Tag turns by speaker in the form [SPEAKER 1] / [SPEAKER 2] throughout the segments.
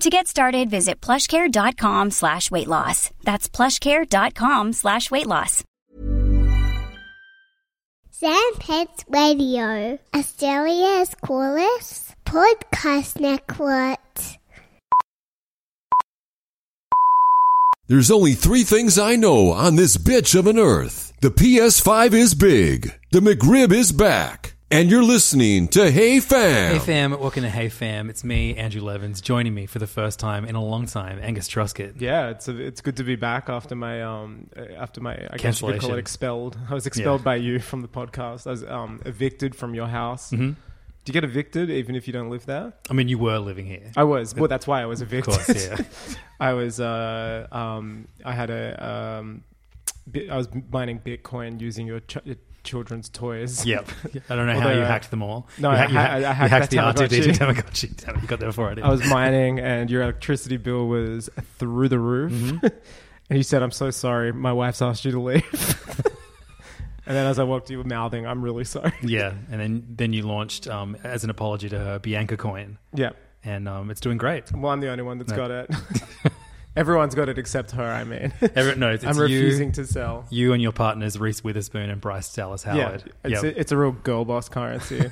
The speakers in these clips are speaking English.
[SPEAKER 1] To get started, visit plushcare.com slash weight loss. That's plushcare.com slash weight loss.
[SPEAKER 2] Sam Pets Radio, Australia's coolest podcast network.
[SPEAKER 3] There's only three things I know on this bitch of an earth. The PS5 is big. The McRib is back. And you're listening to Hey Fam.
[SPEAKER 4] Hey fam, welcome to Hey Fam. It's me, Andrew Levins, joining me for the first time in a long time, Angus Truscott.
[SPEAKER 5] Yeah, it's a, it's good to be back after my um uh, after my I guess you could call
[SPEAKER 4] Cancellation.
[SPEAKER 5] it expelled. I was expelled by you from the podcast. I was um, evicted from your house.
[SPEAKER 4] Mm-hmm.
[SPEAKER 5] Do you get evicted even if you don't live there?
[SPEAKER 4] I mean, you were living here.
[SPEAKER 5] I was. Well, that's why I was evicted.
[SPEAKER 4] course, yeah.
[SPEAKER 5] I was. Uh, um, I had a. Um, bi- I was mining Bitcoin using your ch- children's toys.
[SPEAKER 4] Yep. I don't know how
[SPEAKER 5] Although,
[SPEAKER 4] you
[SPEAKER 5] uh,
[SPEAKER 4] hacked them all.
[SPEAKER 5] no,
[SPEAKER 4] you
[SPEAKER 5] I
[SPEAKER 4] hack- you
[SPEAKER 5] ha-
[SPEAKER 4] hack-
[SPEAKER 5] I
[SPEAKER 4] you
[SPEAKER 5] hacked
[SPEAKER 4] hacked the
[SPEAKER 5] that
[SPEAKER 4] R2D2 Tamagotchi. Damn it, you got there for it.
[SPEAKER 5] I was mining, and your electricity bill was through the roof.
[SPEAKER 4] Mm-hmm.
[SPEAKER 5] and you said, "I'm so sorry. My wife's asked you to leave." and then as I walked, you were mouthing, "I'm really sorry."
[SPEAKER 4] yeah, and then then you launched um, as an apology to her Bianca Coin,
[SPEAKER 5] yeah.
[SPEAKER 4] and um, it's doing great.
[SPEAKER 5] Well, I'm the only one that's
[SPEAKER 4] No.
[SPEAKER 5] got it. Everyone's got it except her. I mean,
[SPEAKER 4] Everyone knows it's
[SPEAKER 5] I'm
[SPEAKER 4] you-
[SPEAKER 5] refusing to sell.
[SPEAKER 4] You and your partners, Reese Witherspoon and Bryce Dallas
[SPEAKER 5] Yeah,
[SPEAKER 4] Howard.
[SPEAKER 5] it's,
[SPEAKER 4] Yep.
[SPEAKER 5] a, it's a real girl boss currency.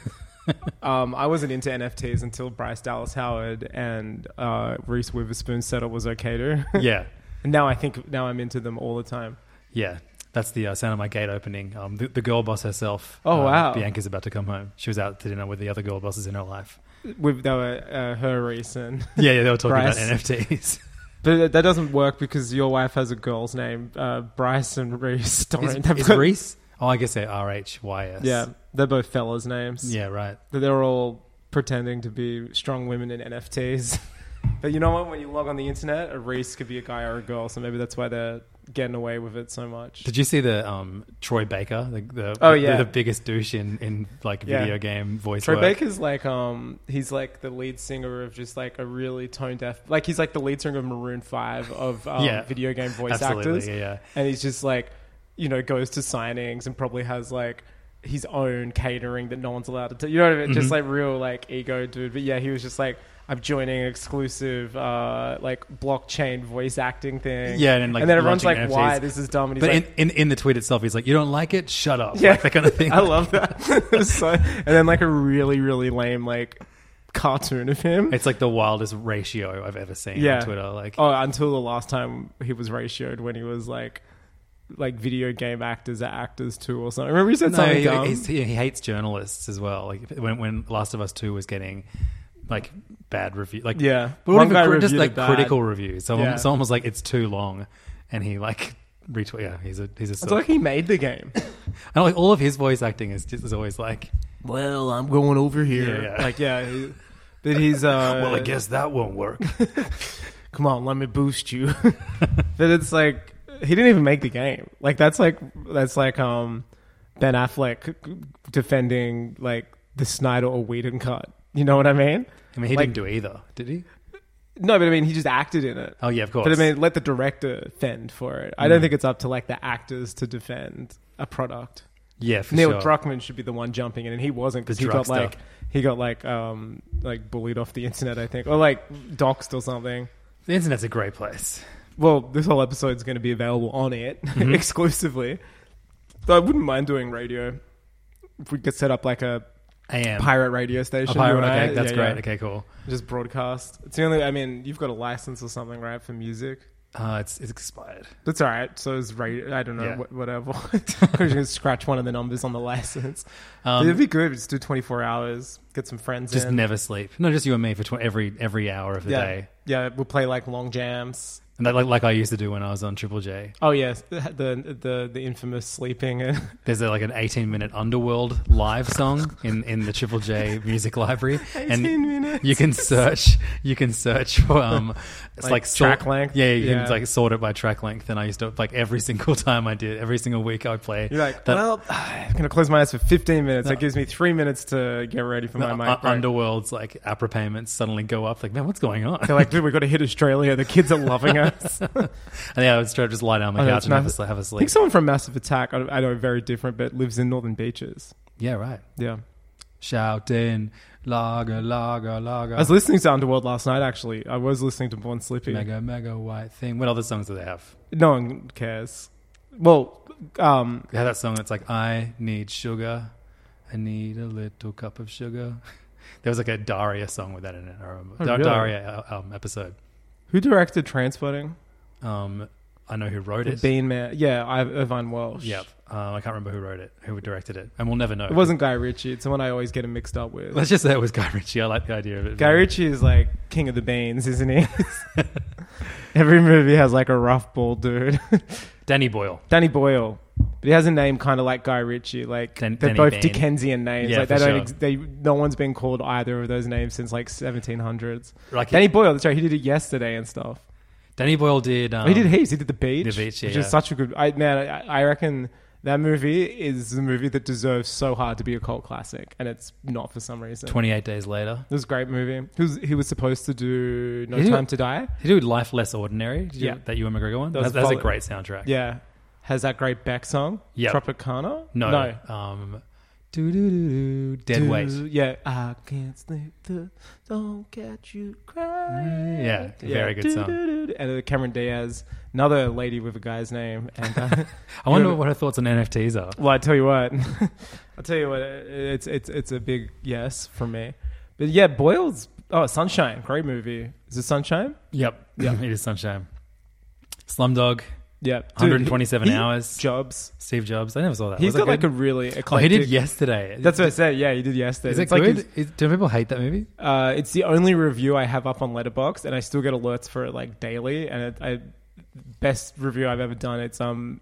[SPEAKER 5] um, I wasn't into NFTs until Bryce Dallas Howard and uh, Reese Witherspoon said it was okay to.
[SPEAKER 4] yeah,
[SPEAKER 5] and now I think now I'm into them all the time.
[SPEAKER 4] yeah. That's the uh, sound of my gate opening. Um, the, the girl boss herself.
[SPEAKER 5] Oh,
[SPEAKER 4] um,
[SPEAKER 5] wow.
[SPEAKER 4] Bianca's about to come home. She was out to dinner with the other girl bosses in her life.
[SPEAKER 5] With they were, uh, her Reese and
[SPEAKER 4] Yeah, yeah, they were talking
[SPEAKER 5] Bryce.
[SPEAKER 4] about NFTs.
[SPEAKER 5] but that- that doesn't work because your wife has a girl's name, uh, Bryce and Reese. Don't worry,
[SPEAKER 4] is
[SPEAKER 5] they've
[SPEAKER 4] is
[SPEAKER 5] got-
[SPEAKER 4] Reese? Oh, I guess they're R H Y S.
[SPEAKER 5] Yeah, they're both fellas' names.
[SPEAKER 4] yeah, right.
[SPEAKER 5] that they're all pretending to be strong women in NFTs. but you know what? When you log on the internet, a race could be a guy or a girl, so maybe that's why they're getting away with it so much.
[SPEAKER 4] Did you see the um, Troy Baker, the, the
[SPEAKER 5] Oh,
[SPEAKER 4] the-
[SPEAKER 5] yeah.
[SPEAKER 4] the, biggest douche in, in like
[SPEAKER 5] Yeah.
[SPEAKER 4] video game voice
[SPEAKER 5] Troy
[SPEAKER 4] work?
[SPEAKER 5] Baker's like um he's like the lead singer of just like a really tone deaf like he's like the lead singer of Maroon Five of um,
[SPEAKER 4] Yeah.
[SPEAKER 5] video game voice
[SPEAKER 4] Absolutely,
[SPEAKER 5] actors.
[SPEAKER 4] yeah, yeah.
[SPEAKER 5] And he's just like, you know, goes to signings and probably has like his own catering that no one's allowed to. T- you know what I mean?
[SPEAKER 4] Mm-hmm.
[SPEAKER 5] Just like real like ego dude. But yeah, he was just like. I'm joining an exclusive uh, like blockchain voice acting thing.
[SPEAKER 4] Yeah, and then, like,
[SPEAKER 5] and then everyone's like,
[SPEAKER 4] launching
[SPEAKER 5] "Why
[SPEAKER 4] NFTs.
[SPEAKER 5] this is dumb?" And he's
[SPEAKER 4] But
[SPEAKER 5] like,
[SPEAKER 4] in, in, in the tweet itself, he's like, "You don't like it? Shut up!"
[SPEAKER 5] yeah,
[SPEAKER 4] like, that kind of thing.
[SPEAKER 5] I love that. so, and then like a really really lame like cartoon of him.
[SPEAKER 4] It's like the wildest ratio I've ever seen on Twitter. Like,
[SPEAKER 5] oh, until the last time he was ratioed when he was like, like video game actors are actors too or something. Remember he said
[SPEAKER 4] no,
[SPEAKER 5] something
[SPEAKER 4] he,
[SPEAKER 5] dumb.
[SPEAKER 4] he's- he, he hates journalists as well. Like when when Last of Us Two was getting like bad review, like
[SPEAKER 5] Yeah.
[SPEAKER 4] but what
[SPEAKER 5] One
[SPEAKER 4] even
[SPEAKER 5] guy
[SPEAKER 4] cri- just
[SPEAKER 5] reviewed
[SPEAKER 4] like
[SPEAKER 5] it bad.
[SPEAKER 4] critical reviews. Someone
[SPEAKER 5] Yeah.
[SPEAKER 4] someone was like, "It's too long," and he like retweet. Yeah, he's a he's a.
[SPEAKER 5] It's
[SPEAKER 4] Sort.
[SPEAKER 5] like he made the game.
[SPEAKER 4] and like all of his voice acting is just is always like,
[SPEAKER 5] Well, I'm going over here.
[SPEAKER 4] Yeah, yeah.
[SPEAKER 5] Like yeah, he, but he's uh.
[SPEAKER 4] "Well, I guess that won't work."
[SPEAKER 5] Come on, let me boost you. but it's like he didn't even make the game. Like that's like that's like um Ben Affleck defending like the Snyder or Whedon cut. You know what I mean?
[SPEAKER 4] I mean, he
[SPEAKER 5] Like-
[SPEAKER 4] didn't do either, did he?
[SPEAKER 5] No, but I mean he just acted in it.
[SPEAKER 4] Oh yeah, of course. Mm.
[SPEAKER 5] But I mean, let the director fend for it. I don't think it's up to like the actors to defend a product.
[SPEAKER 4] yeah, for
[SPEAKER 5] Neil
[SPEAKER 4] sure.
[SPEAKER 5] Druckmann should be the one jumping in, and he wasn't because
[SPEAKER 4] The
[SPEAKER 5] he got
[SPEAKER 4] Druckster.
[SPEAKER 5] like he got like um like bullied off the internet, I think, or like doxed or something.
[SPEAKER 4] the internet's a great place.
[SPEAKER 5] Well, this whole episode's going to be available on it
[SPEAKER 4] Mm-hmm.
[SPEAKER 5] exclusively. So I wouldn't mind doing radio. If we could set up like a
[SPEAKER 4] Am
[SPEAKER 5] pirate radio station,
[SPEAKER 4] A Oh, pirate,
[SPEAKER 5] you and I-
[SPEAKER 4] okay, that's
[SPEAKER 5] yeah,
[SPEAKER 4] great.
[SPEAKER 5] yeah.
[SPEAKER 4] Okay, cool.
[SPEAKER 5] Just broadcast. It's the only. I mean, you've got a license or something, right, for music?
[SPEAKER 4] Uh, it's it's expired.
[SPEAKER 5] That's all right. So it's right. I don't know.
[SPEAKER 4] Yeah.
[SPEAKER 5] wh- whatever. I'm just gonna scratch one of the numbers on the license. It'd be good. Just do 24 hours. Get some friends.
[SPEAKER 4] Um, Just
[SPEAKER 5] in.
[SPEAKER 4] never sleep. No, just you and me for tw- every every hour of the
[SPEAKER 5] Yeah.
[SPEAKER 4] day.
[SPEAKER 5] Yeah. We'll play like long jams.
[SPEAKER 4] And that, like like I used to do when I was on Triple J.
[SPEAKER 5] Oh yes, the the the, the infamous sleeping.
[SPEAKER 4] There's a, like an 18 minute Underworld live song in, in the Triple J music library, and
[SPEAKER 5] minutes.
[SPEAKER 4] you can search you can search for um it's
[SPEAKER 5] Like
[SPEAKER 4] like, sort-
[SPEAKER 5] track length?
[SPEAKER 4] Yeah, you
[SPEAKER 5] Yeah.
[SPEAKER 4] can like sort it by track length. And I used to like every single time I did every single week I would play.
[SPEAKER 5] You're like,
[SPEAKER 4] that-
[SPEAKER 5] well, I'm gonna close my eyes for 15 minutes. That gives me three minutes to get ready for my
[SPEAKER 4] uh,
[SPEAKER 5] mic. break.
[SPEAKER 4] Underworld's like app repayments suddenly go up. Like man, what's going on?
[SPEAKER 5] They're like, dude, we got to hit Australia. The kids are loving us.
[SPEAKER 4] and yeah, I would straight just lie down on my
[SPEAKER 5] Oh,
[SPEAKER 4] couch
[SPEAKER 5] that's
[SPEAKER 4] and have a,
[SPEAKER 5] nice.
[SPEAKER 4] sl- have a
[SPEAKER 5] I
[SPEAKER 4] sleep.
[SPEAKER 5] think someone from Massive Attack, I I know, very different, but lives in Northern Beaches.
[SPEAKER 4] Yeah, right.
[SPEAKER 5] Yeah.
[SPEAKER 4] Shouting lager, lager, lager.
[SPEAKER 5] I was listening to Underworld last night, actually. I was listening to Born Slippy.
[SPEAKER 4] Oh. mega, mega white thing. What other songs do they have?
[SPEAKER 5] No one cares. Well, um,
[SPEAKER 4] They had that song that's like, I need sugar. I need a little cup of sugar. There was like a Daria song with that in it. I remember.
[SPEAKER 5] Oh,
[SPEAKER 4] Da-
[SPEAKER 5] really?
[SPEAKER 4] Daria uh, um, episode.
[SPEAKER 5] who directed Transporting?
[SPEAKER 4] Um, I know who wrote
[SPEAKER 5] The
[SPEAKER 4] it.
[SPEAKER 5] Bean Man. Yeah, I, Irvine Welsh.
[SPEAKER 4] Yep. Um, I can't remember who wrote it, who directed it. And we'll never know.
[SPEAKER 5] It wasn't Guy Ritchie. It's someone I always get him mixed up with.
[SPEAKER 4] Let's just say it was Guy Ritchie. I like the idea of it.
[SPEAKER 5] Guy Ritchie is like king of the beans, isn't he? Every movie has like a rough bald dude.
[SPEAKER 4] Danny Boyle.
[SPEAKER 5] Danny Boyle. But he has a name kind of like Guy Ritchie. Like
[SPEAKER 4] Dan-
[SPEAKER 5] they're
[SPEAKER 4] Danny
[SPEAKER 5] both
[SPEAKER 4] Bean.
[SPEAKER 5] Dickensian names.
[SPEAKER 4] Yeah,
[SPEAKER 5] like they
[SPEAKER 4] for
[SPEAKER 5] don't.
[SPEAKER 4] sure.
[SPEAKER 5] Ex- they no one's been called either of those names since like 1700s.
[SPEAKER 4] Like
[SPEAKER 5] Danny
[SPEAKER 4] Danny,
[SPEAKER 5] Boyle. That's right. He did it yesterday and stuff.
[SPEAKER 4] Boyle did. Um,
[SPEAKER 5] Oh, he did heaps. He did the beach.
[SPEAKER 4] The Beach, yeah,
[SPEAKER 5] which
[SPEAKER 4] yeah.
[SPEAKER 5] is such a good. I man, I, I reckon that movie is the movie that deserves so hard to be a cult classic, and it's not for some reason.
[SPEAKER 4] 28 Days Later.
[SPEAKER 5] It was a great movie. He was, he was supposed to do No
[SPEAKER 4] He did-
[SPEAKER 5] Time to Die.
[SPEAKER 4] He did Life Less Ordinary. Did you-
[SPEAKER 5] Yeah.
[SPEAKER 4] That Ewan McGregor one.
[SPEAKER 5] That was
[SPEAKER 4] That's, that's a
[SPEAKER 5] follow-
[SPEAKER 4] great soundtrack.
[SPEAKER 5] Yeah. Has that great Beck song?
[SPEAKER 4] Yeah.
[SPEAKER 5] Tropicana?
[SPEAKER 4] No.
[SPEAKER 5] No.
[SPEAKER 4] Um, doo doo doo doo. Dead
[SPEAKER 5] Do-
[SPEAKER 4] Weight.
[SPEAKER 5] Yeah. I can't sleep. The, don't catch you crying.
[SPEAKER 4] Yeah, very good song.
[SPEAKER 5] do. And uh, Cameron Diaz, another lady with a guy's name. And uh,
[SPEAKER 4] I wonder what her thoughts on NFTs are.
[SPEAKER 5] well, I tell you what, I'll tell you what, it's it's it's a big yes from me. But yeah, Boyle's oh Sunshine, great movie. Is it Sunshine?
[SPEAKER 4] Yep. Yep. it is sunshine. Slumdog,
[SPEAKER 5] Yeah,
[SPEAKER 4] 127
[SPEAKER 5] he-
[SPEAKER 4] hours.
[SPEAKER 5] Jobs.
[SPEAKER 4] Steve Jobs. I never saw that.
[SPEAKER 5] He's
[SPEAKER 4] Was that
[SPEAKER 5] got like a
[SPEAKER 4] good?
[SPEAKER 5] really
[SPEAKER 4] Oh, he
[SPEAKER 5] eclectic.
[SPEAKER 4] did yesterday.
[SPEAKER 5] That's what I said. Yeah, he did yesterday.
[SPEAKER 4] Is it
[SPEAKER 5] It's like
[SPEAKER 4] good?
[SPEAKER 5] his-
[SPEAKER 4] Is- do people hate that movie?
[SPEAKER 5] Uh, it's the only review I have up on Letterboxd, and I still get alerts for it like daily. And it, I best review I've ever done. It's um,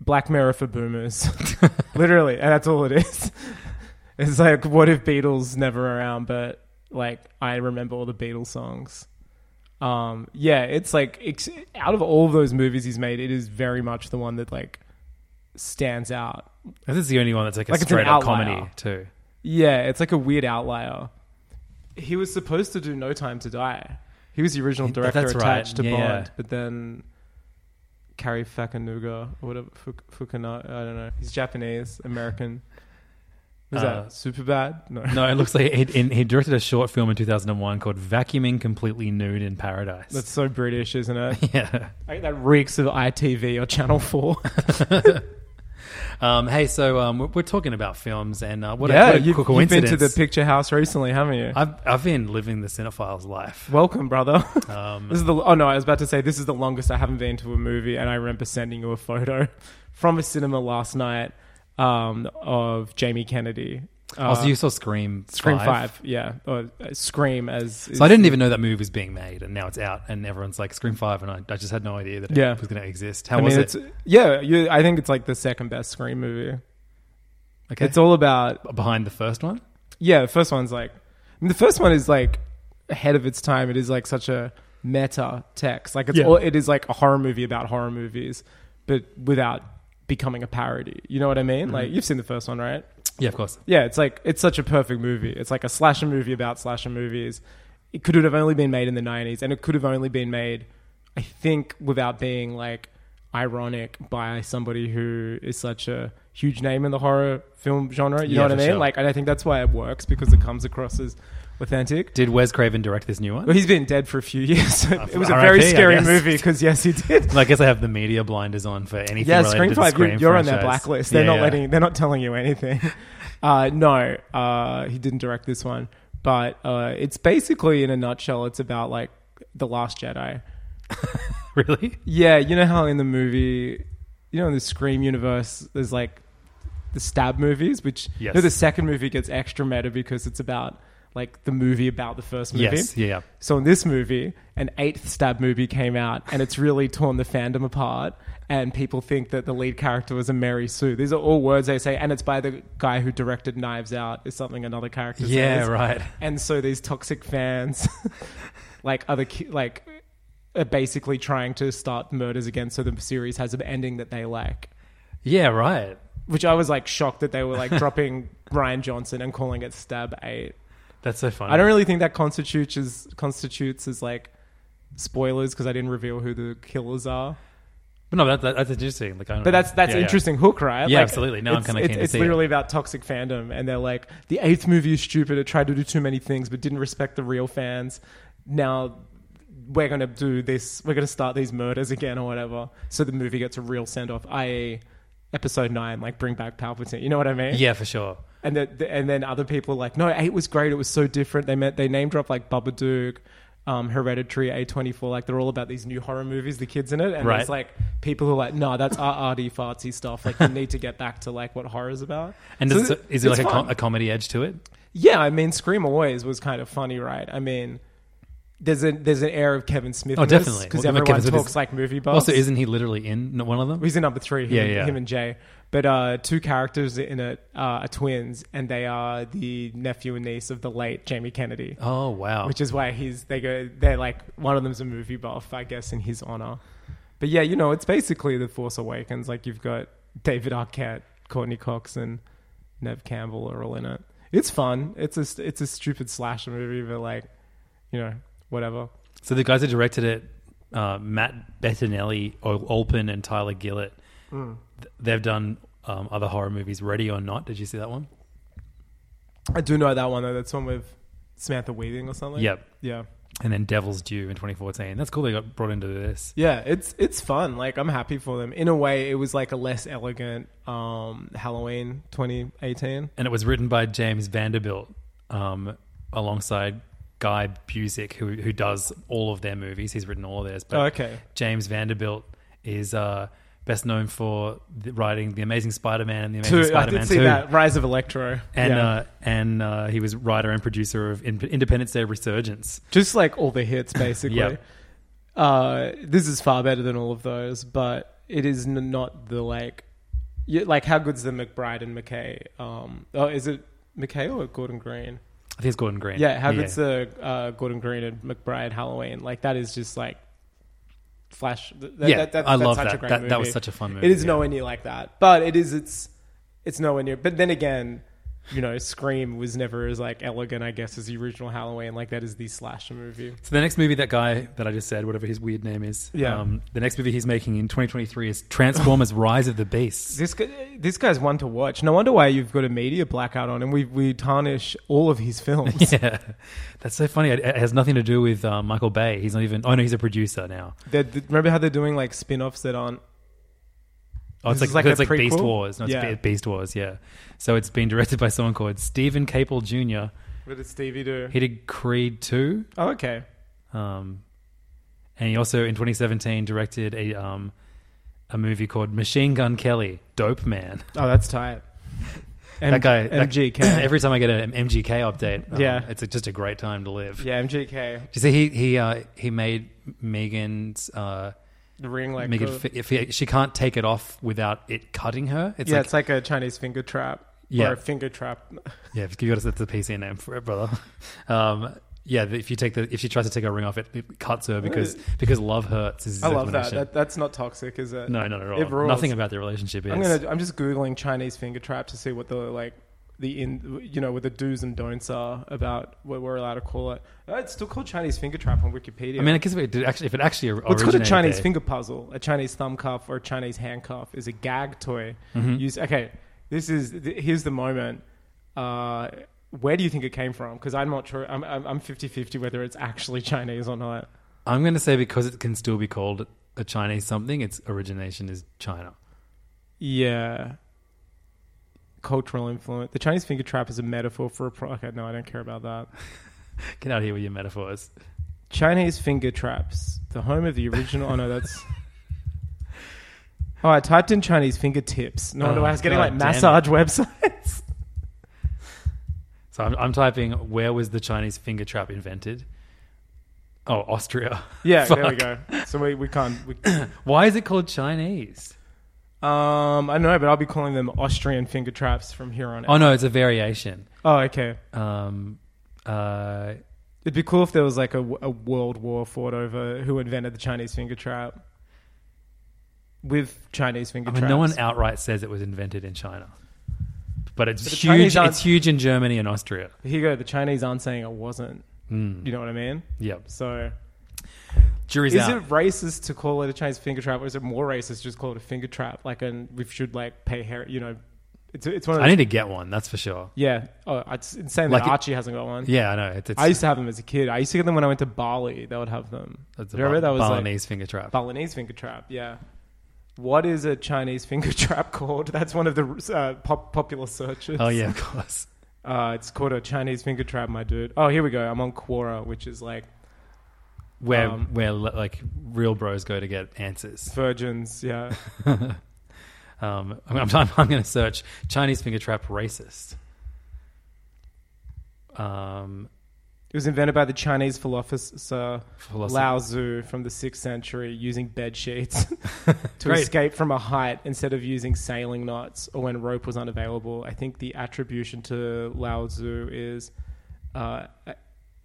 [SPEAKER 5] Black Mirror for boomers, literally, and that's all it is. It's like what if Beatles never around, but like I remember all the Beatles songs. Um, yeah, it's like it's, out of all of those movies he's made, it is very much the one that like stands out.
[SPEAKER 4] This is the only one that's like a
[SPEAKER 5] Like, it's an
[SPEAKER 4] straight up
[SPEAKER 5] outlier.
[SPEAKER 4] comedy too.
[SPEAKER 5] Yeah, it's like a weird outlier. He was supposed to do No Time to Die. He was the original
[SPEAKER 4] Yeah,
[SPEAKER 5] director
[SPEAKER 4] that's right.
[SPEAKER 5] attached to
[SPEAKER 4] Yeah,
[SPEAKER 5] Bond,
[SPEAKER 4] yeah.
[SPEAKER 5] but then Cary Fukunaga or whatever Fuk- Fukuna, I don't know. He's Japanese American. Was
[SPEAKER 4] Uh,
[SPEAKER 5] that super bad? No.
[SPEAKER 4] No, it looks like he, in- he directed a short film in 2001 called "Vacuuming Completely Nude in Paradise."
[SPEAKER 5] That's so British, isn't it?
[SPEAKER 4] yeah.
[SPEAKER 5] Like, that reeks of ITV or Channel 4.
[SPEAKER 4] Um, hey, so um, we're, we're talking about films, and uh, what, a,
[SPEAKER 5] yeah,
[SPEAKER 4] what a
[SPEAKER 5] you've,
[SPEAKER 4] cool
[SPEAKER 5] you've been
[SPEAKER 4] coincidence!
[SPEAKER 5] to the Picture House recently, haven't you?
[SPEAKER 4] I've I've been living the cinephile's life.
[SPEAKER 5] Welcome, brother.
[SPEAKER 4] Um,
[SPEAKER 5] This is the oh no, I was about to say this is the longest I haven't been to a movie, and I remember sending you a photo from a cinema last night um, of Jamie Kennedy. Uh,
[SPEAKER 4] also, Oh, you saw Scream
[SPEAKER 5] Scream Five, yeah, or uh, Scream as.
[SPEAKER 4] So I didn't even know that movie was being made, and now it's out, and everyone's like Scream Five, and I, I just had no idea that it
[SPEAKER 5] Yeah.
[SPEAKER 4] was going to exist.
[SPEAKER 5] I
[SPEAKER 4] How
[SPEAKER 5] mean,
[SPEAKER 4] was
[SPEAKER 5] it's
[SPEAKER 4] it?
[SPEAKER 5] yeah. You, I think it's like the second best Scream movie.
[SPEAKER 4] Okay,
[SPEAKER 5] It's all about
[SPEAKER 4] behind the first one.
[SPEAKER 5] yeah. The first one's like, I mean, the first one is like ahead of its time. It is like such a meta text. Like it's
[SPEAKER 4] Yeah.
[SPEAKER 5] all, it is like a horror movie about horror movies, but without becoming a parody. You know what I mean? Like you've seen the first one, right?
[SPEAKER 4] Yeah, of course.
[SPEAKER 5] Yeah, it's like it's such a perfect movie. It's like a slasher movie about slasher movies. It could have only been made in the '90s, and it could have only been made, I think, without being like ironic by somebody who is such a huge name in the horror film genre. You
[SPEAKER 4] Yeah,
[SPEAKER 5] know what I
[SPEAKER 4] for
[SPEAKER 5] mean?
[SPEAKER 4] sure.
[SPEAKER 5] Like, and I think that's why it works because it comes across as authentic.
[SPEAKER 4] Did Wes Craven direct this new
[SPEAKER 5] Well,
[SPEAKER 4] one?
[SPEAKER 5] he's been dead for a few years. so it was a
[SPEAKER 4] RIP, Uh,
[SPEAKER 5] very
[SPEAKER 4] I
[SPEAKER 5] scary
[SPEAKER 4] guess.
[SPEAKER 5] movie because yes, he did.
[SPEAKER 4] I guess I have the media blinders on for anything.
[SPEAKER 5] Yeah,
[SPEAKER 4] related
[SPEAKER 5] Scream
[SPEAKER 4] to the
[SPEAKER 5] Five,
[SPEAKER 4] Scream
[SPEAKER 5] you're, you're on their
[SPEAKER 4] franchise.
[SPEAKER 5] blacklist. They're
[SPEAKER 4] Yeah,
[SPEAKER 5] not
[SPEAKER 4] yeah.
[SPEAKER 5] letting, they're not telling you anything. Uh, no, uh, he didn't direct this one, but uh, it's basically in a nutshell, it's about like the Last Jedi.
[SPEAKER 4] really?
[SPEAKER 5] Yeah, you know how in the movie, you know, in the Scream universe, there's like the stab movies, which you
[SPEAKER 4] Yes.
[SPEAKER 5] know, the second movie gets extra meta because it's about like the movie about the first movie.
[SPEAKER 4] Yes. Yeah. yeah.
[SPEAKER 5] So in this movie, an eighth stab movie came out, and it's really torn the fandom apart. And people think that the lead character was a Mary Sue. These are all words they say, and it's by the guy who directed Knives Out. Is something another character
[SPEAKER 4] Yeah,
[SPEAKER 5] says.
[SPEAKER 4] right.
[SPEAKER 5] And so these toxic fans, like other ki- like, are basically trying to start murders again. So the series has an ending that they like.
[SPEAKER 4] Yeah, right.
[SPEAKER 5] Which I was like shocked that they were like dropping Brian Johnson and calling it Stab Eight.
[SPEAKER 4] That's so funny.
[SPEAKER 5] I don't really think that constitutes as constitutes as like spoilers because I didn't reveal who the killers are.
[SPEAKER 4] But no, that, that, that's interesting. Like, I don't
[SPEAKER 5] But
[SPEAKER 4] know.
[SPEAKER 5] that's that's
[SPEAKER 4] Yeah, yeah.
[SPEAKER 5] interesting hook, right?
[SPEAKER 4] Yeah, absolutely. Now I'm
[SPEAKER 5] it's-
[SPEAKER 4] kinda
[SPEAKER 5] it's-
[SPEAKER 4] keen to
[SPEAKER 5] It's
[SPEAKER 4] see it.
[SPEAKER 5] literally about toxic fandom, and they're like, the eighth movie is stupid. It tried to do too many things, but didn't respect the real fans. Now we're gonna do this. We're gonna start these murders again, or whatever. So the movie gets a real send off, i.e. Episode nine, like bring back Palpatine. You know what I mean?
[SPEAKER 4] Yeah, for sure.
[SPEAKER 5] And that, and then other people are like, no, eight was great. It was so different. They met, they name drop like Babadook, um, Hereditary, A twenty four. Like they're all about these new horror movies. The kids in it, and
[SPEAKER 4] Right.
[SPEAKER 5] it's like people who are like, no, that's RRD fartsy stuff. Like you need to get back to like what horror's about.
[SPEAKER 4] And
[SPEAKER 5] So
[SPEAKER 4] does,
[SPEAKER 5] th-
[SPEAKER 4] is it
[SPEAKER 5] it's
[SPEAKER 4] like a, com-
[SPEAKER 5] fun.
[SPEAKER 4] a comedy edge to it?
[SPEAKER 5] yeah? I mean, Scream always was kind of funny, right? I mean. There's an there's an air of Kevin Smith.
[SPEAKER 4] Oh, definitely.
[SPEAKER 5] because
[SPEAKER 4] Well, Kevin
[SPEAKER 5] everyone
[SPEAKER 4] Smith
[SPEAKER 5] talks
[SPEAKER 4] is-
[SPEAKER 5] like movie buffs.
[SPEAKER 4] Also, isn't he literally in n- one of them?
[SPEAKER 5] He's in number three. Him,
[SPEAKER 4] Yeah,
[SPEAKER 5] and-
[SPEAKER 4] yeah.
[SPEAKER 5] Him and Jay, but uh, two characters in it uh, are twins, and they are the nephew and niece of the late Jamie Kennedy.
[SPEAKER 4] oh, wow.
[SPEAKER 5] Which is why he's they go they're like one of them's a movie buff, I guess, in his honor. But yeah, you know, it's basically the Force Awakens. Like you've got David Arquette, Courtney Cox, and Nev Campbell are all in it. It's fun. It's a it's a stupid slasher movie, but like, you know, whatever.
[SPEAKER 4] so the guys who directed it, uh, Matt Bettinelli, Ol- Olpen, and Tyler Gillett,
[SPEAKER 5] Hmm.
[SPEAKER 4] th- they've done um, other horror movies, Ready or Not. Did you see that one?
[SPEAKER 5] I do know that one though. That's one with Samantha Weaving or something.
[SPEAKER 4] Yep.
[SPEAKER 5] Yeah.
[SPEAKER 4] And then Devil's Due in 2014. That's cool they got brought into this.
[SPEAKER 5] Yeah, it's it's fun. Like I'm happy for them. In a way, it was like a less elegant um, Halloween 2018.
[SPEAKER 4] And it was written by James Vanderbilt um, alongside Guy Busick, who, who does all of their movies. He's written all of theirs. But
[SPEAKER 5] Oh, okay.
[SPEAKER 4] James Vanderbilt is uh, best known for the, writing The Amazing Spider Man and The Amazing
[SPEAKER 5] Two, I
[SPEAKER 4] Spider Man
[SPEAKER 5] did see
[SPEAKER 4] 2.
[SPEAKER 5] that Rise of Electro,
[SPEAKER 4] And,
[SPEAKER 5] Yeah.
[SPEAKER 4] uh, and uh, he was writer and producer of In- Independence Day Resurgence.
[SPEAKER 5] just like all the hits, basically.
[SPEAKER 4] Yeah.
[SPEAKER 5] uh, this is far better than all of those, but it is n- not the like, you, like how good's the McBride and McKay? Um, oh, is it McKay or Gordon Green?
[SPEAKER 4] I think it's Gordon Green.
[SPEAKER 5] Yeah, how good's the uh, Gordon Green and McBride Halloween? Like that is just like flash. th- th-
[SPEAKER 4] Yeah,
[SPEAKER 5] that, that,
[SPEAKER 4] I
[SPEAKER 5] that's
[SPEAKER 4] love
[SPEAKER 5] such
[SPEAKER 4] that.
[SPEAKER 5] A great
[SPEAKER 4] That-
[SPEAKER 5] movie.
[SPEAKER 4] that was such a fun movie,
[SPEAKER 5] It is
[SPEAKER 4] yeah.
[SPEAKER 5] nowhere near like that, but it is. It's it's nowhere near. But then again, you know, Scream was never as like elegant, I guess, as the original Halloween. Like that is the slasher movie.
[SPEAKER 4] So the next movie that guy that I just said, whatever his weird name is, um,
[SPEAKER 5] Yeah.
[SPEAKER 4] the next movie he's making in 2023 is Transformers: Rise of the Beasts.
[SPEAKER 5] This guy, this guy's one to watch. No wonder why you've got a media blackout on, and we we tarnish all of his films.
[SPEAKER 4] Yeah, that's so funny. It, it has nothing to do with uh, Michael Bay. He's not even. Oh no, he's a producer now.
[SPEAKER 5] They're- th- remember how they're doing like spin-offs that aren't
[SPEAKER 4] Oh, it's
[SPEAKER 5] This
[SPEAKER 4] like,
[SPEAKER 5] is like
[SPEAKER 4] it's
[SPEAKER 5] a
[SPEAKER 4] like Beast
[SPEAKER 5] prequel?
[SPEAKER 4] Wars. No, it's
[SPEAKER 5] Yeah.
[SPEAKER 4] Be- Beast Wars. Yeah. So it's been directed by someone called Stephen Capel Jr.
[SPEAKER 5] what did Stevie do?
[SPEAKER 4] He did Creed two,
[SPEAKER 5] Oh, okay.
[SPEAKER 4] um, and he also in 2017 directed a um, a movie called Machine Gun Kelly, Dope Man.
[SPEAKER 5] Oh, that's tight. M-
[SPEAKER 4] that guy that-
[SPEAKER 5] MGK.
[SPEAKER 4] every time I get an MGK update, um,
[SPEAKER 5] Yeah.
[SPEAKER 4] it's a- just a great time to live.
[SPEAKER 5] yeah, MGK.
[SPEAKER 4] You see, he he uh, he made Megan's uh,
[SPEAKER 5] The ring, like uh,
[SPEAKER 4] Megan.
[SPEAKER 5] the-
[SPEAKER 4] fi- if he- she can't take it off without it cutting her. It's
[SPEAKER 5] yeah,
[SPEAKER 4] like,
[SPEAKER 5] it's like a Chinese finger trap.
[SPEAKER 4] Yeah.
[SPEAKER 5] or a finger trap.
[SPEAKER 4] yeah, you got to set the PC name for it, brother. Um, yeah, if you take the if she tries to take her ring off, it, it cuts her because because love hurts. Is his
[SPEAKER 5] I love that.
[SPEAKER 4] explanation.
[SPEAKER 5] that. That's not toxic, is it?
[SPEAKER 4] No, not at all.
[SPEAKER 5] It rules.
[SPEAKER 4] Nothing about their relationship is.
[SPEAKER 5] I'm gonna. I'm just googling Chinese finger trap to see what the like the in you know what the do's and don'ts are about what we're allowed to call it. Uh, it's still called Chinese finger trap on Wikipedia.
[SPEAKER 4] I mean, I guess if it did actually, if it actually,
[SPEAKER 5] What's called a
[SPEAKER 4] originated
[SPEAKER 5] Chinese
[SPEAKER 4] there-
[SPEAKER 5] finger puzzle, a Chinese thumb cuff, or a Chinese handcuff is a gag toy.
[SPEAKER 4] Mm-hmm.
[SPEAKER 5] Used, okay, this is th- here's the moment. Uh, where do you think it came from? Because I'm not sure. I'm I'm, I'm 50-50 whether it's actually Chinese or not.
[SPEAKER 4] I'm going to say because it can still be called a Chinese something. Its origination is China.
[SPEAKER 5] Yeah. Cultural influence. The Chinese finger trap is a metaphor for a pro. Okay, no, I don't care about that.
[SPEAKER 4] Get out of here with your metaphors.
[SPEAKER 5] Chinese finger traps, the home of the original. oh no, that's. Oh, I typed in Chinese fingertips. No wonder
[SPEAKER 4] Oh,
[SPEAKER 5] I was getting
[SPEAKER 4] God
[SPEAKER 5] like
[SPEAKER 4] damn
[SPEAKER 5] massage websites.
[SPEAKER 4] So I'm, I'm typing, where was the Chinese finger trap invented? Oh, Austria.
[SPEAKER 5] yeah, there we
[SPEAKER 4] Fuck.
[SPEAKER 5] go. So we, we can't. We,
[SPEAKER 4] Why is it called Chinese?
[SPEAKER 5] um, I don't know, but I'll be calling them Austrian finger traps from here on
[SPEAKER 4] Oh
[SPEAKER 5] out.
[SPEAKER 4] no, it's a variation.
[SPEAKER 5] Oh, okay.
[SPEAKER 4] Um, uh,
[SPEAKER 5] It'd be cool if there was like a, w- a world war fought over who invented the Chinese finger trap with Chinese finger
[SPEAKER 4] I mean,
[SPEAKER 5] traps.
[SPEAKER 4] no one outright says it was invented in China, but it's
[SPEAKER 5] But the
[SPEAKER 4] huge.
[SPEAKER 5] Chinese aren't-
[SPEAKER 4] It's huge in Germany and Austria.
[SPEAKER 5] Here you go. The Chinese aren't saying it wasn't.
[SPEAKER 4] Hmm.
[SPEAKER 5] You know what I mean?
[SPEAKER 4] Yep.
[SPEAKER 5] So
[SPEAKER 4] Jury's
[SPEAKER 5] is
[SPEAKER 4] out.
[SPEAKER 5] it racist to call it a Chinese finger trap, or is it more racist to just call it a finger trap? Like, and we should like pay her. You know, it's it's one of
[SPEAKER 4] I
[SPEAKER 5] the,
[SPEAKER 4] need to get one. That's for sure.
[SPEAKER 5] yeah. Oh, it's insane
[SPEAKER 4] Like
[SPEAKER 5] that
[SPEAKER 4] it-
[SPEAKER 5] Archie hasn't got one.
[SPEAKER 4] Yeah, I know. It's, it's,
[SPEAKER 5] I used to have them as a kid. I used to get them when I went to Bali. They would have them.
[SPEAKER 4] it's a
[SPEAKER 5] Remember
[SPEAKER 4] Ba-
[SPEAKER 5] that was like
[SPEAKER 4] Balinese finger trap.
[SPEAKER 5] Balinese finger trap. Yeah. What is a Chinese finger trap called? That's one of the uh, pop- popular searches.
[SPEAKER 4] oh yeah, of course.
[SPEAKER 5] Uh, it's called a Chinese finger trap, my dude. Oh, here we go. I'm on Quora, which is like
[SPEAKER 4] Where
[SPEAKER 5] Um,
[SPEAKER 4] where li- like real bros go to get answers.
[SPEAKER 5] virgins. Yeah.
[SPEAKER 4] Um, I'm, I'm, I'm going to search Chinese finger trap racist. Um,
[SPEAKER 5] It was invented by the Chinese philosopher
[SPEAKER 4] Philosopher.
[SPEAKER 5] Lao Tzu from the 6th century using bed sheets to
[SPEAKER 4] Great.
[SPEAKER 5] escape from a height instead of using sailing knots or when rope was unavailable. I think the attribution to Lao Tzu is uh, a-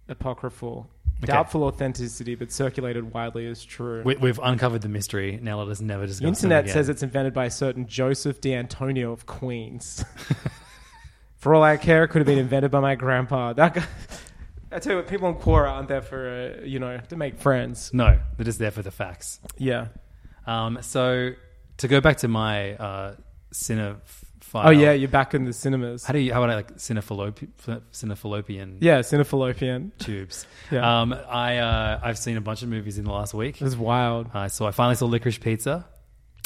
[SPEAKER 5] apocryphal.
[SPEAKER 4] Okay.
[SPEAKER 5] Doubtful authenticity, but circulated widely as true.
[SPEAKER 4] we, we've uncovered the mystery. Now let us never discuss
[SPEAKER 5] the internet says it's invented by a certain Joseph D'Antonio of Queens. for all I care, it could have been invented by my grandpa. That guy, I tell you what, people in Quora aren't there for uh, you know to make friends.
[SPEAKER 4] No, they're just there for the facts.
[SPEAKER 5] Yeah.
[SPEAKER 4] Um, so to go back to my uh, cinephile.
[SPEAKER 5] Oh yeah, you're back in the cinemas.
[SPEAKER 4] How do you? How would I like cinephilop- cinephilopian?
[SPEAKER 5] yeah, cinephalopian.
[SPEAKER 4] Tubes.
[SPEAKER 5] Yeah.
[SPEAKER 4] Um, I uh, I've seen a bunch of movies in the last week.
[SPEAKER 5] It was wild.
[SPEAKER 4] Uh, so I finally saw Licorice Pizza.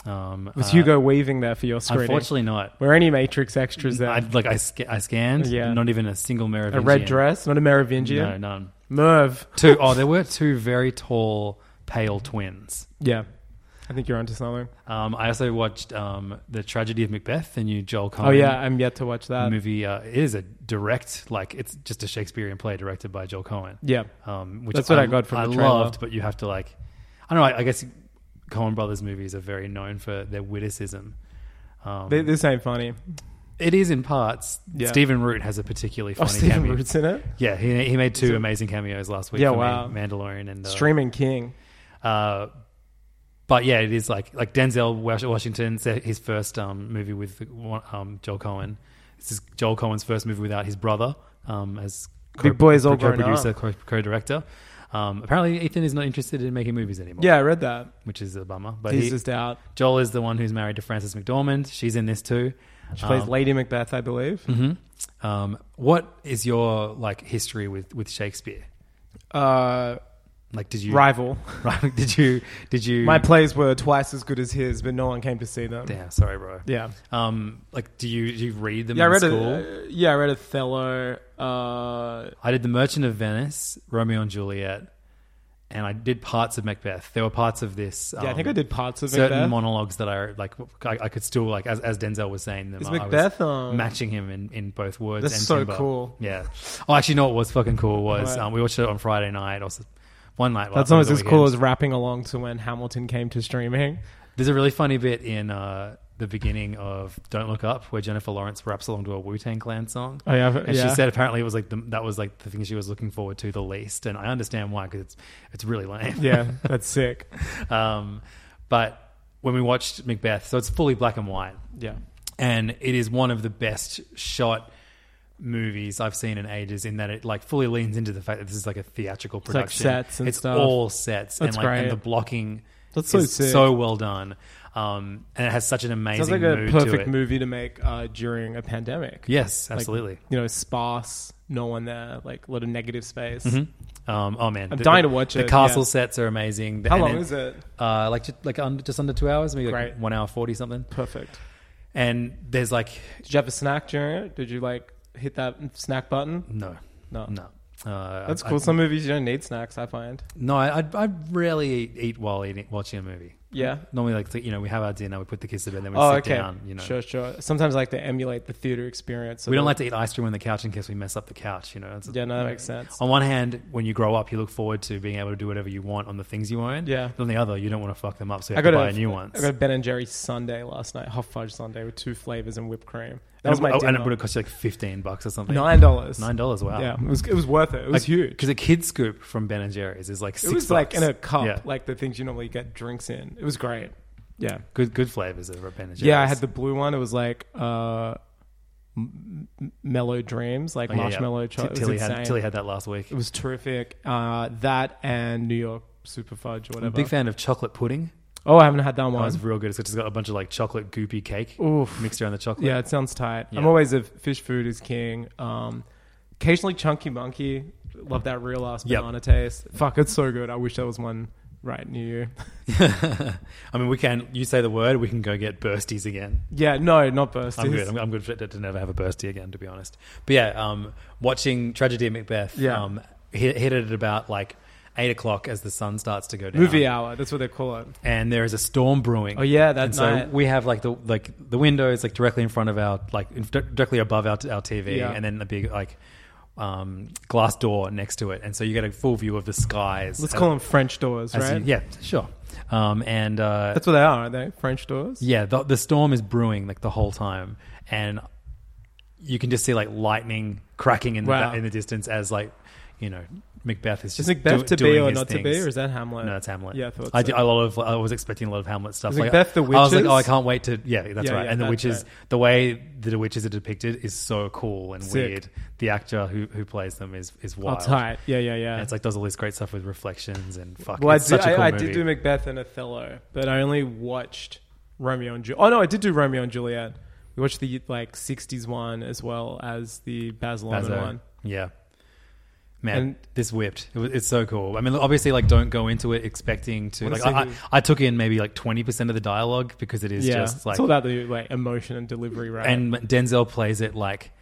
[SPEAKER 4] Um,
[SPEAKER 5] was
[SPEAKER 4] uh,
[SPEAKER 5] Hugo weaving there for your screening?
[SPEAKER 4] Unfortunately, not.
[SPEAKER 5] were any Matrix extras there?
[SPEAKER 4] I like I, sca- I scanned.
[SPEAKER 5] Yeah.
[SPEAKER 4] Not even a single Merovingian.
[SPEAKER 5] a red dress, not a Merovingian.
[SPEAKER 4] No, none.
[SPEAKER 5] Merv.
[SPEAKER 4] Two. Oh, there were two very tall, pale twins.
[SPEAKER 5] Yeah, I think you're onto something.
[SPEAKER 4] Um, I also watched um, the Tragedy of Macbeth, the new Joel Cohen.
[SPEAKER 5] Oh yeah, I'm yet to watch that.
[SPEAKER 4] movie uh, it is a direct like it's just a Shakespearean play directed by Joel Cohen.
[SPEAKER 5] Yeah.
[SPEAKER 4] um, which
[SPEAKER 5] That's what I got from
[SPEAKER 4] I
[SPEAKER 5] the trailer.
[SPEAKER 4] loved, but you have to like I don't know. I, I guess Cohen brothers movies are very known for their witticism. Um,
[SPEAKER 5] Th- This ain't funny.
[SPEAKER 4] it is in parts.
[SPEAKER 5] Yeah.
[SPEAKER 4] Stephen Root has a particularly
[SPEAKER 5] Oh,
[SPEAKER 4] funny
[SPEAKER 5] Stephen
[SPEAKER 4] cameo.
[SPEAKER 5] Root's in it.
[SPEAKER 4] Yeah, he, he made two amazing cameos last week.
[SPEAKER 5] Yeah,
[SPEAKER 4] for
[SPEAKER 5] wow.
[SPEAKER 4] Man- Mandalorian and uh,
[SPEAKER 5] Streaming King.
[SPEAKER 4] Uh, but yeah, it is like like Denzel Wash- Washington, sa- his first um, movie with um, Joel Cohen. This is Joel Cohen's first movie without his brother um, as
[SPEAKER 5] Big boy's all grown
[SPEAKER 4] co-producer, co- co-director. Um, apparently, Ethan is not interested in making movies anymore.
[SPEAKER 5] Yeah, I read that.
[SPEAKER 4] which is a bummer. But
[SPEAKER 5] He's
[SPEAKER 4] he-
[SPEAKER 5] just out.
[SPEAKER 4] Joel is the one who's married to Frances McDormand. She's in this too.
[SPEAKER 5] She plays Lady Macbeth, I believe.
[SPEAKER 4] Um, what is your like history with with Shakespeare?
[SPEAKER 5] Uh,
[SPEAKER 4] Like, did you
[SPEAKER 5] rival.
[SPEAKER 4] Right, did you did you
[SPEAKER 5] My plays were twice as good as his, but no one came to see them.
[SPEAKER 4] Damn, sorry, bro.
[SPEAKER 5] Yeah.
[SPEAKER 4] Um, like, do you do you read them
[SPEAKER 5] Yeah, I
[SPEAKER 4] in
[SPEAKER 5] read
[SPEAKER 4] school?
[SPEAKER 5] a, uh, yeah, I read Othello. Uh,
[SPEAKER 4] I did The Merchant of Venice, Romeo and Juliet, and I did parts of Macbeth. There were parts of this. Um,
[SPEAKER 5] yeah, I think I did parts of
[SPEAKER 4] certain
[SPEAKER 5] Macbeth.
[SPEAKER 4] monologues that I like. I, I could still like, as, as Denzel was saying them.
[SPEAKER 5] Is
[SPEAKER 4] I was
[SPEAKER 5] Macbeth, um,
[SPEAKER 4] matching him in, in both words?
[SPEAKER 5] That's
[SPEAKER 4] and
[SPEAKER 5] so
[SPEAKER 4] timbre.
[SPEAKER 5] cool.
[SPEAKER 4] Yeah. Oh, actually, no. What was fucking cool was
[SPEAKER 5] Right.
[SPEAKER 4] um, we watched it on Friday night or s- one night.
[SPEAKER 5] That's
[SPEAKER 4] over
[SPEAKER 5] almost
[SPEAKER 4] the
[SPEAKER 5] as cool
[SPEAKER 4] weekend.
[SPEAKER 5] as rapping along to when Hamilton came to streaming.
[SPEAKER 4] There's a really funny bit in uh, the beginning of Don't Look Up where Jennifer Lawrence raps along to a Wu Tang Clan song.
[SPEAKER 5] Oh, yeah, I've-
[SPEAKER 4] and she
[SPEAKER 5] yeah.
[SPEAKER 4] said apparently it was like the, that was like the thing she was looking forward to the least, and I understand why because it's it's really lame.
[SPEAKER 5] Yeah, that's sick.
[SPEAKER 4] um, but when we watched Macbeth, so it's fully black and white,
[SPEAKER 5] Yeah.
[SPEAKER 4] and it is one of the best shot movies I've seen in ages in that it like fully leans into the fact that this is like a theatrical
[SPEAKER 5] like
[SPEAKER 4] production.
[SPEAKER 5] sets and
[SPEAKER 4] it's
[SPEAKER 5] stuff.
[SPEAKER 4] all sets and
[SPEAKER 5] That's
[SPEAKER 4] like and
[SPEAKER 5] great.
[SPEAKER 4] the blocking
[SPEAKER 5] That's so
[SPEAKER 4] is
[SPEAKER 5] sick.
[SPEAKER 4] so well done. Um, and it has such an amazing
[SPEAKER 5] Sounds like a
[SPEAKER 4] mood to
[SPEAKER 5] perfect
[SPEAKER 4] it.
[SPEAKER 5] movie to make uh, during a pandemic.
[SPEAKER 4] Yes,
[SPEAKER 5] Like,
[SPEAKER 4] absolutely.
[SPEAKER 5] you know, sparse, no one there, like a lot of negative space.
[SPEAKER 4] um, oh man,
[SPEAKER 5] I'm dying to watch
[SPEAKER 4] the
[SPEAKER 5] it,
[SPEAKER 4] castle
[SPEAKER 5] yeah.
[SPEAKER 4] sets are amazing.
[SPEAKER 5] How
[SPEAKER 4] And
[SPEAKER 5] long is it?
[SPEAKER 4] Uh, like just like under, just under two hours, maybe like
[SPEAKER 5] Great.
[SPEAKER 4] one hour forty something.
[SPEAKER 5] Perfect.
[SPEAKER 4] And there's like
[SPEAKER 5] Did you have a snack during it? Did you like hit that snack button?
[SPEAKER 4] no,
[SPEAKER 5] No.
[SPEAKER 4] no. Uh,
[SPEAKER 5] That's
[SPEAKER 4] I-
[SPEAKER 5] cool.
[SPEAKER 4] I-
[SPEAKER 5] Some movies you don't need snacks. I find.
[SPEAKER 4] no, I, I I rarely eat, eat while eating watching a movie.
[SPEAKER 5] Yeah.
[SPEAKER 4] Normally, like you know, we have our dinner, we put the kids to bed, then we
[SPEAKER 5] oh,
[SPEAKER 4] sit
[SPEAKER 5] okay.
[SPEAKER 4] down. You know,
[SPEAKER 5] Sure, sure. Sometimes I like to emulate the theater experience. so
[SPEAKER 4] we don't
[SPEAKER 5] that-
[SPEAKER 4] like to eat ice cream on the couch in case we mess up the couch. You know, It's-
[SPEAKER 5] Yeah, no, that makes sense.
[SPEAKER 4] On one hand, when you grow up, you look forward to being able to do whatever you want on the things you own.
[SPEAKER 5] Yeah.
[SPEAKER 4] But on the other, you don't want to fuck them up, so you
[SPEAKER 5] I
[SPEAKER 4] have to
[SPEAKER 5] got
[SPEAKER 4] buy
[SPEAKER 5] a
[SPEAKER 4] new ones.
[SPEAKER 5] I got a Ben and Jerry's Sunday last night, hot fudge Sunday with two flavors and whipped cream. That
[SPEAKER 4] And
[SPEAKER 5] was
[SPEAKER 4] it-
[SPEAKER 5] my
[SPEAKER 4] oh,
[SPEAKER 5] dinner.
[SPEAKER 4] and it would have cost you like fifteen bucks or something.
[SPEAKER 5] nine dollars.
[SPEAKER 4] Nine dollars. Wow.
[SPEAKER 5] Yeah, it was it was worth it. It was huge.
[SPEAKER 4] Because a kid scoop from Ben and Jerry's is like six.
[SPEAKER 5] It was like
[SPEAKER 4] bucks.
[SPEAKER 5] in a cup,
[SPEAKER 4] Yeah.
[SPEAKER 5] like the things you normally get drinks in. It was great. Yeah,
[SPEAKER 4] good, good flavors of a Ben and Jerry's.
[SPEAKER 5] yeah. I had the blue one. It was like uh, m- m- mellow dreams, like
[SPEAKER 4] Oh, yeah, yeah.
[SPEAKER 5] marshmallow
[SPEAKER 4] T-
[SPEAKER 5] chocolate. It
[SPEAKER 4] Tilly
[SPEAKER 5] was
[SPEAKER 4] had,
[SPEAKER 5] insane.
[SPEAKER 4] Tilly had that last week.
[SPEAKER 5] It was terrific. Uh, that and New York super fudge or
[SPEAKER 4] I'm a
[SPEAKER 5] whatever.
[SPEAKER 4] big fan of chocolate pudding.
[SPEAKER 5] Oh, I haven't had that one.
[SPEAKER 4] That was real good. It's just got a bunch of like chocolate goopy cake
[SPEAKER 5] Oof.
[SPEAKER 4] mixed around the chocolate.
[SPEAKER 5] Yeah, it sounds tight. I'm
[SPEAKER 4] Yeah.
[SPEAKER 5] always a fish food is king. Um, occasionally chunky monkey. Love that real ass
[SPEAKER 4] Yep.
[SPEAKER 5] banana taste. Fuck, it's so good. I wish there was one right near you.
[SPEAKER 4] I mean, we can. You say the word, we can go get bursties again.
[SPEAKER 5] yeah, no, not bursties.
[SPEAKER 4] I'm good. I'm, I'm good for to, to never have a bursty again, to be honest. But yeah, um, watching Tragedy at Macbeth.
[SPEAKER 5] Yeah.
[SPEAKER 4] Um, hit, hit it at about like eight o'clock as the sun starts to go down.
[SPEAKER 5] Movie hour. That's what they call it.
[SPEAKER 4] and there is a storm brewing.
[SPEAKER 5] Oh, yeah, that
[SPEAKER 4] that's so
[SPEAKER 5] night.
[SPEAKER 4] we have like the like the windows like directly in front of our like in- directly above our our TV,
[SPEAKER 5] Yeah.
[SPEAKER 4] and then a big like um, glass door next to it, and so you get a full view of the skies.
[SPEAKER 5] Let's call them French doors,
[SPEAKER 4] As you-
[SPEAKER 5] right?
[SPEAKER 4] yeah, sure. Um, and uh,
[SPEAKER 5] that's what they are, aren't they? French doors.
[SPEAKER 4] yeah, the, the storm is brewing like the whole time, and you can just see like lightning cracking in the
[SPEAKER 5] Wow.
[SPEAKER 4] in the distance as like you know Macbeth is
[SPEAKER 5] Is
[SPEAKER 4] just
[SPEAKER 5] Macbeth
[SPEAKER 4] do-
[SPEAKER 5] to be
[SPEAKER 4] doing
[SPEAKER 5] or
[SPEAKER 4] his
[SPEAKER 5] not to be,
[SPEAKER 4] things.
[SPEAKER 5] or is that Hamlet?
[SPEAKER 4] no, that's Hamlet.
[SPEAKER 5] Yeah, I thought
[SPEAKER 4] I,
[SPEAKER 5] so.
[SPEAKER 4] did- I lot of I was expecting a lot of Hamlet stuff.
[SPEAKER 5] Is
[SPEAKER 4] like,
[SPEAKER 5] Macbeth the
[SPEAKER 4] I was like,
[SPEAKER 5] witches?
[SPEAKER 4] oh, I can't wait to yeah, that's
[SPEAKER 5] Yeah,
[SPEAKER 4] right.
[SPEAKER 5] yeah,
[SPEAKER 4] and the
[SPEAKER 5] that's
[SPEAKER 4] witches,
[SPEAKER 5] right.
[SPEAKER 4] the way that the witches are depicted is so cool and
[SPEAKER 5] Sick.
[SPEAKER 4] weird. The actor who who plays them is is
[SPEAKER 5] Oh,
[SPEAKER 4] wild.
[SPEAKER 5] tight. Yeah, yeah, yeah.
[SPEAKER 4] And it's like does all this great stuff with reflections and fuck.
[SPEAKER 5] Well, I,
[SPEAKER 4] it's
[SPEAKER 5] did,
[SPEAKER 4] such a cool
[SPEAKER 5] I, I
[SPEAKER 4] movie.
[SPEAKER 5] did do Macbeth and Othello, but I only watched Romeo and Juliet. Oh no, I did do Romeo and Juliet. We watched the like '60s one as well as the Baz Luhrmann
[SPEAKER 4] Bazo.
[SPEAKER 5] one.
[SPEAKER 4] Yeah. Man,
[SPEAKER 5] And-
[SPEAKER 4] this whipped. It was, it's so cool. I mean, obviously, like, don't go into it expecting to.
[SPEAKER 5] Wanna
[SPEAKER 4] Like,
[SPEAKER 5] see
[SPEAKER 4] I, I,
[SPEAKER 5] who-
[SPEAKER 4] I took in maybe like twenty percent of the dialogue because it is
[SPEAKER 5] yeah,
[SPEAKER 4] just like,
[SPEAKER 5] it's all about the like emotion and delivery, right?
[SPEAKER 4] and Denzel plays it like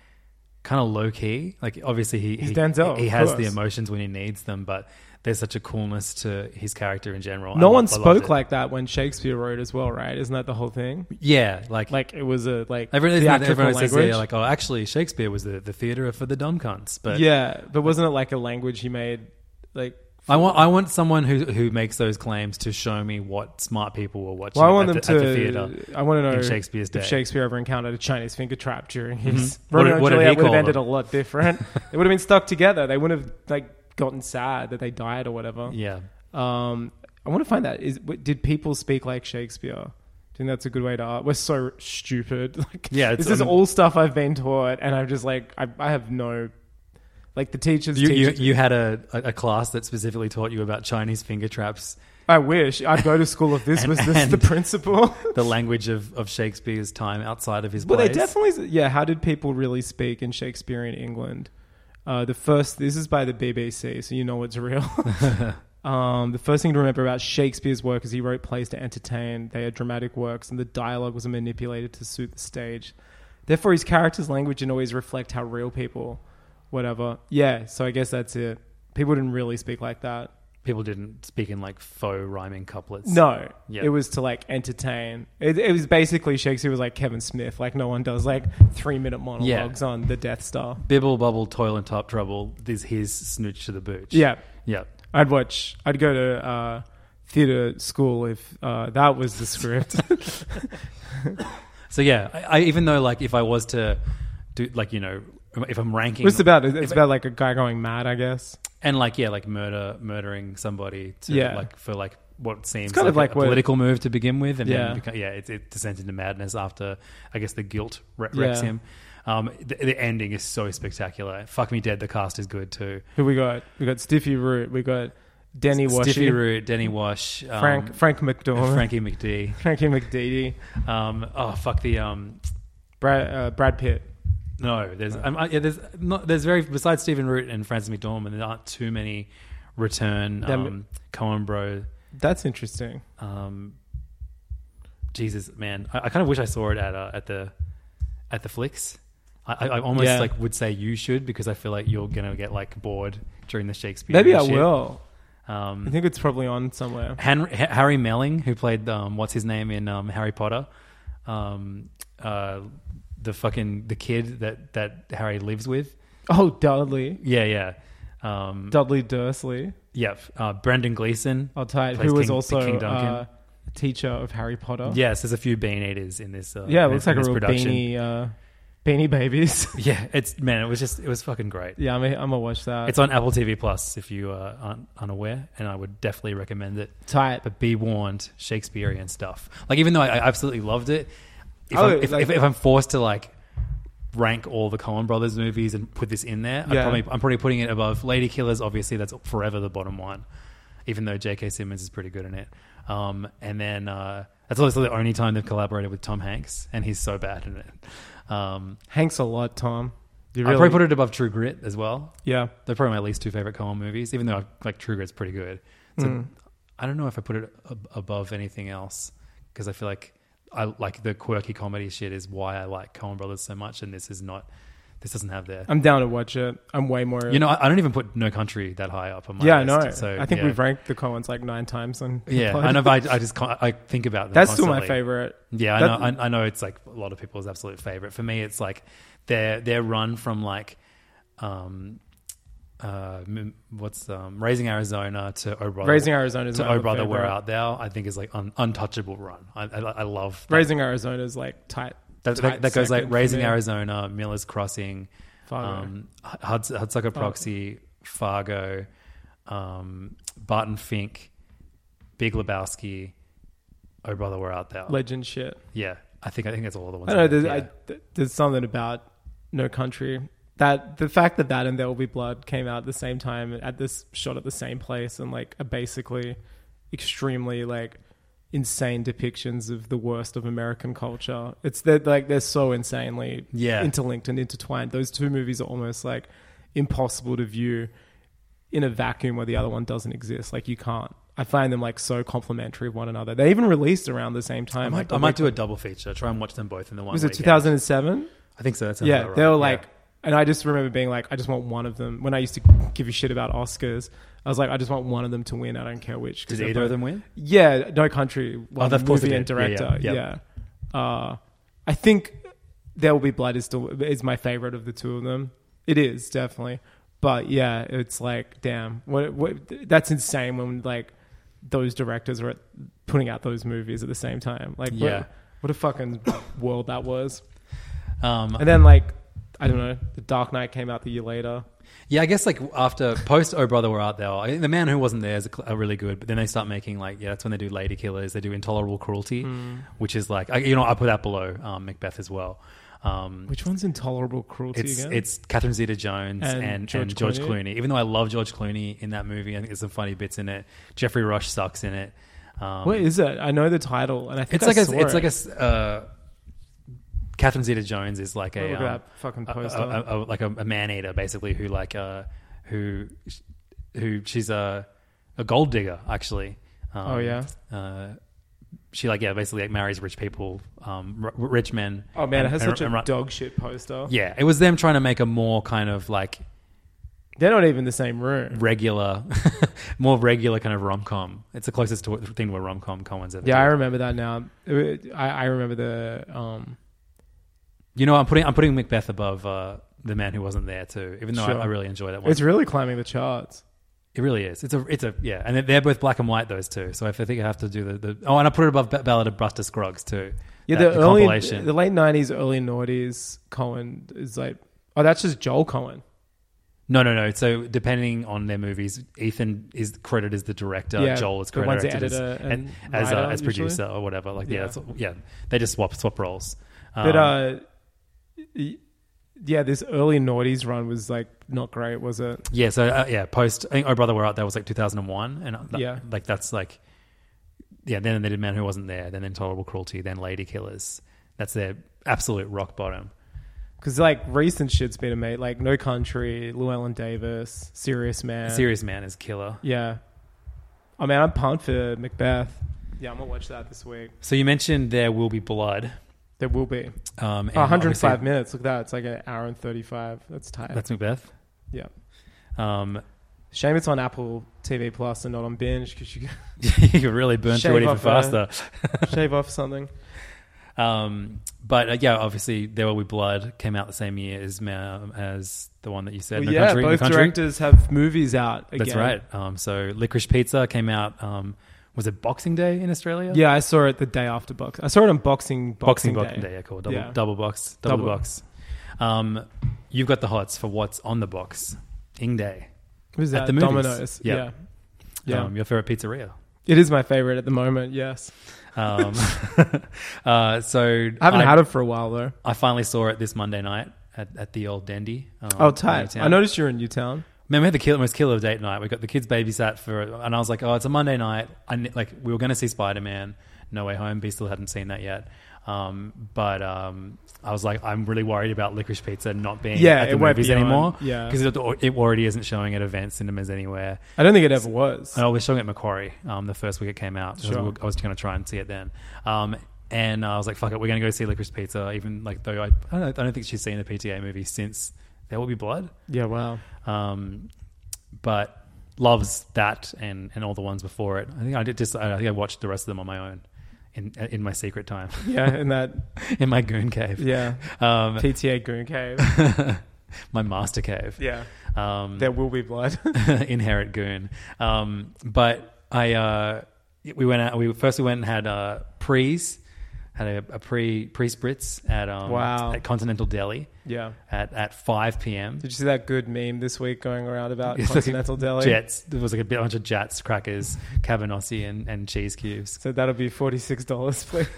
[SPEAKER 4] kind of low key. Like, obviously, he he,
[SPEAKER 5] Denzel,
[SPEAKER 4] he
[SPEAKER 5] of
[SPEAKER 4] has the
[SPEAKER 5] course.
[SPEAKER 4] emotions when he needs them, but there's such a coolness to his character in general. I
[SPEAKER 5] no
[SPEAKER 4] lo-
[SPEAKER 5] one
[SPEAKER 4] I loved
[SPEAKER 5] spoke
[SPEAKER 4] it.
[SPEAKER 5] like that when Shakespeare wrote as well, right? Isn't that the whole thing?
[SPEAKER 4] yeah, like
[SPEAKER 5] Like it was a like
[SPEAKER 4] everyone,
[SPEAKER 5] theatrical
[SPEAKER 4] everyone
[SPEAKER 5] language.
[SPEAKER 4] says yeah, like oh, actually, Shakespeare was the the theater for the dumb cunts, but
[SPEAKER 5] yeah, but wasn't it like a language he made? Like,
[SPEAKER 4] I want I want someone who who makes those claims to show me what smart people were watching
[SPEAKER 5] well, I want
[SPEAKER 4] at,
[SPEAKER 5] them
[SPEAKER 4] the, at
[SPEAKER 5] to.
[SPEAKER 4] the theater.
[SPEAKER 5] I want to know
[SPEAKER 4] in Shakespeare's
[SPEAKER 5] if
[SPEAKER 4] day. Mm-hmm.
[SPEAKER 5] Shakespeare ever encountered a Chinese finger trap during his
[SPEAKER 4] What
[SPEAKER 5] Romeo
[SPEAKER 4] did-
[SPEAKER 5] and
[SPEAKER 4] what did he
[SPEAKER 5] Juliet would have
[SPEAKER 4] call
[SPEAKER 5] ended
[SPEAKER 4] them?
[SPEAKER 5] a lot different. they would have been stuck together. They wouldn't have like gotten sad that they died or whatever.
[SPEAKER 4] Yeah,
[SPEAKER 5] Um, I want to find that is what- did people speak like Shakespeare? Do you think that's a good way to? We're so stupid. Like,
[SPEAKER 4] Yeah, it's-
[SPEAKER 5] this is
[SPEAKER 4] I mean-
[SPEAKER 5] all stuff I've been taught, and I'm just like, I, I have no, like the teachers.
[SPEAKER 4] you you,
[SPEAKER 5] teach-
[SPEAKER 4] you had a, a a class that specifically taught you about Chinese finger traps,
[SPEAKER 5] I wish I'd go to school if this
[SPEAKER 4] And-
[SPEAKER 5] was this the
[SPEAKER 4] and-
[SPEAKER 5] principal.
[SPEAKER 4] the language of, of Shakespeare's time outside of his
[SPEAKER 5] Well,
[SPEAKER 4] plays.
[SPEAKER 5] they definitely, yeah. How did people really speak in Shakespearean England? Uh, the first, this is by the BBC, so you know it's real. um, the first thing to remember about Shakespeare's work is he wrote plays to entertain. They are dramatic works, and the dialogue was manipulated to suit the stage. Therefore, his characters' language didn't always reflect how real people, whatever. Yeah, so I guess that's it. People didn't really speak like that.
[SPEAKER 4] people didn't speak in like faux rhyming couplets.
[SPEAKER 5] No,
[SPEAKER 4] Yeah.
[SPEAKER 5] it was to like entertain. It, it was basically Shakespeare was like Kevin Smith. Like no one does like three minute monologues on the Death Star.
[SPEAKER 4] bibble bubble toil and top trouble is his snooch to the booch.
[SPEAKER 5] Yeah,
[SPEAKER 4] yeah.
[SPEAKER 5] I'd watch. I'd go to uh, theater school if uh, that was the script.
[SPEAKER 4] So yeah, I, I even though like if I was to do like you know if I'm ranking
[SPEAKER 5] it's about it's about like a guy going mad. I guess
[SPEAKER 4] and like yeah, like murder, murdering somebody to
[SPEAKER 5] Yeah.
[SPEAKER 4] like for like what seems
[SPEAKER 5] kind
[SPEAKER 4] like,
[SPEAKER 5] of
[SPEAKER 4] a-
[SPEAKER 5] like
[SPEAKER 4] a
[SPEAKER 5] what-
[SPEAKER 4] political move to begin with, and
[SPEAKER 5] Yeah.
[SPEAKER 4] then beca- yeah, it, it descends into madness after I guess the guilt wre- wrecks
[SPEAKER 5] Yeah.
[SPEAKER 4] him. Um, the, the ending is so spectacular. Fuck me dead. The cast is good too.
[SPEAKER 5] who we got? We got Stiffy Root. We got Denny
[SPEAKER 4] Stiffy
[SPEAKER 5] Washy.
[SPEAKER 4] Root, Denny Wash, um,
[SPEAKER 5] Frank Frank McDormand.
[SPEAKER 4] Frankie McD.
[SPEAKER 5] Frankie McDeedy.
[SPEAKER 4] Um, oh fuck the um,
[SPEAKER 5] Brad uh, Brad Pitt.
[SPEAKER 4] No, there's um, I, yeah, there's not there's very besides Stephen Root and Francis McDormand, there aren't too many return
[SPEAKER 5] Them-
[SPEAKER 4] um, Cohen bro.
[SPEAKER 5] That's interesting.
[SPEAKER 4] Um, Jesus, man, I, I kind of wish I saw it at uh, at the at the flicks. I, I almost
[SPEAKER 5] Yeah.
[SPEAKER 4] like would say you should because I feel like you're gonna get like bored during the Shakespeare.
[SPEAKER 5] Maybe I
[SPEAKER 4] shit.
[SPEAKER 5] will. I
[SPEAKER 4] Um,
[SPEAKER 5] think it's probably on somewhere.
[SPEAKER 4] Henry, H- Harry Melling, who played um, what's his name in um, Harry Potter, um, uh, the fucking the kid that that Harry lives with.
[SPEAKER 5] Oh, Dudley.
[SPEAKER 4] Yeah, yeah. Um,
[SPEAKER 5] Dudley Dursley.
[SPEAKER 4] yeah, uh, Brendan Gleeson.
[SPEAKER 5] I'll tell you,
[SPEAKER 4] plays
[SPEAKER 5] who was
[SPEAKER 4] King-
[SPEAKER 5] also
[SPEAKER 4] King Duncan.
[SPEAKER 5] uh, a teacher of Harry Potter.
[SPEAKER 4] Yes, there's a few bean eaters in this. Uh,
[SPEAKER 5] Yeah, it
[SPEAKER 4] in
[SPEAKER 5] looks
[SPEAKER 4] this-
[SPEAKER 5] like
[SPEAKER 4] in
[SPEAKER 5] a
[SPEAKER 4] this
[SPEAKER 5] real
[SPEAKER 4] production.
[SPEAKER 5] beanie, uh, beanie babies.
[SPEAKER 4] Yeah, it's man, it was just it was fucking great.
[SPEAKER 5] yeah, I'm going to watch that.
[SPEAKER 4] It's on Apple TV Plus if you uh, aren't unaware, and I would definitely recommend it.
[SPEAKER 5] tight.
[SPEAKER 4] But be warned, Shakespearean stuff. Like even though I, I absolutely loved it, if,
[SPEAKER 5] Oh,
[SPEAKER 4] I'm, if,
[SPEAKER 5] like-
[SPEAKER 4] if, if I'm forced to like rank all the Coen Brothers movies and put this in there,
[SPEAKER 5] Yeah.
[SPEAKER 4] I'm, probably, I'm probably putting it above Lady Killers. Obviously, that's forever the bottom one, even though J.K. Simmons is pretty good in it. Um, and then uh, that's also the only time they've collaborated with Tom Hanks, and he's so bad in it. Um,
[SPEAKER 5] Hanks a lot, Tom. You
[SPEAKER 4] I'd
[SPEAKER 5] really?
[SPEAKER 4] probably put it above True Grit as well.
[SPEAKER 5] yeah.
[SPEAKER 4] They're probably my least two favorite Coen movies, even though I like True Grit's pretty good. So
[SPEAKER 5] Hmm.
[SPEAKER 4] I don't know if I put it ab- above anything else because I feel like I like the quirky comedy shit is why I like Coen Brothers so much, and this is not. This doesn't have their.
[SPEAKER 5] I'm down to watch it. I'm way more.
[SPEAKER 4] You know, I, I don't even put No Country that high up on my
[SPEAKER 5] yeah, I
[SPEAKER 4] list.
[SPEAKER 5] know.
[SPEAKER 4] So
[SPEAKER 5] I think
[SPEAKER 4] yeah.
[SPEAKER 5] we've ranked the Coens like nine times. On
[SPEAKER 4] Yeah, I know. But I, I just can't, I think about them
[SPEAKER 5] That's still my
[SPEAKER 4] constantly.
[SPEAKER 5] favorite.
[SPEAKER 4] Yeah, I
[SPEAKER 5] That-
[SPEAKER 4] know. I, I know it's like a lot of people's absolute favorite. For me, it's like their their run from like, um, uh, m- what's um, raising Arizona to Oh Brother,
[SPEAKER 5] Raising Arizona is
[SPEAKER 4] to
[SPEAKER 5] my
[SPEAKER 4] Oh
[SPEAKER 5] other
[SPEAKER 4] Brother, We're
[SPEAKER 5] favorite.
[SPEAKER 4] Out There. I think is like un, untouchable run. I, I, I love that.
[SPEAKER 5] Raising Arizona is like tight.
[SPEAKER 4] that,
[SPEAKER 5] tight
[SPEAKER 4] that, that goes
[SPEAKER 5] second
[SPEAKER 4] like
[SPEAKER 5] for
[SPEAKER 4] raising
[SPEAKER 5] me.
[SPEAKER 4] Arizona, Miller's Crossing,
[SPEAKER 5] Fargo.
[SPEAKER 4] um, Huds- Hudsucker Proxy, Fargo, um, Barton Fink, Big Lebowski, Oh Brother, We're Out There.
[SPEAKER 5] Legend shit.
[SPEAKER 4] Yeah, I think I think that's all the ones.
[SPEAKER 5] I know. There's,
[SPEAKER 4] yeah.
[SPEAKER 5] I, th- there's something about No Country that the fact that that and There Will Be Blood came out at the same time at this shot at the same place and like are basically extremely like insane depictions of the worst of American culture. It's that like they're so insanely
[SPEAKER 4] Yeah.
[SPEAKER 5] interlinked and intertwined. Those two movies are almost like impossible to view in a vacuum where the other one doesn't exist. Like you can't. I find them like so complementary of one another. They even released around the same
[SPEAKER 4] I
[SPEAKER 5] time.
[SPEAKER 4] might,
[SPEAKER 5] like
[SPEAKER 4] I might do a double feature. Try and watch them both in the one.
[SPEAKER 5] was it
[SPEAKER 4] weekend.
[SPEAKER 5] 2007?
[SPEAKER 4] I think so. That sounds
[SPEAKER 5] Yeah,
[SPEAKER 4] about right.
[SPEAKER 5] they were like, and I just remember being like, I just want one of them. When I used to give a shit about Oscars, I was like, I just want one of them to win. I don't care which. 'cause
[SPEAKER 4] Did
[SPEAKER 5] they're
[SPEAKER 4] either of
[SPEAKER 5] both-
[SPEAKER 4] them win?
[SPEAKER 5] Yeah, No Country, one
[SPEAKER 4] of course they
[SPEAKER 5] movie and
[SPEAKER 4] did. Yeah, yeah,
[SPEAKER 5] director. Yeah,
[SPEAKER 4] yeah.
[SPEAKER 5] Uh, I think There Will Be Blood is still is my favorite of the two of them. It is definitely, but yeah, it's like, damn, what, what? That's insane when like those directors were putting out those movies at the same time. Like, what-
[SPEAKER 4] Yeah.
[SPEAKER 5] what a fucking world that was.
[SPEAKER 4] Um,
[SPEAKER 5] And then like I don't know, The Dark Knight came out the year later.
[SPEAKER 4] yeah, I guess like after post Oh Brother We're Out There, I think The Man Who Wasn't There is a cl- are really good. But then they start making like yeah, that's when they do Lady Killers. They do Intolerable Cruelty, which is like I, you know I put that below um, Macbeth as well. Um,
[SPEAKER 5] Which one's Intolerable Cruelty
[SPEAKER 4] it's
[SPEAKER 5] again?
[SPEAKER 4] it's Catherine Zeta Jones
[SPEAKER 5] And
[SPEAKER 4] and, and George,
[SPEAKER 5] George
[SPEAKER 4] Clooney.
[SPEAKER 5] Clooney.
[SPEAKER 4] Even though I love George Clooney in that movie, I think there's some funny bits in it. Jeffrey Rush sucks in it. Um,
[SPEAKER 5] what is it? I know the title, and I think
[SPEAKER 4] It's
[SPEAKER 5] I
[SPEAKER 4] like a,
[SPEAKER 5] saw
[SPEAKER 4] it's
[SPEAKER 5] it.
[SPEAKER 4] like a s- uh, Catherine Zeta Jones is like a
[SPEAKER 5] look
[SPEAKER 4] um,
[SPEAKER 5] at that fucking
[SPEAKER 4] a-
[SPEAKER 5] poster.
[SPEAKER 4] a- a- a- like a, a man eater basically who like uh who who she's a a gold digger actually. Um,
[SPEAKER 5] Oh, yeah?
[SPEAKER 4] Uh, she like yeah basically like marries rich people, um, r- rich men.
[SPEAKER 5] Oh man, it
[SPEAKER 4] and-
[SPEAKER 5] has
[SPEAKER 4] and-
[SPEAKER 5] such a
[SPEAKER 4] and run-
[SPEAKER 5] dog shit poster.
[SPEAKER 4] Yeah, it was them trying to make a more kind of like
[SPEAKER 5] They're not even the same room.
[SPEAKER 4] regular, more regular kind of rom com. It's the closest to thing to a rom com Cohen's ever.
[SPEAKER 5] Yeah, I
[SPEAKER 4] did.
[SPEAKER 5] remember that now. It- I, I remember the um,
[SPEAKER 4] You know, I'm putting I'm putting Macbeth above uh, the man who wasn't there too. Even though
[SPEAKER 5] Sure.
[SPEAKER 4] I, I really enjoy that one,
[SPEAKER 5] it's really climbing the charts.
[SPEAKER 4] it really is. It's a it's a yeah, and they're both black and white those two. So if I think I have to do the, the oh, and I put it above Ba- Ballad of Buster Scruggs too.
[SPEAKER 5] Yeah,
[SPEAKER 4] That-
[SPEAKER 5] the, early,
[SPEAKER 4] compilation.
[SPEAKER 5] the late nineties, early noughties. Cohen is like, oh, that's just Joel Cohen.
[SPEAKER 4] no, no, no. So depending on their movies, Ethan is credited as the director,
[SPEAKER 5] Yeah,
[SPEAKER 4] Joel is
[SPEAKER 5] the one's the
[SPEAKER 4] credited as,
[SPEAKER 5] editor and
[SPEAKER 4] as, uh,
[SPEAKER 5] writer,
[SPEAKER 4] as
[SPEAKER 5] usually.
[SPEAKER 4] producer or whatever. Like yeah,
[SPEAKER 5] Yeah.
[SPEAKER 4] it's, yeah. They just swap swap roles. Um,
[SPEAKER 5] But uh, y- yeah, this early noughties run was like not great, was it?
[SPEAKER 4] Yeah, so uh, yeah, post I think Oh Brother We're Out There was like 2001, and uh, that-
[SPEAKER 5] Yeah.
[SPEAKER 4] like that's like yeah. Then they did Man Who Wasn't There, then Intolerable Cruelty, then Lady Killers. That's their absolute rock bottom.
[SPEAKER 5] Because like recent shit's been made, like No Country, Llewellyn Davis, Serious Man.
[SPEAKER 4] Serious Man is killer.
[SPEAKER 5] Yeah. Oh, I mean, I'm pumped for Macbeth. Yeah, I'm gonna watch that this week.
[SPEAKER 4] So you mentioned There Will Be Blood.
[SPEAKER 5] There will be.
[SPEAKER 4] Um, and
[SPEAKER 5] Oh, 105
[SPEAKER 4] obviously-
[SPEAKER 5] minutes. Look at that. It's like an hour and 35. That's tight.
[SPEAKER 4] That's Macbeth.
[SPEAKER 5] yeah.
[SPEAKER 4] Um,
[SPEAKER 5] Shame it's on Apple TV Plus and not on Binge because you can
[SPEAKER 4] you could really burn through it
[SPEAKER 5] Shave
[SPEAKER 4] even
[SPEAKER 5] off, uh,
[SPEAKER 4] faster.
[SPEAKER 5] shave off something.
[SPEAKER 4] Um, but uh, yeah, obviously, There Will Be Blood came out the same year as Ma- as the one that you said. No
[SPEAKER 5] Well, yeah,
[SPEAKER 4] Country, No
[SPEAKER 5] both
[SPEAKER 4] Country.
[SPEAKER 5] directors have movies out again.
[SPEAKER 4] That's right. Um, so Licorice Pizza came out. Um, was it Boxing Day in Australia?
[SPEAKER 5] Yeah, I saw it the day after Box. I saw it on Boxing
[SPEAKER 4] Boxing
[SPEAKER 5] Boxing,
[SPEAKER 4] Boxing Day.
[SPEAKER 5] Day.
[SPEAKER 4] yeah, cool. Double
[SPEAKER 5] Yeah.
[SPEAKER 4] double box, double,
[SPEAKER 5] Double.
[SPEAKER 4] box. Um, you've got the hots for what's on the box. Ing Day.
[SPEAKER 5] Was
[SPEAKER 4] At
[SPEAKER 5] that
[SPEAKER 4] the movies.
[SPEAKER 5] Domino's?
[SPEAKER 4] Yeah.
[SPEAKER 5] Yeah, yeah.
[SPEAKER 4] Um, your favorite pizzeria.
[SPEAKER 5] it is my favorite at the moment. Yes,
[SPEAKER 4] Um, uh, so
[SPEAKER 5] I haven't had it for a while though.
[SPEAKER 4] I finally saw it this Monday night at, at the old Dendy. Um,
[SPEAKER 5] Oh,
[SPEAKER 4] in
[SPEAKER 5] tight.
[SPEAKER 4] town.
[SPEAKER 5] I noticed you're in Newtown.
[SPEAKER 4] Man, we had the kill, most killer date night. We got the kids babysat for, and I was like, oh, it's a Monday night. I ne- like we were going to see Spider Man, No Way Home. B still hadn't seen that yet. Um, but um, I was like, I'm really worried about Licorice Pizza not being
[SPEAKER 5] Yeah,
[SPEAKER 4] at the
[SPEAKER 5] it won't
[SPEAKER 4] movies
[SPEAKER 5] be on.
[SPEAKER 4] anymore.
[SPEAKER 5] Yeah.
[SPEAKER 4] because it, it already isn't showing at event cinemas anywhere.
[SPEAKER 5] I don't think it ever was.
[SPEAKER 4] And I was showing it at Macquarie um, the first week it came out. 'cause I was, going to try and see it then. Um, and I was like, fuck it, we're going to go see Licorice Pizza, even like though I, I, don't, know- I don't think she's seen a PTA movie since There Will Be Blood.
[SPEAKER 5] Yeah, wow.
[SPEAKER 4] Um, but loves that and, and all the ones before it. I think I did just, I think I watched the rest of them on my own in, in my secret time,
[SPEAKER 5] Yeah, and that
[SPEAKER 4] in my goon cave.
[SPEAKER 5] yeah
[SPEAKER 4] Um,
[SPEAKER 5] PTA Goon Cave.
[SPEAKER 4] my master cave.
[SPEAKER 5] Yeah,
[SPEAKER 4] Um,
[SPEAKER 5] there will be blood.
[SPEAKER 4] inherit goon. Um, but I uh, we went out. We first we went and had uh, pre's had a, a pre pre spritz at um,
[SPEAKER 5] Wow.
[SPEAKER 4] at Continental Deli
[SPEAKER 5] yeah.
[SPEAKER 4] at at five p.m.
[SPEAKER 5] Did you see that good meme this week going around about
[SPEAKER 4] It's like
[SPEAKER 5] Continental Deli?
[SPEAKER 4] Jets. There was like a bunch of Jats crackers, cabanossi, and, and cheese cubes.
[SPEAKER 5] So that'll be forty six dollars, please.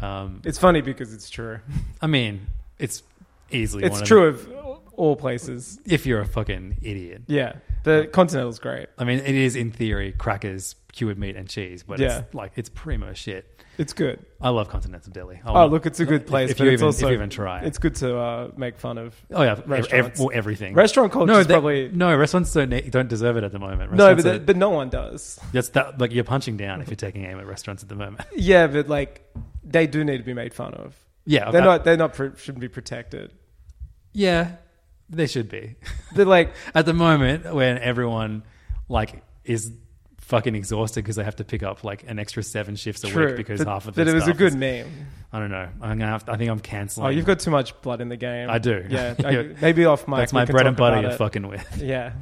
[SPEAKER 4] Um,
[SPEAKER 5] it's funny because it's true.
[SPEAKER 4] I mean, it's easily
[SPEAKER 5] It's
[SPEAKER 4] one
[SPEAKER 5] true
[SPEAKER 4] Of
[SPEAKER 5] of all places.
[SPEAKER 4] the, if you're a fucking idiot.
[SPEAKER 5] Yeah, the Continental's great.
[SPEAKER 4] I mean, it is in theory crackers, cured meat, and cheese, but
[SPEAKER 5] Yeah.
[SPEAKER 4] it's like it's primo shit.
[SPEAKER 5] It's good.
[SPEAKER 4] I love Continental Deli. I
[SPEAKER 5] Oh,
[SPEAKER 4] want-
[SPEAKER 5] look, it's a good
[SPEAKER 4] if-
[SPEAKER 5] place.
[SPEAKER 4] If,
[SPEAKER 5] but
[SPEAKER 4] you,
[SPEAKER 5] it's
[SPEAKER 4] even,
[SPEAKER 5] also,
[SPEAKER 4] if you even try, it.
[SPEAKER 5] it's good to uh, make fun of.
[SPEAKER 4] Oh yeah, ev- ev-
[SPEAKER 5] Restaurants.
[SPEAKER 4] well, everything.
[SPEAKER 5] Restaurant culture
[SPEAKER 4] no,
[SPEAKER 5] is
[SPEAKER 4] they-
[SPEAKER 5] probably
[SPEAKER 4] no restaurants don't ne- don't deserve it at the moment.
[SPEAKER 5] no, but,
[SPEAKER 4] Restaurants are-
[SPEAKER 5] but no one does.
[SPEAKER 4] that's that like you're punching down if you're taking aim at restaurants at the moment.
[SPEAKER 5] Yeah, but like they do need to be made fun of.
[SPEAKER 4] yeah,
[SPEAKER 5] They're
[SPEAKER 4] that-
[SPEAKER 5] not. They're not. Pr- shouldn't be protected.
[SPEAKER 4] Yeah, they should be.
[SPEAKER 5] They're like
[SPEAKER 4] at the moment when everyone like is fucking exhausted because they have to pick up like an extra seven shifts a
[SPEAKER 5] true
[SPEAKER 4] week because
[SPEAKER 5] but,
[SPEAKER 4] half of
[SPEAKER 5] But
[SPEAKER 4] their
[SPEAKER 5] it was a
[SPEAKER 4] staff
[SPEAKER 5] good
[SPEAKER 4] is-
[SPEAKER 5] meme.
[SPEAKER 4] I don't know. I'm gonna have to, I think I'm canceling.
[SPEAKER 5] Oh, you've got too much blood in the game.
[SPEAKER 4] I do.
[SPEAKER 5] Yeah,
[SPEAKER 4] Yeah.
[SPEAKER 5] I, maybe off mic.
[SPEAKER 4] that's
[SPEAKER 5] we
[SPEAKER 4] my
[SPEAKER 5] can
[SPEAKER 4] bread
[SPEAKER 5] talk
[SPEAKER 4] and butter.
[SPEAKER 5] about
[SPEAKER 4] You're
[SPEAKER 5] it.
[SPEAKER 4] fucking with.
[SPEAKER 5] Yeah,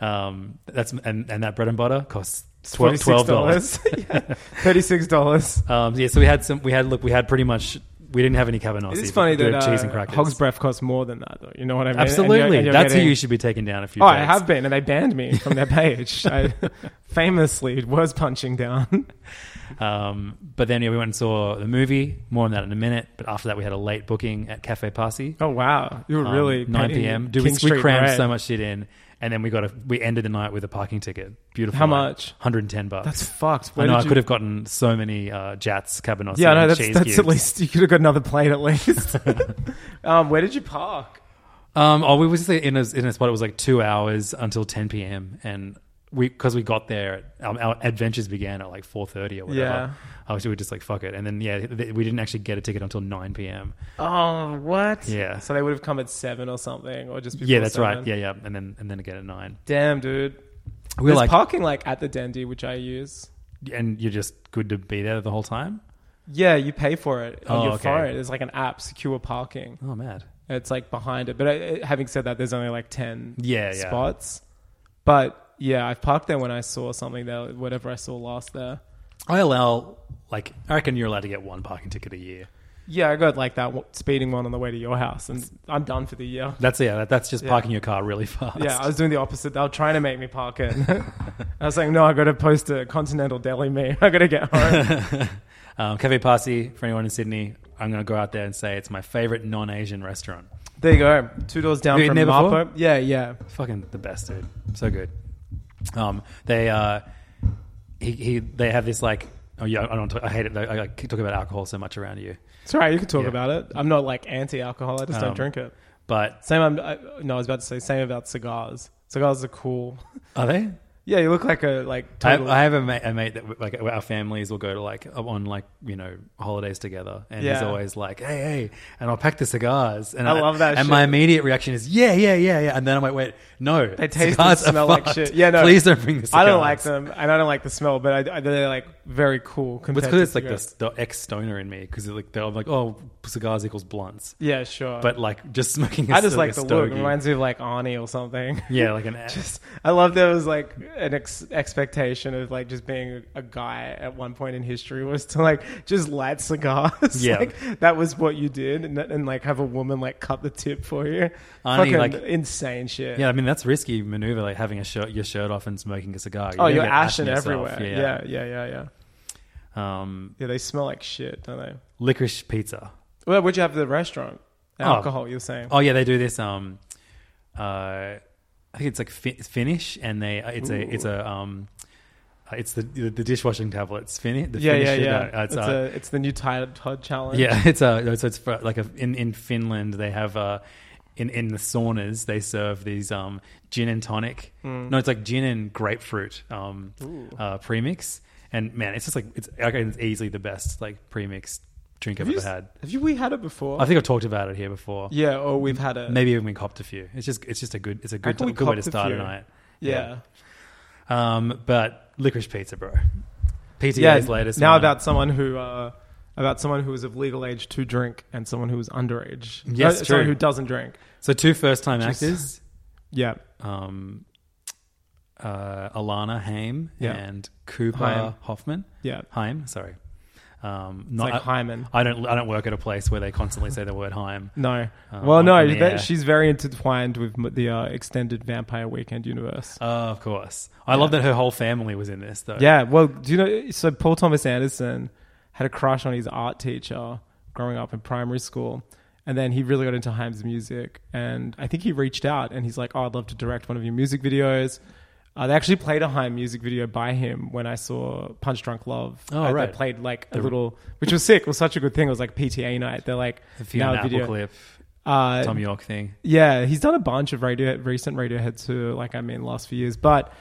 [SPEAKER 4] Um, that's and and that bread and butter costs twelve twelve dollars.
[SPEAKER 5] $26. yeah, thirty six dollars.
[SPEAKER 4] Um, yeah, so we had some. We had look. We had pretty much. We didn't have any cabanossi.
[SPEAKER 5] It's
[SPEAKER 4] but
[SPEAKER 5] funny
[SPEAKER 4] we had
[SPEAKER 5] that uh,
[SPEAKER 4] cheese and crackers.
[SPEAKER 5] Hog's breath costs more than that, though. You know what I mean? And you're-
[SPEAKER 4] Absolutely,
[SPEAKER 5] and you're
[SPEAKER 4] that's who
[SPEAKER 5] getting-
[SPEAKER 4] you should be taken down a few.
[SPEAKER 5] Oh, I
[SPEAKER 4] pegs.
[SPEAKER 5] have been, and they banned me from their page. I famously was punching down.
[SPEAKER 4] Um, but then yeah, we went and saw the movie. More on that in a minute. But after that, we had a late booking at Cafe Parsi.
[SPEAKER 5] Oh wow, you were
[SPEAKER 4] um,
[SPEAKER 5] really
[SPEAKER 4] nine
[SPEAKER 5] painting
[SPEAKER 4] p.m. Dude, we,
[SPEAKER 5] King
[SPEAKER 4] we
[SPEAKER 5] Street
[SPEAKER 4] crammed
[SPEAKER 5] red.
[SPEAKER 4] so much shit in, and then we got a. We ended the night with a parking ticket. Beautiful.
[SPEAKER 5] How much?
[SPEAKER 4] One hundred and ten bucks.
[SPEAKER 5] That's
[SPEAKER 4] I
[SPEAKER 5] fucked. Where
[SPEAKER 4] know. I
[SPEAKER 5] did you-
[SPEAKER 4] could have gotten so many uh, Jats, cabanossi,
[SPEAKER 5] Yeah, no,
[SPEAKER 4] and
[SPEAKER 5] that's
[SPEAKER 4] cheese
[SPEAKER 5] that's at
[SPEAKER 4] cubes.
[SPEAKER 5] least you could have got another plate at least. um, where did you park?
[SPEAKER 4] Um, oh, we were just in a, in a spot. It was like two hours until ten p.m. and we because we got there, um, our adventures began at like four thirty or whatever.
[SPEAKER 5] Yeah.
[SPEAKER 4] I was we were just like fuck it, and then yeah, th- we didn't actually get a ticket until nine p.m.
[SPEAKER 5] Oh, what?
[SPEAKER 4] Yeah.
[SPEAKER 5] So they would have come at seven or something, or just before
[SPEAKER 4] yeah, that's
[SPEAKER 5] seven.
[SPEAKER 4] right. Yeah, yeah, and then and then again at nine.
[SPEAKER 5] Damn, dude.
[SPEAKER 4] We
[SPEAKER 5] There's
[SPEAKER 4] were like,
[SPEAKER 5] parking like at the Dendy, which I use.
[SPEAKER 4] and you're just good to be there the whole time.
[SPEAKER 5] Yeah, you pay for it on
[SPEAKER 4] Oh,
[SPEAKER 5] your
[SPEAKER 4] okay.
[SPEAKER 5] phone. There's like an app, secure parking.
[SPEAKER 4] Oh, mad.
[SPEAKER 5] It's like behind it. But I, I- having said that, there's only like 10
[SPEAKER 4] Yeah, yeah.
[SPEAKER 5] spots. But yeah, I parked there when I saw something there, whatever I saw last there.
[SPEAKER 4] I allow like I reckon you're allowed to get one parking ticket a year.
[SPEAKER 5] Yeah, I got like that w- speeding one on the way to your house, and I'm done for the year.
[SPEAKER 4] That's yeah. That, that's just parking your car really fast.
[SPEAKER 5] Yeah, I was doing the opposite. They were trying to make me park it. I was like, no, I got to post a Continental Deli meme. I got to get home.
[SPEAKER 4] Um, Cafe Parsi for anyone in Sydney. I'm gonna go out there and say it's my favorite non-Asian restaurant.
[SPEAKER 5] there you go. Two doors down
[SPEAKER 4] Have you
[SPEAKER 5] from
[SPEAKER 4] eaten there before?
[SPEAKER 5] Marpo. Yeah, yeah.
[SPEAKER 4] fucking the best dude so good um they uh he, he they have this like oh yeah i don't talk, i hate it though. i like, talk about alcohol so much around you
[SPEAKER 5] It's all right. You can talk
[SPEAKER 4] Yeah.
[SPEAKER 5] about it. I'm not like anti-alcohol. I just
[SPEAKER 4] Um,
[SPEAKER 5] don't drink it.
[SPEAKER 4] but
[SPEAKER 5] Same. I'm, I, no, I was about to say same about cigars. Cigars are cool.
[SPEAKER 4] are they
[SPEAKER 5] Yeah, you look like a like
[SPEAKER 4] I have,
[SPEAKER 5] total.
[SPEAKER 4] I have a, mate, a mate that like our families will go to like uh, on like you know holidays together, and he's
[SPEAKER 5] Yeah.
[SPEAKER 4] always like, "Hey, hey!" And I'll pack the cigars, and
[SPEAKER 5] I love that
[SPEAKER 4] And my
[SPEAKER 5] shit.
[SPEAKER 4] immediate reaction is, "Yeah, yeah, yeah, yeah," and then I'm like, "Wait, no,
[SPEAKER 5] they taste and
[SPEAKER 4] cigars are
[SPEAKER 5] smell like
[SPEAKER 4] fucked.
[SPEAKER 5] shit. Yeah, no,
[SPEAKER 4] please don't bring the
[SPEAKER 5] I
[SPEAKER 4] cigars.
[SPEAKER 5] don't like them, and I don't like the smell. But I, I, they're like very cool.
[SPEAKER 4] But
[SPEAKER 5] Compared
[SPEAKER 4] it's because
[SPEAKER 5] to
[SPEAKER 4] it's like
[SPEAKER 5] cigarettes.
[SPEAKER 4] the, the ex stoner in me because like they're like, "Oh, cigars equals blunts,"
[SPEAKER 5] Yeah, sure.
[SPEAKER 4] but like just smoking. I
[SPEAKER 5] I just like the
[SPEAKER 4] stogie,
[SPEAKER 5] look. It reminds me of like Arnie or something.
[SPEAKER 4] yeah, like an
[SPEAKER 5] Just- I love there was like an ex- expectation of like just being a guy at one point in history was to like just light cigars.
[SPEAKER 4] Yeah.
[SPEAKER 5] like, that was what you did, and, and like have a woman like cut the tip for you.
[SPEAKER 4] Arnie,
[SPEAKER 5] Fucking
[SPEAKER 4] like-
[SPEAKER 5] insane shit.
[SPEAKER 4] yeah. I mean that's risky maneuver, like having a shirt, your shirt off and smoking a cigar.
[SPEAKER 5] Oh,
[SPEAKER 4] gonna
[SPEAKER 5] you're
[SPEAKER 4] get ash in
[SPEAKER 5] ashing
[SPEAKER 4] yourself.
[SPEAKER 5] everywhere. Yeah, yeah, yeah, yeah.
[SPEAKER 4] yeah. Um,
[SPEAKER 5] Yeah, they smell like shit, don't they?
[SPEAKER 4] licorice pizza.
[SPEAKER 5] Well, what'd you have at the restaurant? Alcohol, you're saying.
[SPEAKER 4] Oh yeah, they do this. Um, uh, I think it's like fi- Finnish, and they uh, it's a it's a um, uh, it's the the the dishwashing tablets. Finnish, the
[SPEAKER 5] yeah,
[SPEAKER 4] Finnish
[SPEAKER 5] yeah,
[SPEAKER 4] shit,
[SPEAKER 5] yeah.
[SPEAKER 4] uh, it's,
[SPEAKER 5] it's,
[SPEAKER 4] uh,
[SPEAKER 5] a- it's the new Tide Todd challenge.
[SPEAKER 4] yeah, it's a so it's for, like a, in in Finland they have uh, in in the saunas they serve these um gin and tonic.
[SPEAKER 5] Hmm.
[SPEAKER 4] No, it's like gin and grapefruit um uh, premix, and man, it's just like it's I reckon it's easily the best like premix drink I've
[SPEAKER 5] Have you,
[SPEAKER 4] ever
[SPEAKER 5] s-
[SPEAKER 4] had.
[SPEAKER 5] have you we had it before?
[SPEAKER 4] I think I've talked about it here before.
[SPEAKER 5] yeah, or we've had it.
[SPEAKER 4] Maybe even we copped a few. It's just it's just a good it's a good,
[SPEAKER 5] Reckon we
[SPEAKER 4] good way to
[SPEAKER 5] copped a
[SPEAKER 4] start a
[SPEAKER 5] few.
[SPEAKER 4] night.
[SPEAKER 5] Yeah.
[SPEAKER 4] Um, but licorice pizza, bro. PTA's
[SPEAKER 5] yeah,
[SPEAKER 4] latest.
[SPEAKER 5] Now
[SPEAKER 4] one.
[SPEAKER 5] about someone who uh, about someone who is of legal age to drink and someone who is underage.
[SPEAKER 4] Yes,
[SPEAKER 5] Uh, someone
[SPEAKER 4] true.
[SPEAKER 5] who doesn't drink.
[SPEAKER 4] so two first time actors,
[SPEAKER 5] Yeah,
[SPEAKER 4] um, uh, Alana Haim
[SPEAKER 5] Yeah.
[SPEAKER 4] and Cooper
[SPEAKER 5] Haim.
[SPEAKER 4] Hoffman.
[SPEAKER 5] yeah.
[SPEAKER 4] Haim, sorry. Um,
[SPEAKER 5] It's
[SPEAKER 4] not
[SPEAKER 5] like Hyman.
[SPEAKER 4] I, I don't I don't work at a place where they constantly say the word Haim.
[SPEAKER 5] No,
[SPEAKER 4] Uh,
[SPEAKER 5] well, no.
[SPEAKER 4] on the air.
[SPEAKER 5] That, she's very intertwined with m- the uh, extended Vampire Weekend universe.
[SPEAKER 4] Uh, of course. I love that her whole family was in this though.
[SPEAKER 5] yeah. Well, do you know? So Paul Thomas Anderson had a crush on his art teacher growing up in primary school. And then he really got into Haim's music. And I think he reached out and he's like, Oh, I'd love to direct one of your music videos. Uh, they actually played a Haim music video by him when I saw Punch Drunk Love.
[SPEAKER 4] Oh,
[SPEAKER 5] I,
[SPEAKER 4] right.
[SPEAKER 5] They played like a little, which was sick. It was such a good thing. It was like PTA night. They're like,
[SPEAKER 4] A few
[SPEAKER 5] now a
[SPEAKER 4] Apple
[SPEAKER 5] video.
[SPEAKER 4] clip,
[SPEAKER 5] Uh,
[SPEAKER 4] Tom York thing.
[SPEAKER 5] yeah, he's done a bunch of radio recent Radiohead too. Like I mean, last few years, but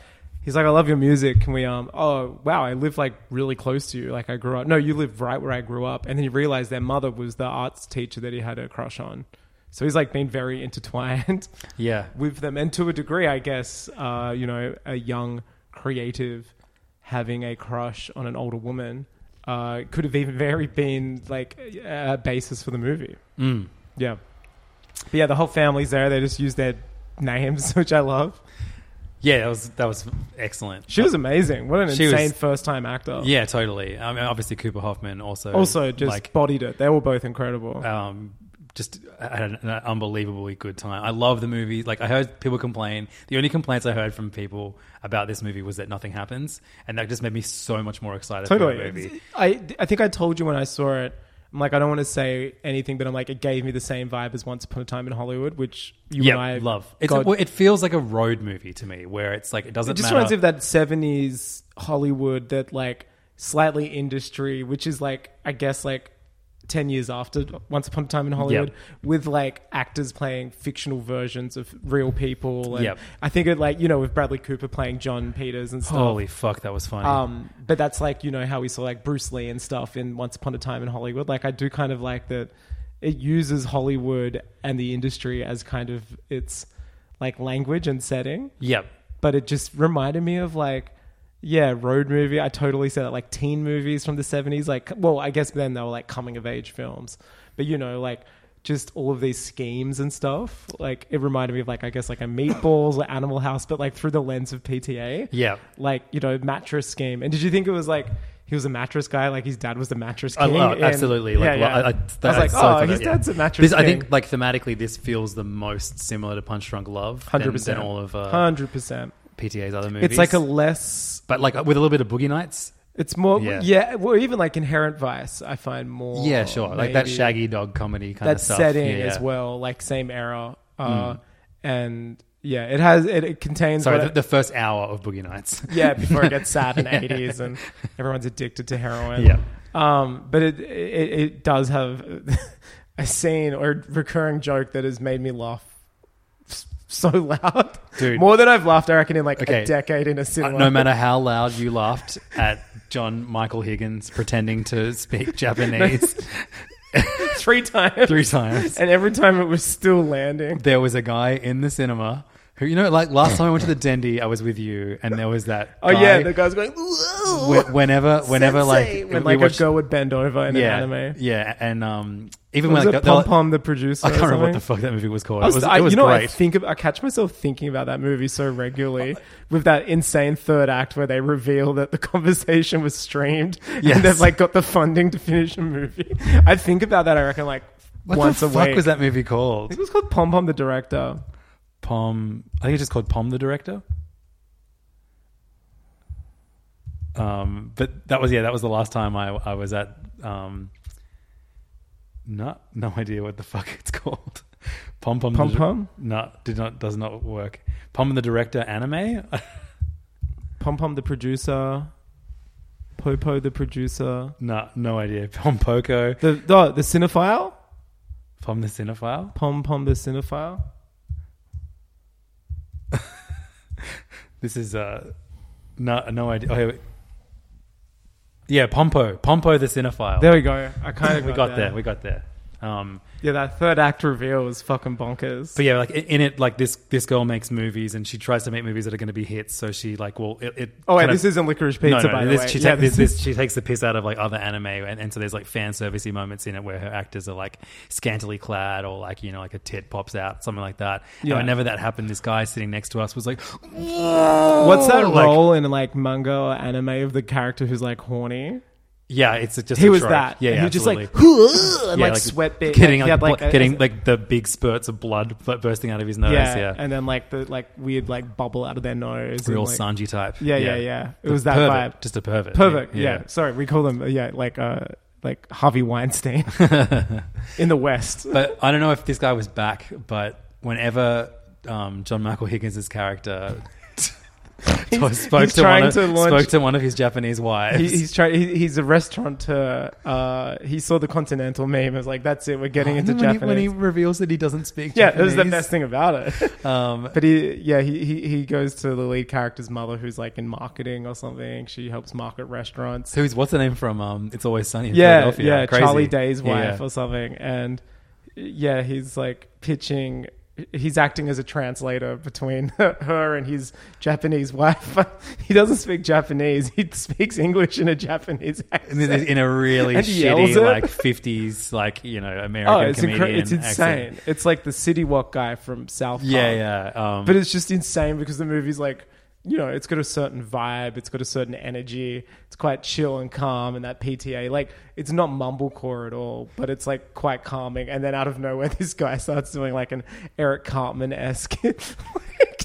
[SPEAKER 5] he's like, I love your music. Can we? Um, oh wow, I live like really close to you. Like I grew up. No, you live right where I grew up. And then he realized their mother was the arts teacher that he had a crush on. So he's like been very intertwined
[SPEAKER 4] Yeah.
[SPEAKER 5] with them, and to a degree, I guess, uh, you know, a young creative having a crush on an older woman uh, could have even very been like a basis for the movie.
[SPEAKER 4] Mm.
[SPEAKER 5] Yeah. But yeah, the whole family's there. They just use their names, which I love.
[SPEAKER 4] Yeah, that was that was excellent.
[SPEAKER 5] She was amazing. What an
[SPEAKER 4] She was-
[SPEAKER 5] insane first time actor.
[SPEAKER 4] Yeah, totally. I mean, obviously Cooper Hoffman also
[SPEAKER 5] Also, just
[SPEAKER 4] like
[SPEAKER 5] bodied it. They were both incredible.
[SPEAKER 4] um, just had an unbelievably good time. I love the movie. Like I heard people complain. The only complaints I heard from people about this movie was that nothing happens, and that just made me so much more excited for the movie.
[SPEAKER 5] totally. I, I think I told you when I saw it. I'm like, I don't want to say anything, but I'm like, it gave me the same vibe as Once Upon a Time in Hollywood, which you
[SPEAKER 4] Yeah,
[SPEAKER 5] and I
[SPEAKER 4] love. It's,
[SPEAKER 5] got-
[SPEAKER 4] well, it feels like a road movie to me, where it's like it doesn't
[SPEAKER 5] it just
[SPEAKER 4] matter.
[SPEAKER 5] reminds me of that 70s Hollywood that like slightly industry, which is like, I guess like 10 years after Once Upon a Time in Hollywood with like actors playing fictional versions of real people. And
[SPEAKER 4] Yep.
[SPEAKER 5] I think it like, you know, with Bradley Cooper playing John Peters and stuff.
[SPEAKER 4] Holy fuck, that was funny.
[SPEAKER 5] Um, but that's like, you know, how we saw like Bruce Lee and stuff in Once Upon a Time in Hollywood. Like I do kind of like that it uses Hollywood and the industry as kind of its like language and setting
[SPEAKER 4] yep.
[SPEAKER 5] but it just reminded me of like yeah road movie i totally said that like teen movies from the 70s like well i guess then they were like coming of age films but you know like just all of these schemes and stuff like it reminded me of like i guess like a meatballs or animal house but like through the lens of pta
[SPEAKER 4] Yep.
[SPEAKER 5] like you know mattress scheme and did you think it was like he was a mattress guy, like his dad was the mattress
[SPEAKER 4] I
[SPEAKER 5] king.
[SPEAKER 4] love-
[SPEAKER 5] in-
[SPEAKER 4] absolutely. Like,
[SPEAKER 5] yeah, yeah.
[SPEAKER 4] I, I,
[SPEAKER 5] I, was like,
[SPEAKER 4] so
[SPEAKER 5] oh,
[SPEAKER 4] for
[SPEAKER 5] his
[SPEAKER 4] that, yeah.
[SPEAKER 5] dad's a mattress
[SPEAKER 4] This-
[SPEAKER 5] king.
[SPEAKER 4] I think, like thematically, this feels the most similar to Punch Drunk Love than-
[SPEAKER 5] hundred percent,
[SPEAKER 4] than all of uh,
[SPEAKER 5] hundred percent.
[SPEAKER 4] PTA's other movies.
[SPEAKER 5] It's like a less
[SPEAKER 4] but like with a little bit of Boogie Nights.
[SPEAKER 5] It's more,
[SPEAKER 4] Yeah.
[SPEAKER 5] yeah. well, even like Inherent Vice, I find more.
[SPEAKER 4] Yeah, sure. Like that
[SPEAKER 5] Oh, maybe-
[SPEAKER 4] shaggy dog comedy kind
[SPEAKER 5] that
[SPEAKER 4] of stuff.
[SPEAKER 5] setting
[SPEAKER 4] Yeah,
[SPEAKER 5] as
[SPEAKER 4] yeah.
[SPEAKER 5] well, like same era, uh, and yeah, it has it, it contains.
[SPEAKER 4] Sorry,
[SPEAKER 5] what
[SPEAKER 4] the, the first hour of Boogie Nights.
[SPEAKER 5] yeah, before it gets sad in the 80s and everyone's addicted to heroin.
[SPEAKER 4] Yeah.
[SPEAKER 5] Um, but it, it it does have a scene or recurring joke that has made me laugh s- so loud.
[SPEAKER 4] Dude.
[SPEAKER 5] More than I've laughed, I reckon, in like
[SPEAKER 4] Okay.
[SPEAKER 5] a decade in a
[SPEAKER 4] Uh,
[SPEAKER 5] cinema.
[SPEAKER 4] no matter how loud you laughed at John Michael Higgins pretending to speak Japanese
[SPEAKER 5] Three times.
[SPEAKER 4] three times,
[SPEAKER 5] And every time it was still landing.
[SPEAKER 4] there was a guy in the cinema who, you know, like last time I went to the Dendy, I was with you, and there was that.
[SPEAKER 5] Oh,
[SPEAKER 4] guy
[SPEAKER 5] yeah. The guy's going, whoa.
[SPEAKER 4] wh- Whenever, whenever,
[SPEAKER 5] sensei,"
[SPEAKER 4] like,
[SPEAKER 5] when
[SPEAKER 4] we
[SPEAKER 5] like
[SPEAKER 4] watched-
[SPEAKER 5] a girl would bend over in
[SPEAKER 4] yeah,
[SPEAKER 5] an anime.
[SPEAKER 4] yeah, and um, even
[SPEAKER 5] Was
[SPEAKER 4] when
[SPEAKER 5] it
[SPEAKER 4] like, they're
[SPEAKER 5] Pom
[SPEAKER 4] like-
[SPEAKER 5] Pom the producer?
[SPEAKER 4] I can't
[SPEAKER 5] or
[SPEAKER 4] remember what
[SPEAKER 5] something?
[SPEAKER 4] the fuck that movie was called.
[SPEAKER 5] I was,
[SPEAKER 4] it was,
[SPEAKER 5] I,
[SPEAKER 4] it was
[SPEAKER 5] you know,
[SPEAKER 4] great.
[SPEAKER 5] I think of, I catch myself thinking about that movie so regularly with that insane third act where they reveal that the conversation was streamed
[SPEAKER 4] Yes.
[SPEAKER 5] and they've like got the funding to finish a movie. I think about that. I reckon like
[SPEAKER 4] what
[SPEAKER 5] once
[SPEAKER 4] the
[SPEAKER 5] a
[SPEAKER 4] fuck
[SPEAKER 5] week.
[SPEAKER 4] was that movie
[SPEAKER 5] I think
[SPEAKER 4] called?
[SPEAKER 5] it was called Pom Pom the director.
[SPEAKER 4] Pom. I think it's just called Pom the director. Um, but that was yeah, that was the last time I I was at um. Not no idea what the fuck it's called. Pom pom the
[SPEAKER 5] Pom
[SPEAKER 4] Dir-
[SPEAKER 5] Pom?
[SPEAKER 4] No, did not does not work. Pom the director anime.
[SPEAKER 5] Pom Pom the producer. Popo the producer.
[SPEAKER 4] no, no idea. Pom Poco.
[SPEAKER 5] The oh, the, the cinephile.
[SPEAKER 4] Pom the cinephile.
[SPEAKER 5] Pom Pom the cinephile.
[SPEAKER 4] This is uh, no no idea. Oh, here we- yeah, Pompo. Pompo the cinephile.
[SPEAKER 5] There we go. I kind of
[SPEAKER 4] we got there. We got there. Um,
[SPEAKER 5] Yeah, that third act reveal was fucking bonkers.
[SPEAKER 4] but yeah, like i- in it, like this this girl makes movies and she tries to make movies that are going to be hits. So she like, well, it. it
[SPEAKER 5] Oh, wait,
[SPEAKER 4] kind of-
[SPEAKER 5] this isn't licorice
[SPEAKER 4] No,
[SPEAKER 5] pizza,
[SPEAKER 4] no,
[SPEAKER 5] by the
[SPEAKER 4] this,
[SPEAKER 5] way.
[SPEAKER 4] She, ta-
[SPEAKER 5] yeah,
[SPEAKER 4] this, this, she takes the piss out of like other anime, and, and so there's like fan servicey moments in it where her actors are like scantily clad, or like you know, like a tit pops out, something like that.
[SPEAKER 5] Yeah.
[SPEAKER 4] And whenever that happened, this guy sitting next to us was like,
[SPEAKER 5] What's that
[SPEAKER 4] Oh, like-
[SPEAKER 5] role in like manga or anime of the character who's like horny?
[SPEAKER 4] "Yeah, it's just
[SPEAKER 5] He
[SPEAKER 4] a
[SPEAKER 5] was
[SPEAKER 4] trope.
[SPEAKER 5] that.
[SPEAKER 4] Yeah,
[SPEAKER 5] and
[SPEAKER 4] yeah
[SPEAKER 5] he was just like,
[SPEAKER 4] absolutely.
[SPEAKER 5] "Huh," and
[SPEAKER 4] Yeah,
[SPEAKER 5] like, sweat bit.
[SPEAKER 4] getting
[SPEAKER 5] he
[SPEAKER 4] like,
[SPEAKER 5] had,
[SPEAKER 4] bl-
[SPEAKER 5] a-
[SPEAKER 4] getting like the big spurts of blood bu- bursting out of his nose.
[SPEAKER 5] yeah,
[SPEAKER 4] Yeah,
[SPEAKER 5] and then like the like weird like bubble out of their nose.
[SPEAKER 4] real
[SPEAKER 5] and, like,
[SPEAKER 4] Sanji type.
[SPEAKER 5] Yeah, yeah, yeah. It was that
[SPEAKER 4] pervert,
[SPEAKER 5] vibe.
[SPEAKER 4] just a pervert.
[SPEAKER 5] Perfect. Yeah. Sorry, we call them uh, yeah like uh like Harvey Weinstein in the West.
[SPEAKER 4] but I don't know if this guy was back, but whenever um, John Michael Higgins' character spoke
[SPEAKER 5] he's
[SPEAKER 4] to one
[SPEAKER 5] trying
[SPEAKER 4] of,
[SPEAKER 5] to launch-
[SPEAKER 4] spoke to one of his Japanese wives.
[SPEAKER 5] He, he's trying. He, he's a restaurateur. Uh, he saw the continental meme. I was like, "That's it. We're getting
[SPEAKER 4] Oh, And
[SPEAKER 5] into
[SPEAKER 4] then when, he, when he
[SPEAKER 5] Japanese."
[SPEAKER 4] reveals that he doesn't speak
[SPEAKER 5] yeah, it
[SPEAKER 4] Japanese,
[SPEAKER 5] was the best thing about it.
[SPEAKER 4] Um,
[SPEAKER 5] But he, yeah, he, he he goes to the lead character's mother, who's like in marketing or something. She helps market restaurants.
[SPEAKER 4] so he's what's the name from? Um, it's always sunny. In
[SPEAKER 5] yeah,
[SPEAKER 4] Philadelphia.
[SPEAKER 5] yeah,
[SPEAKER 4] Crazy.
[SPEAKER 5] Charlie Day's
[SPEAKER 4] Yeah,
[SPEAKER 5] wife
[SPEAKER 4] yeah.
[SPEAKER 5] or something, and yeah, he's like pitching. He's acting as a translator between her and his Japanese wife. he doesn't speak Japanese. He speaks English in a Japanese
[SPEAKER 4] And then
[SPEAKER 5] accent.
[SPEAKER 4] in a really
[SPEAKER 5] And he yells
[SPEAKER 4] shitty,
[SPEAKER 5] it.
[SPEAKER 4] like fifties, like you know, American
[SPEAKER 5] Oh, it's
[SPEAKER 4] comedian.
[SPEAKER 5] incre- it's
[SPEAKER 4] accent.
[SPEAKER 5] insane. It's like the city walk guy from South Park.
[SPEAKER 4] Yeah, yeah. Um,
[SPEAKER 5] but it's just insane because the movie's like you know it's got a certain vibe it's got a certain energy it's quite chill and calm and that pta like it's not mumblecore at all but it's like quite calming and then out of nowhere this guy starts doing like an eric cartman-esque like,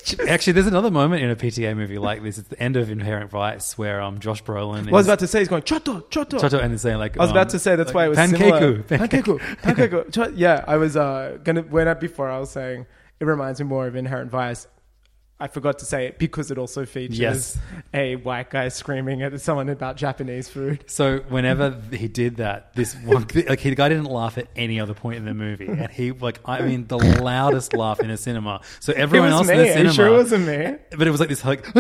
[SPEAKER 5] just-
[SPEAKER 4] Actually, there's another moment in a PTA movie like this. It's the end of Inherent Vice where um, Josh Brolin
[SPEAKER 5] Well, I was
[SPEAKER 4] is
[SPEAKER 5] about to say he's going choto choto
[SPEAKER 4] Toto and is saying like
[SPEAKER 5] I was
[SPEAKER 4] um,
[SPEAKER 5] about to say that's why it was
[SPEAKER 4] pankeku,
[SPEAKER 5] similar.
[SPEAKER 4] pankeku.
[SPEAKER 5] Pankeku, pankeku. Ch- Yeah, I was uh, gonna when I before I was saying it reminds me more of Inherent Vice. I forgot to say it because it also features
[SPEAKER 4] Yes.
[SPEAKER 5] a white guy screaming at someone about Japanese food.
[SPEAKER 4] So whenever he did that, this one like the guy didn't laugh at any other point in the movie, and he like I mean the loudest laugh in a cinema. So everyone
[SPEAKER 5] it
[SPEAKER 4] else
[SPEAKER 5] was me.
[SPEAKER 4] in the cinema,
[SPEAKER 5] It sure wasn't me.
[SPEAKER 4] but it was like this like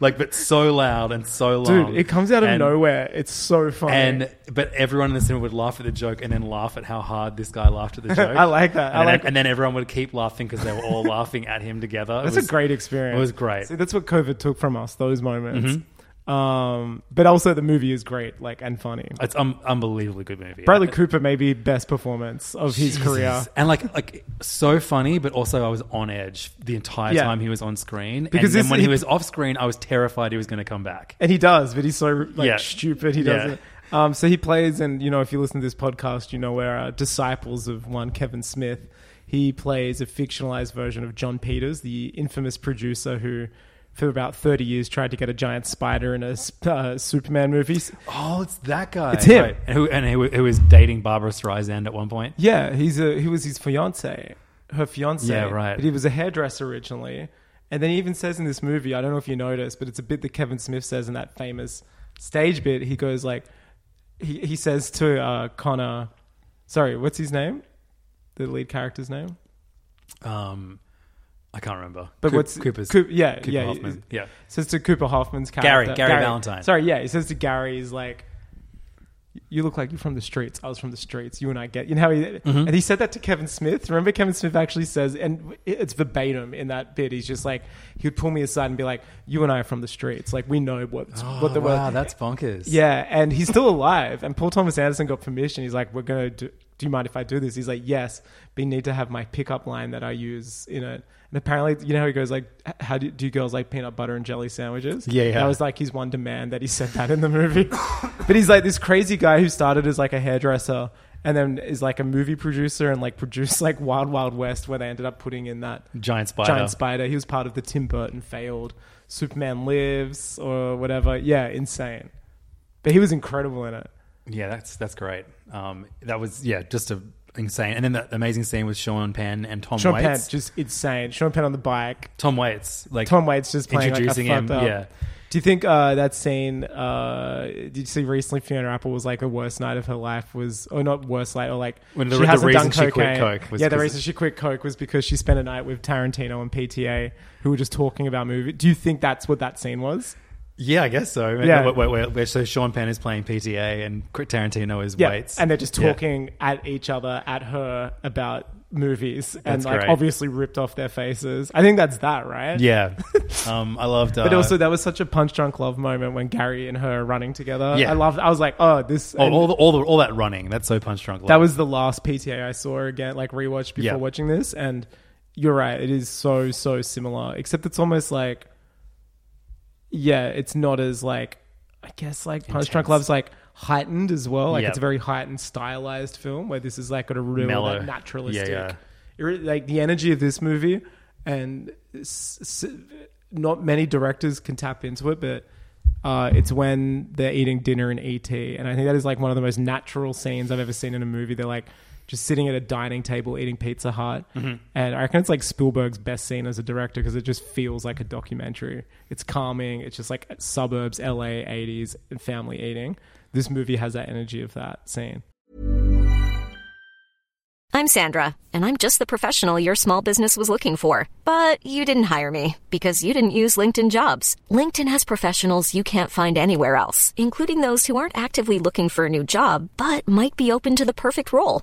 [SPEAKER 4] like but so loud and so long,
[SPEAKER 5] Dude, it comes out of
[SPEAKER 4] And-
[SPEAKER 5] nowhere. It's so funny.
[SPEAKER 4] And but everyone in the cinema would laugh at the joke and then laugh at how hard this guy laughed at the joke.
[SPEAKER 5] I like that.
[SPEAKER 4] And,
[SPEAKER 5] I
[SPEAKER 4] then,
[SPEAKER 5] like-
[SPEAKER 4] and then everyone would keep laughing because they were all laughing at him together. It
[SPEAKER 5] That's
[SPEAKER 4] was-
[SPEAKER 5] a great experience.
[SPEAKER 4] It was great. Mm-hmm.
[SPEAKER 5] See, that's what COVID took from us, those moments. Um, but also the movie is great, like and funny.
[SPEAKER 4] It's um, unbelievably good movie.
[SPEAKER 5] Bradley
[SPEAKER 4] Uh,
[SPEAKER 5] Cooper maybe best performance of his
[SPEAKER 4] Jesus.
[SPEAKER 5] career.
[SPEAKER 4] and like like so funny, but also I was on edge the entire
[SPEAKER 5] Yeah.
[SPEAKER 4] time he was on screen. and
[SPEAKER 5] Because
[SPEAKER 4] then
[SPEAKER 5] this-
[SPEAKER 4] when
[SPEAKER 5] he-
[SPEAKER 4] he was off screen, I was terrified he was going to come back.
[SPEAKER 5] And he does, but he's so like
[SPEAKER 4] Yeah.
[SPEAKER 5] stupid. He
[SPEAKER 4] Yeah.
[SPEAKER 5] doesn't. Um, so he plays, and you know, if you listen to this podcast, you know we're uh, disciples of one Kevin Smith. He plays a fictionalized version of John Peters, the infamous producer who, for about thirty years, tried to get a giant spider in a sp- uh, Superman movie.
[SPEAKER 4] Oh, it's that guy.
[SPEAKER 5] It's him.
[SPEAKER 4] Right. And who and who, who was dating Barbara Streisand at one point.
[SPEAKER 5] Yeah, he's a he was his fiance, her fiance.
[SPEAKER 4] Yeah, right.
[SPEAKER 5] But he was a hairdresser originally, and then he even says in this movie, I don't know if you noticed, but it's a bit that Kevin Smith says in that famous stage bit. He goes like, he he says to uh, Connor, sorry, what's his name? The lead character's name.
[SPEAKER 4] Um, I can't remember.
[SPEAKER 5] But
[SPEAKER 4] Coop-
[SPEAKER 5] what's
[SPEAKER 4] Cooper's?
[SPEAKER 5] Coop- yeah,
[SPEAKER 4] Cooper
[SPEAKER 5] yeah,
[SPEAKER 4] Hoffman.
[SPEAKER 5] yeah.
[SPEAKER 4] Yeah.
[SPEAKER 5] Says to Cooper Hoffman's
[SPEAKER 4] Gary,
[SPEAKER 5] character,
[SPEAKER 4] Gary Valentine.
[SPEAKER 5] Sorry, yeah, he says to Gary, he's like, "You look like you're from the streets. I was from the streets. You and I get." You know how he
[SPEAKER 4] Mm-hmm.
[SPEAKER 5] and he said that to Kevin Smith. Remember, Kevin Smith actually says, and it- it's verbatim in that bit. He's just like, he would pull me aside and be like, "You and I are from the streets. Like we know what's what the
[SPEAKER 4] Oh, wow,
[SPEAKER 5] world."
[SPEAKER 4] that's bonkers.
[SPEAKER 5] Yeah, and he's still alive. And Paul Thomas Anderson got permission. He's like, "We're gonna do. Do you mind if I do this?" He's like, "Yes, but you need to have my pickup line that I use in it." And apparently, you know how he goes like, "H- "How do, do you girls like peanut butter and jelly sandwiches?"
[SPEAKER 4] Yeah, yeah.
[SPEAKER 5] That was like his one demand that he said that in the movie. but he's like this crazy guy who started as like a hairdresser and then is like a movie producer and like produced like Wild Wild West, where they ended up putting in that
[SPEAKER 4] Giant spider.
[SPEAKER 5] Giant Spider. He was part of the Tim Burton failed Superman Lives or whatever. Yeah, insane. But he was incredible in it.
[SPEAKER 4] Yeah, that's that's great. Um, that was yeah, just a insane. And then that amazing scene with Sean Penn and Tom
[SPEAKER 5] Sean
[SPEAKER 4] Waits.
[SPEAKER 5] Penn, just insane. Sean Penn on the bike.
[SPEAKER 4] Tom Waits, like
[SPEAKER 5] Tom Waits just playing
[SPEAKER 4] introducing
[SPEAKER 5] like a
[SPEAKER 4] him.
[SPEAKER 5] fucked up-
[SPEAKER 4] Yeah,
[SPEAKER 5] Do you think uh, that scene? Uh, did you see recently? Fiona Apple was like the worst night of her life was, or not worst night, or like
[SPEAKER 4] When the-
[SPEAKER 5] she
[SPEAKER 4] the
[SPEAKER 5] hasn't
[SPEAKER 4] reason
[SPEAKER 5] done
[SPEAKER 4] she
[SPEAKER 5] cocaine.
[SPEAKER 4] quit coke was
[SPEAKER 5] yeah, the
[SPEAKER 4] 'cause-
[SPEAKER 5] reason she quit coke was because she spent a night with Tarantino and PTA, who were just talking about movie. Do you think that's what that scene was?
[SPEAKER 4] yeah, I guess so.
[SPEAKER 5] Yeah.
[SPEAKER 4] Where, where- where- where- so Sean Penn is playing PTA and Tarantino is
[SPEAKER 5] Yeah,
[SPEAKER 4] Waits,
[SPEAKER 5] and they're just
[SPEAKER 4] Yeah.
[SPEAKER 5] talking at each other, at her about movies, and
[SPEAKER 4] That's
[SPEAKER 5] like
[SPEAKER 4] great.
[SPEAKER 5] obviously ripped off their faces. I think that's that, right?
[SPEAKER 4] Yeah, um, I loved. Uh,
[SPEAKER 5] But also, that was such a punch drunk love moment when Gary and her are running together.
[SPEAKER 4] Yeah.
[SPEAKER 5] I loved. I was like, oh, this.
[SPEAKER 4] all,
[SPEAKER 5] and
[SPEAKER 4] all, the, all the all that running. That's so punch drunk.
[SPEAKER 5] that was the last PTA I saw again, like rewatched before
[SPEAKER 4] Yeah.
[SPEAKER 5] watching this, and you're right. It is so so similar, except it's almost like, yeah, it's not as like, I guess like punch drunk
[SPEAKER 4] Intense.
[SPEAKER 5] love's like heightened as well. Like
[SPEAKER 4] Yep.
[SPEAKER 5] it's a very heightened, stylized film where this is like got a real
[SPEAKER 4] Mellow.
[SPEAKER 5] like, naturalistic,
[SPEAKER 4] Yeah, yeah.
[SPEAKER 5] it really- like the energy of this movie and. S- s- not many directors can tap into it, but uh, it's when they're eating dinner in ET, and I think that is like one of the most natural scenes I've ever seen in a movie. They're like just sitting at a dining table eating Pizza Hut,
[SPEAKER 4] Mm-hmm.
[SPEAKER 5] and I reckon it's like Spielberg's best scene as a director because it just feels like a documentary. It's calming. It's just like suburbs, LA, eighties, and family eating. This movie has that energy of that scene.
[SPEAKER 6] I'm Sandra, and I'm just the professional your small business was looking for. But you didn't hire me because you didn't use LinkedIn jobs. LinkedIn has professionals you can't find anywhere else, including those who aren't actively looking for a new job but might be open to the perfect role,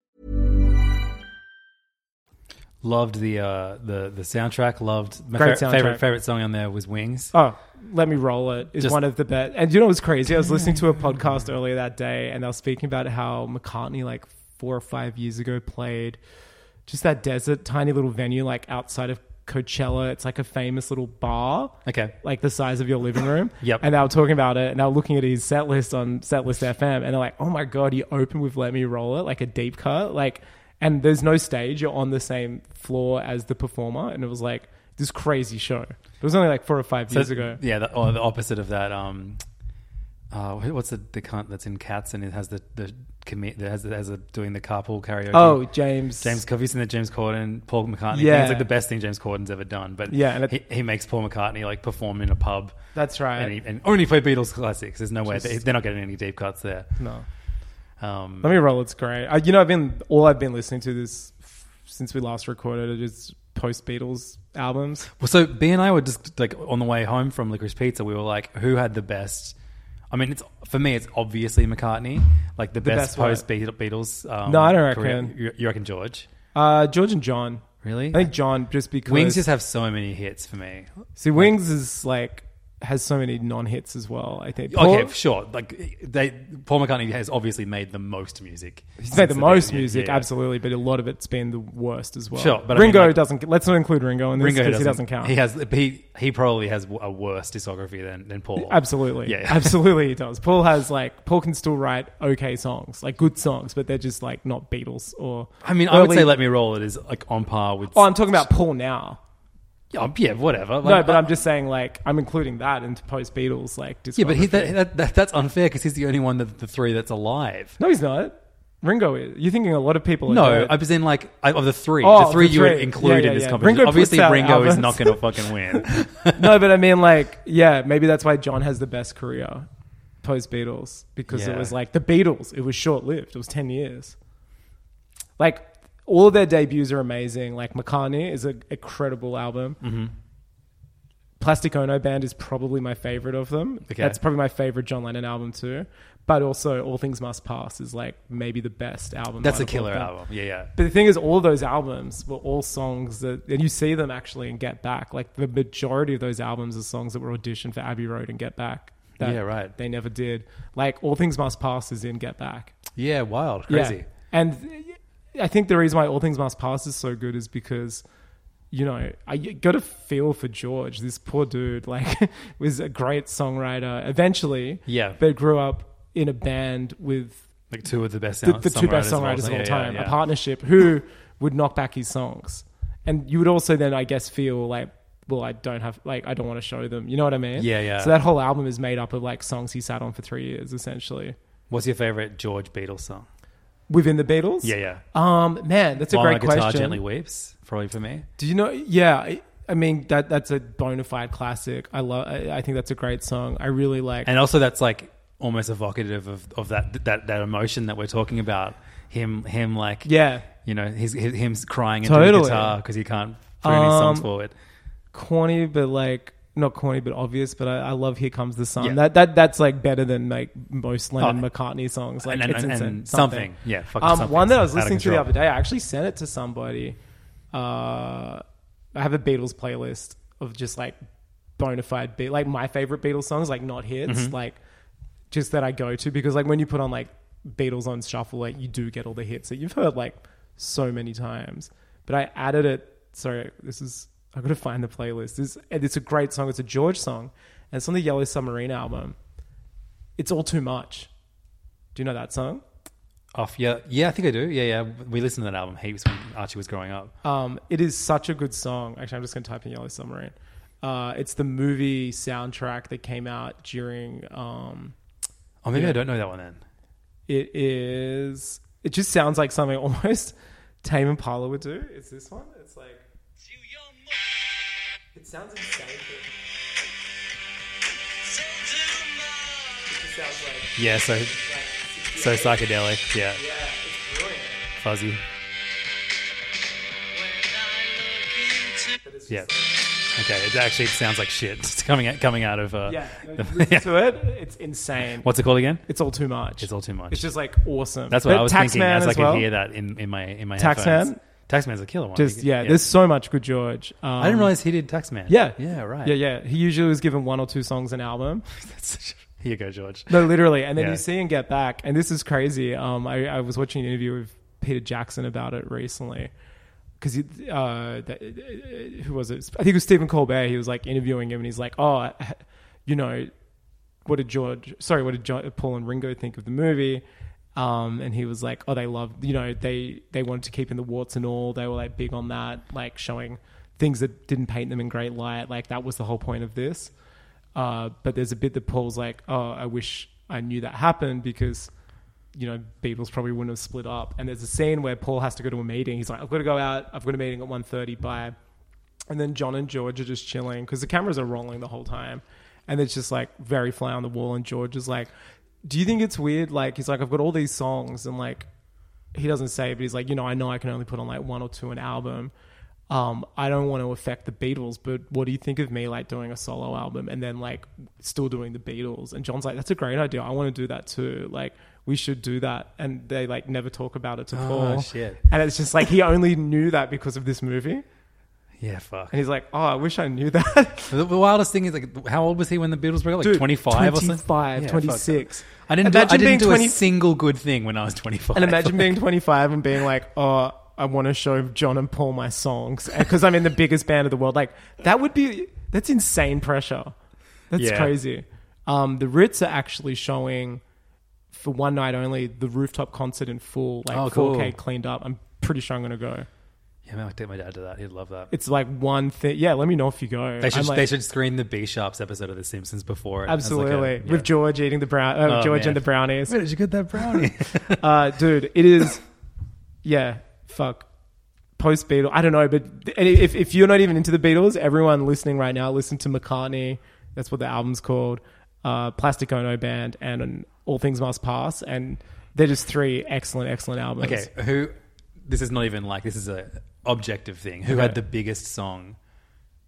[SPEAKER 4] loved the uh, the the soundtrack. Loved my
[SPEAKER 5] Great
[SPEAKER 4] fa-
[SPEAKER 5] soundtrack.
[SPEAKER 4] favorite favorite song on there was Wings.
[SPEAKER 5] Oh, let me roll it is
[SPEAKER 4] Just-
[SPEAKER 5] one of the best. And you know what's crazy? I was listening to a podcast earlier that day, and they were speaking about how McCartney, like four or five years ago, played just that desert, tiny little venue, like outside of Coachella. It's like a famous little bar.
[SPEAKER 4] Okay.
[SPEAKER 5] Like the size of your living room.
[SPEAKER 4] Yep.
[SPEAKER 5] And they were talking about it and they were looking at his set list on Setlist FM and they're like, oh my God, you open with Let Me Roll It, like a deep cut. Like, and there's no stage. You're on the same floor as the performer. And it was like this crazy show. It was only like four or five
[SPEAKER 4] So-
[SPEAKER 5] years ago.
[SPEAKER 4] Yeah, the, or the opposite of that. Um, uh, wh- what's the, the cunt that's in Cats and it has the the commit that has, has a, doing the carpool karaoke?
[SPEAKER 5] Oh, James.
[SPEAKER 4] James, have you seen the James Corden, Paul McCartney? thing?
[SPEAKER 5] Yeah.
[SPEAKER 4] it's like the best thing James Corden's ever done. But
[SPEAKER 5] Yeah, and it-
[SPEAKER 4] he, he makes Paul McCartney like perform in a pub.
[SPEAKER 5] That's right.
[SPEAKER 4] and, he, and only play Beatles classics. There's no way they, they're not getting any deep cuts there.
[SPEAKER 5] no.
[SPEAKER 4] Um,
[SPEAKER 5] Let me roll. It's great. I, you know, I've been all I've been listening to this f- since we last recorded is post Beatles albums.
[SPEAKER 4] Well, so B and I were just like on the way home from Licorice Pizza. We were like, who had the best? I mean, it's for me, it's obviously McCartney, like the, best,
[SPEAKER 5] best what?
[SPEAKER 4] post Beatles. Um,
[SPEAKER 5] No, I don't
[SPEAKER 4] career.
[SPEAKER 5] reckon.
[SPEAKER 4] You, you reckon George?
[SPEAKER 5] Uh, George and John.
[SPEAKER 4] Really?
[SPEAKER 5] I think John just because
[SPEAKER 4] Wings just have so many hits for me.
[SPEAKER 5] see Wings is like has so many non-hits as well. I think.
[SPEAKER 4] Okay,
[SPEAKER 5] Paul-
[SPEAKER 4] for sure. Like they, Paul McCartney has obviously made the most music.
[SPEAKER 5] He's made the most
[SPEAKER 4] Yeah,
[SPEAKER 5] music,
[SPEAKER 4] yeah.
[SPEAKER 5] absolutely, but a lot of it's been the worst as well.
[SPEAKER 4] Sure, but I mean,
[SPEAKER 5] Ringo
[SPEAKER 4] like-
[SPEAKER 5] doesn't. Let's not include Ringo in this
[SPEAKER 4] Ringo doesn't,
[SPEAKER 5] because he doesn't count.
[SPEAKER 4] He has he he probably has a worse discography than than Paul.
[SPEAKER 5] Absolutely.
[SPEAKER 4] Yeah.
[SPEAKER 5] Absolutely he does. Paul has like Paul can still write okay songs, like good songs, but they're just like not Beatles or
[SPEAKER 4] I mean, I would
[SPEAKER 5] early-
[SPEAKER 4] say "Let Me Roll" it is like on par with.
[SPEAKER 5] Oh, I'm talking about Paul now.
[SPEAKER 4] yeah, yeah, whatever.
[SPEAKER 5] No,
[SPEAKER 4] Like, uh,
[SPEAKER 5] but
[SPEAKER 4] I-
[SPEAKER 5] I'm just saying like I'm including that into post Beatles like discography.
[SPEAKER 4] Yeah, but he, that, that, that, that's unfair because he's the only one of the three that's alive.
[SPEAKER 5] No, he's not. Ringo is. You're thinking a lot of people are
[SPEAKER 4] No,
[SPEAKER 5] dead.
[SPEAKER 4] I was in like I- of the three,
[SPEAKER 5] Oh,
[SPEAKER 4] the three
[SPEAKER 5] the
[SPEAKER 4] you would
[SPEAKER 5] three.
[SPEAKER 4] include
[SPEAKER 5] Yeah, yeah,
[SPEAKER 4] in this
[SPEAKER 5] yeah.
[SPEAKER 4] competition.
[SPEAKER 5] Ringo puts
[SPEAKER 4] Obviously,
[SPEAKER 5] out
[SPEAKER 4] Ringo is not
[SPEAKER 5] albums.
[SPEAKER 4] going to fucking win.
[SPEAKER 5] no, but I mean, like, yeah, maybe that's why John has the best career post Beatles because
[SPEAKER 4] Yeah.
[SPEAKER 5] it was like the Beatles. It was short lived. It was ten years. Like all their debuts are amazing. Like McCartney is an incredible album.
[SPEAKER 4] Mm-hmm.
[SPEAKER 5] Plastic Ono Band is probably my favorite of them.
[SPEAKER 4] Okay.
[SPEAKER 5] That's probably my favorite John Lennon album too. But also, All Things Must Pass is like maybe the best album.
[SPEAKER 4] that's
[SPEAKER 5] out
[SPEAKER 4] a
[SPEAKER 5] of all
[SPEAKER 4] killer
[SPEAKER 5] of them.
[SPEAKER 4] album. Yeah, yeah.
[SPEAKER 5] But the thing is, all those albums were all songs that, and you see them actually in Get Back. Like the majority of those albums are songs that were auditioned for Abbey Road and Get Back. that
[SPEAKER 4] Yeah, right.
[SPEAKER 5] They never did. Like All Things Must Pass is in Get Back.
[SPEAKER 4] Yeah, wild, crazy.
[SPEAKER 5] Yeah. And I think the reason why All Things Must Pass is so good is because, you know, I you got a feel for George. This poor dude, like, was a great songwriter eventually.
[SPEAKER 4] Yeah.
[SPEAKER 5] But grew up in a band with
[SPEAKER 4] Like two of the best,
[SPEAKER 5] the,
[SPEAKER 4] sound-
[SPEAKER 5] the two best
[SPEAKER 4] of all-
[SPEAKER 5] songwriters of all
[SPEAKER 4] yeah,
[SPEAKER 5] time,
[SPEAKER 4] yeah,
[SPEAKER 5] a
[SPEAKER 4] yeah.
[SPEAKER 5] partnership who would knock back his songs. And you would also then, I guess, feel like, well, I don't have, like, I don't want to show them. You know what I mean?
[SPEAKER 4] Yeah, yeah.
[SPEAKER 5] So that whole album is made up of like songs he sat on for three years, essentially.
[SPEAKER 4] What's your favorite George Beatles song?
[SPEAKER 5] Within the Beatles?
[SPEAKER 4] Yeah, yeah.
[SPEAKER 5] Um, man, that's a
[SPEAKER 4] While My
[SPEAKER 5] great
[SPEAKER 4] guitar
[SPEAKER 5] question.
[SPEAKER 4] gently weeps, probably for me.
[SPEAKER 5] Do you know? Yeah, I, I mean that that's a bona fide classic. I love. I, I think that's a great song. I really like.
[SPEAKER 4] And also, that's like almost evocative of, of that, that that emotion that we're talking about. Him, him, like
[SPEAKER 5] yeah,
[SPEAKER 4] you know, his, his him crying into the
[SPEAKER 5] Totally.
[SPEAKER 4] guitar because he can't put any songs
[SPEAKER 5] Um,
[SPEAKER 4] forward.
[SPEAKER 5] corny, but like not corny, but obvious. But I, I love "Here Comes the Sun."
[SPEAKER 4] Yeah.
[SPEAKER 5] That that that's like better than like most Lennon
[SPEAKER 4] Oh.
[SPEAKER 5] McCartney songs. Like
[SPEAKER 4] And- and-
[SPEAKER 5] it's
[SPEAKER 4] and-
[SPEAKER 5] insane.
[SPEAKER 4] and something. Yeah, fucking
[SPEAKER 5] um,
[SPEAKER 4] something.
[SPEAKER 5] one that I
[SPEAKER 4] Out
[SPEAKER 5] was
[SPEAKER 4] of
[SPEAKER 5] listening to the
[SPEAKER 4] control.
[SPEAKER 5] other day. I actually sent it to somebody. Uh, I have a Beatles playlist of just like bona fide Be- like my favorite Beatles songs, like not hits,
[SPEAKER 4] Mm-hmm.
[SPEAKER 5] like just that I go to because like when you put on like Beatles on shuffle, like you do get all the hits that you've heard like so many times. But I added it. Sorry, this is I've got to find the playlist. This and it's a great song. It's a George song, and it's on the Yellow Submarine album. It's all too much. Do you know that song?
[SPEAKER 4] Off, yeah, yeah, I think I do. Yeah, yeah, we listened to that album heaps when Archie was growing up.
[SPEAKER 5] Um, it is such a good song. Actually, I'm just going to type in Yellow Submarine. Uh, it's the movie soundtrack that came out during. Um,
[SPEAKER 4] Oh, maybe I don't know that one then.
[SPEAKER 5] it is. It just sounds like something almost Tame Impala would do. It's this one. It's like. It sounds insane. but It just sounds like.
[SPEAKER 4] Yeah, so so psychedelic. Yeah,
[SPEAKER 5] Yeah, it's brilliant.
[SPEAKER 4] fuzzy.
[SPEAKER 5] But it's just
[SPEAKER 4] Yeah. Okay, it actually sounds like shit. It's coming out, coming out of uh,
[SPEAKER 5] Yeah,
[SPEAKER 4] the-
[SPEAKER 5] listen to it. It's insane.
[SPEAKER 4] What's it called again?
[SPEAKER 5] It's all too much.
[SPEAKER 4] It's all too much.
[SPEAKER 5] It's just like awesome.
[SPEAKER 4] That's what
[SPEAKER 5] But
[SPEAKER 4] I was thinking
[SPEAKER 5] Taxman
[SPEAKER 4] as I
[SPEAKER 5] as
[SPEAKER 4] could
[SPEAKER 5] well.
[SPEAKER 4] hear that in, in my in my
[SPEAKER 5] Taxman?
[SPEAKER 4] headphones. Taxman's a killer one.
[SPEAKER 5] Just yeah, there's so much good George. Um,
[SPEAKER 4] I didn't realize he did Taxman.
[SPEAKER 5] Yeah,
[SPEAKER 4] yeah, right.
[SPEAKER 5] Yeah, yeah. He usually was given one or two songs an album.
[SPEAKER 4] Here you go, George.
[SPEAKER 5] No, literally. And then
[SPEAKER 4] Yeah.
[SPEAKER 5] you see and get back. And this is crazy. Um, I, I was watching an interview with Peter Jackson about it recently. Because uh, that- who was it? I think it was Stephen Colbert. He was like interviewing him, and he's like, "Oh, you know, what did George? Sorry, what did John, Paul and Ringo think of the movie?" Um, and he was like, "Oh, they loved. You know, they they wanted to keep in the warts and all. They were like big on that, like showing things that didn't paint them in great light. Like that was the whole point of this." Uh, but there's a bit that Paul's like, "Oh, I wish I knew that happened because." You know, Beatles probably wouldn't have split up. And there's a scene where Paul has to go to a meeting. He's like, "I've got to go out. I've got a meeting at 1.30 Bye." And then John and George are just chilling because the cameras are rolling the whole time. And it's just like very fly on the wall. And George is like, Do you think it's weird? Like, he's like, I've got all these songs and like, he doesn't say, but he's like, you know, I know I can only put on like one or two an album. Um, I don't want to affect the Beatles, but what do you think of me like doing a solo album and then like still doing the Beatles? And John's like, that's a great idea. I want to do that too. Like, we should do that. And they like never talk about it to Paul.
[SPEAKER 4] shit.
[SPEAKER 5] And it's just like he only knew that because of this movie. And
[SPEAKER 4] Yeah, fuck.
[SPEAKER 5] he's like, oh, I wish I knew that.
[SPEAKER 4] The the wildest thing is like, how old was he when the Beatles broke up? Like
[SPEAKER 5] Dude,
[SPEAKER 4] 25 or something?
[SPEAKER 5] 25,
[SPEAKER 4] Yeah, fuck.
[SPEAKER 5] 26.
[SPEAKER 4] I didn't, do, I
[SPEAKER 5] Imagine
[SPEAKER 4] didn't
[SPEAKER 5] being
[SPEAKER 4] do
[SPEAKER 5] 20
[SPEAKER 4] a single good thing when I was 25.
[SPEAKER 5] And imagine being 25 and being like, oh, I want to show John and Paul my songs because I'm in the biggest band of the world. Like, that would be, that's insane pressure. That's
[SPEAKER 4] Yeah.
[SPEAKER 5] crazy. Um, the Ritz are actually showing for one night only the rooftop concert in full, like
[SPEAKER 4] Oh,
[SPEAKER 5] 4K
[SPEAKER 4] cool.
[SPEAKER 5] cleaned up. I'm pretty sure I'm going to go.
[SPEAKER 4] Yeah, man, I'll take my dad to that. He'd love that.
[SPEAKER 5] It's like one thing. Yeah, let me know if you go.
[SPEAKER 4] They should,
[SPEAKER 5] I'm like-
[SPEAKER 4] they should screen the B Sharps episode of The Simpsons before it. as like
[SPEAKER 5] Absolutely.
[SPEAKER 4] a- yeah.
[SPEAKER 5] With George eating the brown, uh,
[SPEAKER 4] Oh,
[SPEAKER 5] George
[SPEAKER 4] man.
[SPEAKER 5] and the brownies.
[SPEAKER 4] Where did you get that brownie?
[SPEAKER 5] Uh, dude, it is. Yeah, fuck. Post Beatle, I don't know, but and if if you're not even into the Beatles, everyone listening right now, listen to McCartney. That's what the album's called. Uh, Plastic Ono Band and, and All Things Must Pass, and they're just three excellent, excellent albums.
[SPEAKER 4] okay, who? This is not even like this is a objective thing. Who had the biggest song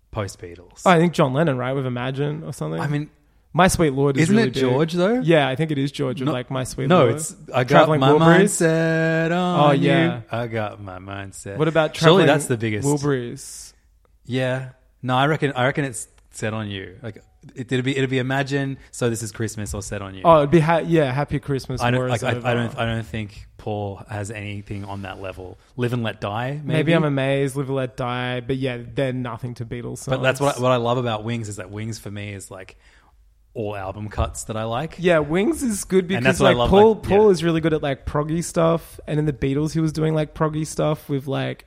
[SPEAKER 4] post Beatles?
[SPEAKER 5] Oh, I think John Lennon, right, with Imagine or something.
[SPEAKER 4] I mean,
[SPEAKER 5] My Sweet Lord is
[SPEAKER 4] Isn't
[SPEAKER 5] really
[SPEAKER 4] it
[SPEAKER 5] big.
[SPEAKER 4] George, though?
[SPEAKER 5] Yeah, I think it is George. with, like My Sweet
[SPEAKER 4] no,
[SPEAKER 5] Lord.
[SPEAKER 4] it's I got
[SPEAKER 5] Traveling
[SPEAKER 4] my
[SPEAKER 5] Wilburys.
[SPEAKER 4] mindset on.
[SPEAKER 5] Oh, yeah.
[SPEAKER 4] you. I got my mindset.
[SPEAKER 5] What about
[SPEAKER 4] surely
[SPEAKER 5] Traveling
[SPEAKER 4] that's the biggest?
[SPEAKER 5] Wilburys?
[SPEAKER 4] Yeah, no, I reckon. I reckon it's set on you. Like it, it'd be it'd be imagine. So this is Christmas or set on you.
[SPEAKER 5] Oh, it'd be ha- yeah, Happy Christmas.
[SPEAKER 4] I
[SPEAKER 5] War
[SPEAKER 4] don't.
[SPEAKER 5] is
[SPEAKER 4] Like, I, I
[SPEAKER 5] Over.
[SPEAKER 4] don't. I don't think Paul has anything on that level. Live and let die. Maybe,
[SPEAKER 5] Maybe, I'm amazed, live and let die, but yeah, they're nothing to Beatles songs.
[SPEAKER 4] But that's what I, what I love about Wings is that Wings for me is like all album cuts that I like.
[SPEAKER 5] yeah, Wings is good because
[SPEAKER 4] And that's what I
[SPEAKER 5] like
[SPEAKER 4] love,
[SPEAKER 5] Paul
[SPEAKER 4] like,
[SPEAKER 5] Paul
[SPEAKER 4] yeah.
[SPEAKER 5] is really good at like proggy stuff, and in the Beatles he was doing like proggy stuff with like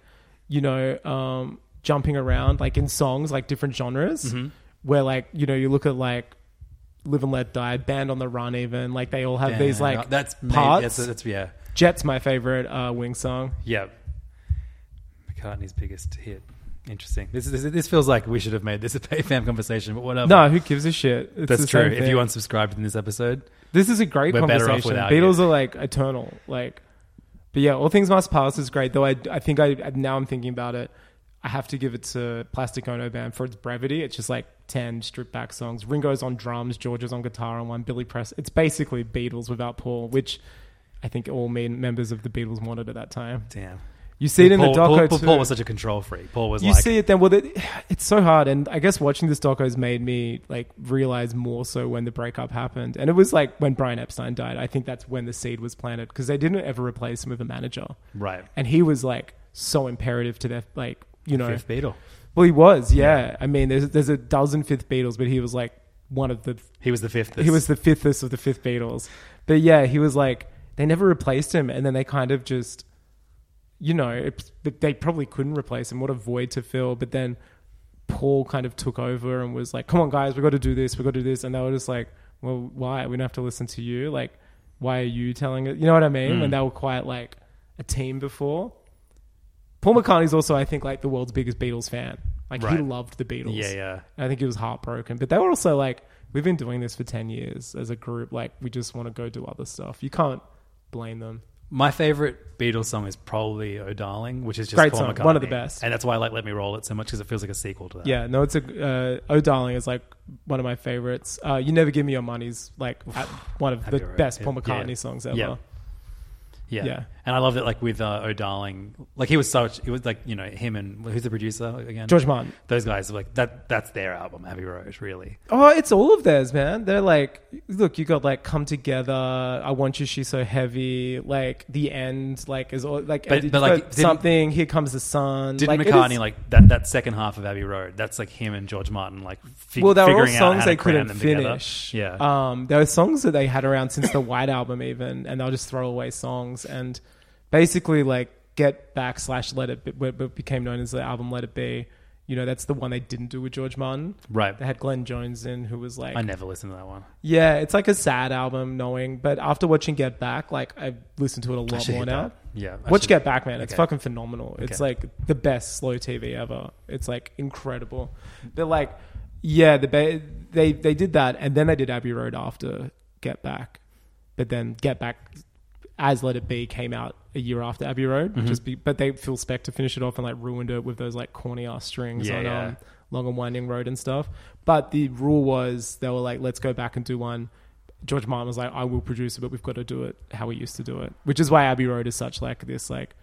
[SPEAKER 5] you know um, jumping around like in songs like different genres
[SPEAKER 4] Mm-hmm.
[SPEAKER 5] where like you know you look at like live and let die, band on the run, even like they all have
[SPEAKER 4] Yeah,
[SPEAKER 5] these like
[SPEAKER 4] that's maybe-
[SPEAKER 5] parts.
[SPEAKER 4] That's, that's yeah,
[SPEAKER 5] Jet's my favorite uh, Wings song.
[SPEAKER 4] yeah. McCartney's biggest hit. Interesting. This is this, this feels like we should have made this a PayFam conversation, but whatever.
[SPEAKER 5] No, who gives a shit? It's
[SPEAKER 4] that's
[SPEAKER 5] the
[SPEAKER 4] true.
[SPEAKER 5] same
[SPEAKER 4] If
[SPEAKER 5] thing.
[SPEAKER 4] you unsubscribed in this episode,
[SPEAKER 5] This is a great
[SPEAKER 4] We're better
[SPEAKER 5] conversation.
[SPEAKER 4] off without
[SPEAKER 5] Beatles
[SPEAKER 4] you.
[SPEAKER 5] are like eternal. Like, but yeah, all things must pass is great. Though I, I think I now I'm thinking about it. I have to give it to Plastic Ono Band for its brevity. It's just like ten stripped back songs. Ringo's on drums, George's on guitar on one, Billy Press. It's basically Beatles without Paul, which I think all main members of the Beatles wanted at that time.
[SPEAKER 4] damn.
[SPEAKER 5] You see it in
[SPEAKER 4] Paul,
[SPEAKER 5] the doco
[SPEAKER 4] Paul,
[SPEAKER 5] too.
[SPEAKER 4] Paul was such a control freak. Paul was
[SPEAKER 5] you
[SPEAKER 4] like,
[SPEAKER 5] see it then. Well, it, it's so hard, and I guess watching this doco has made me like realize more so when the breakup happened, and it was like when Brian Epstein died. I think that's when the seed was planted because they didn't ever replace him with a manager,
[SPEAKER 4] right,
[SPEAKER 5] and he was like so imperative to their like you know.
[SPEAKER 4] fifth Beatle.
[SPEAKER 5] Well, he was, yeah. I mean, there's there's a dozen fifth Beatles, but he was like one of the
[SPEAKER 4] He was the fifth.
[SPEAKER 5] he was the fifthest of the fifth Beatles. But yeah, he was like they never replaced him, and then they kind of just, you know, it, but they probably couldn't replace him. What a void to fill. But then Paul kind of took over and was like, "Come on, guys, we got to do this. We got to do this." And they were just like, "Well, why? We don't have to listen to you. Like, why are you telling it? You know what I mean?"
[SPEAKER 4] Hmm.
[SPEAKER 5] And they were quite like a team before. Paul McCartney's also, I think, like the world's biggest Beatles fan. Like
[SPEAKER 4] Right.
[SPEAKER 5] he loved the Beatles.
[SPEAKER 4] Yeah, yeah.
[SPEAKER 5] And I think he was heartbroken. But they were also like, we've been doing this for 10 years as a group. Like, we just want to go do other stuff. You can't blame them.
[SPEAKER 4] My favorite Beatles song is probably "Oh Darling," which is just
[SPEAKER 5] Great
[SPEAKER 4] Paul
[SPEAKER 5] song,
[SPEAKER 4] McCartney.
[SPEAKER 5] one of the best.
[SPEAKER 4] and that's why I like "Let Me Roll It" so much because it feels like a sequel to that.
[SPEAKER 5] Yeah, no, it's a. Uh, oh, Darling is like one of my favorites. Uh, you Never Give Me Your Money's like at- one of the
[SPEAKER 4] Happy Hour,
[SPEAKER 5] best
[SPEAKER 4] yeah.
[SPEAKER 5] Paul McCartney
[SPEAKER 4] Yeah.
[SPEAKER 5] songs ever.
[SPEAKER 4] Yeah. Yeah.
[SPEAKER 5] Yeah.
[SPEAKER 4] And I love that, like, with uh, O'Darling, like, he was such, it was like, you know, him and who's the producer again?
[SPEAKER 5] George Martin.
[SPEAKER 4] Those guys, like, that. that's their album, Abbey Road, really.
[SPEAKER 5] Oh, it's all of theirs, man. They're like, look, you got like Come Together, I Want You, She's So Heavy, like The End, like is all like,
[SPEAKER 4] But-
[SPEAKER 5] and
[SPEAKER 4] but,
[SPEAKER 5] you've
[SPEAKER 4] like,
[SPEAKER 5] got
[SPEAKER 4] didn't-
[SPEAKER 5] something, Here Comes the Sun.
[SPEAKER 4] Didn't
[SPEAKER 5] it
[SPEAKER 4] McCartney,
[SPEAKER 5] is-
[SPEAKER 4] like, that, that second half of Abbey Road, that's like him and George Martin, like, fig-
[SPEAKER 5] well, there were all
[SPEAKER 4] figuring out
[SPEAKER 5] songs
[SPEAKER 4] how
[SPEAKER 5] they
[SPEAKER 4] to cram
[SPEAKER 5] couldn't
[SPEAKER 4] them
[SPEAKER 5] finish.
[SPEAKER 4] together. Yeah.
[SPEAKER 5] um, there were songs that they had around since the White Album, even, and they'll just throw away songs and basically like get back slash let it be, what what became known as the album Let It Be. You know, that's the one they didn't do with George Martin.
[SPEAKER 4] Right.
[SPEAKER 5] They had Glenn Jones in, who was like,
[SPEAKER 4] I never listened to that one.
[SPEAKER 5] yeah, it's like a sad album, knowing. But after watching Get Back, like I listened to it a lot
[SPEAKER 4] should
[SPEAKER 5] more
[SPEAKER 4] hit
[SPEAKER 5] now.
[SPEAKER 4] that. Yeah, I
[SPEAKER 5] watch
[SPEAKER 4] should-
[SPEAKER 5] Get Back, man. It's
[SPEAKER 4] okay.
[SPEAKER 5] fucking phenomenal. It's
[SPEAKER 4] Okay.
[SPEAKER 5] like the best slow TV ever. It's like incredible. But like, yeah, the ba- they they did that, and then they did Abbey Road after Get Back. But then Get Back as Let It Be came out a year after Abbey Road.
[SPEAKER 4] Mm-hmm.
[SPEAKER 5] Just be, but they Phil Spector finished it off and like ruined it with those like corny ass strings
[SPEAKER 4] Yeah,
[SPEAKER 5] on
[SPEAKER 4] yeah.
[SPEAKER 5] Um, Long and Winding Road and stuff. But the rule was they were like, let's go back and do one. George Martin was like, I will produce it, but we've got to do it how we used to do it, which is why Abbey Road is such like this like.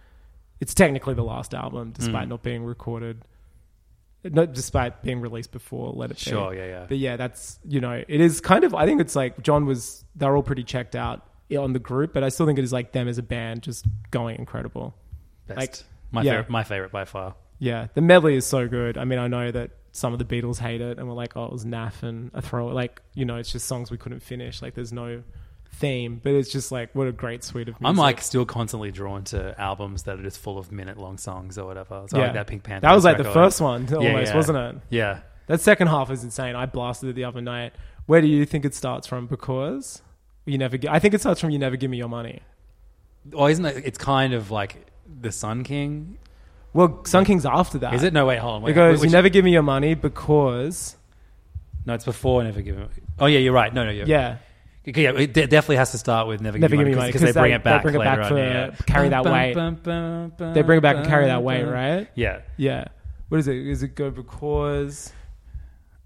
[SPEAKER 5] It's technically the last album,
[SPEAKER 4] Mm.
[SPEAKER 5] despite not being recorded, not despite being released before Let It Be.
[SPEAKER 4] Sure, yeah, yeah.
[SPEAKER 5] But yeah, that's you know, it is kind of. I think it's like John was. They're all pretty checked out on the group, but I still think it is like them as a band just going incredible.
[SPEAKER 4] Best.
[SPEAKER 5] Like,
[SPEAKER 4] my
[SPEAKER 5] yeah.
[SPEAKER 4] favorite, my favorite by far.
[SPEAKER 5] Yeah, the medley is so good. I mean, I know that some of the Beatles hate it and were like, "Oh, it was naff and a throw." Like, you know, it's just songs we couldn't finish. Like, there's no theme, but it's just like what a great suite of. music.
[SPEAKER 4] I'm like still constantly drawn to albums that are just full of minute long songs or whatever. So I like that Pink Panther.
[SPEAKER 5] That was like the
[SPEAKER 4] record.
[SPEAKER 5] first one, almost,
[SPEAKER 4] Yeah, yeah.
[SPEAKER 5] wasn't it?
[SPEAKER 4] Yeah.
[SPEAKER 5] That second half is insane. I blasted it the other night. Where do you think it starts from? Because you never. Gi- I think it starts from "You Never Give Me Your Money."
[SPEAKER 4] Or Oh, isn't it? It's kind of like the Sun King.
[SPEAKER 5] Well, Sun King's after that.
[SPEAKER 4] Is it? No, wait, hold on. Wait,
[SPEAKER 5] Uh, It goes,
[SPEAKER 4] which-
[SPEAKER 5] "You never give me your money because."
[SPEAKER 4] No, it's before Never Give Me. Oh yeah, you're right. No, no, you're
[SPEAKER 5] Yeah,
[SPEAKER 4] Okay, Yeah, it de- definitely has to start with Never,
[SPEAKER 5] Never
[SPEAKER 4] Give
[SPEAKER 5] Give
[SPEAKER 4] Me Money
[SPEAKER 5] Me Money,
[SPEAKER 4] because they
[SPEAKER 5] 'cause
[SPEAKER 4] bring
[SPEAKER 5] they-
[SPEAKER 4] it back
[SPEAKER 5] they bring it
[SPEAKER 4] later
[SPEAKER 5] back
[SPEAKER 4] on.
[SPEAKER 5] for
[SPEAKER 4] yeah.
[SPEAKER 5] Carry That Weight.
[SPEAKER 4] Weight.
[SPEAKER 5] they bring it back and carry that way, right?
[SPEAKER 4] Yeah.
[SPEAKER 5] Yeah. What is it? Is it go because?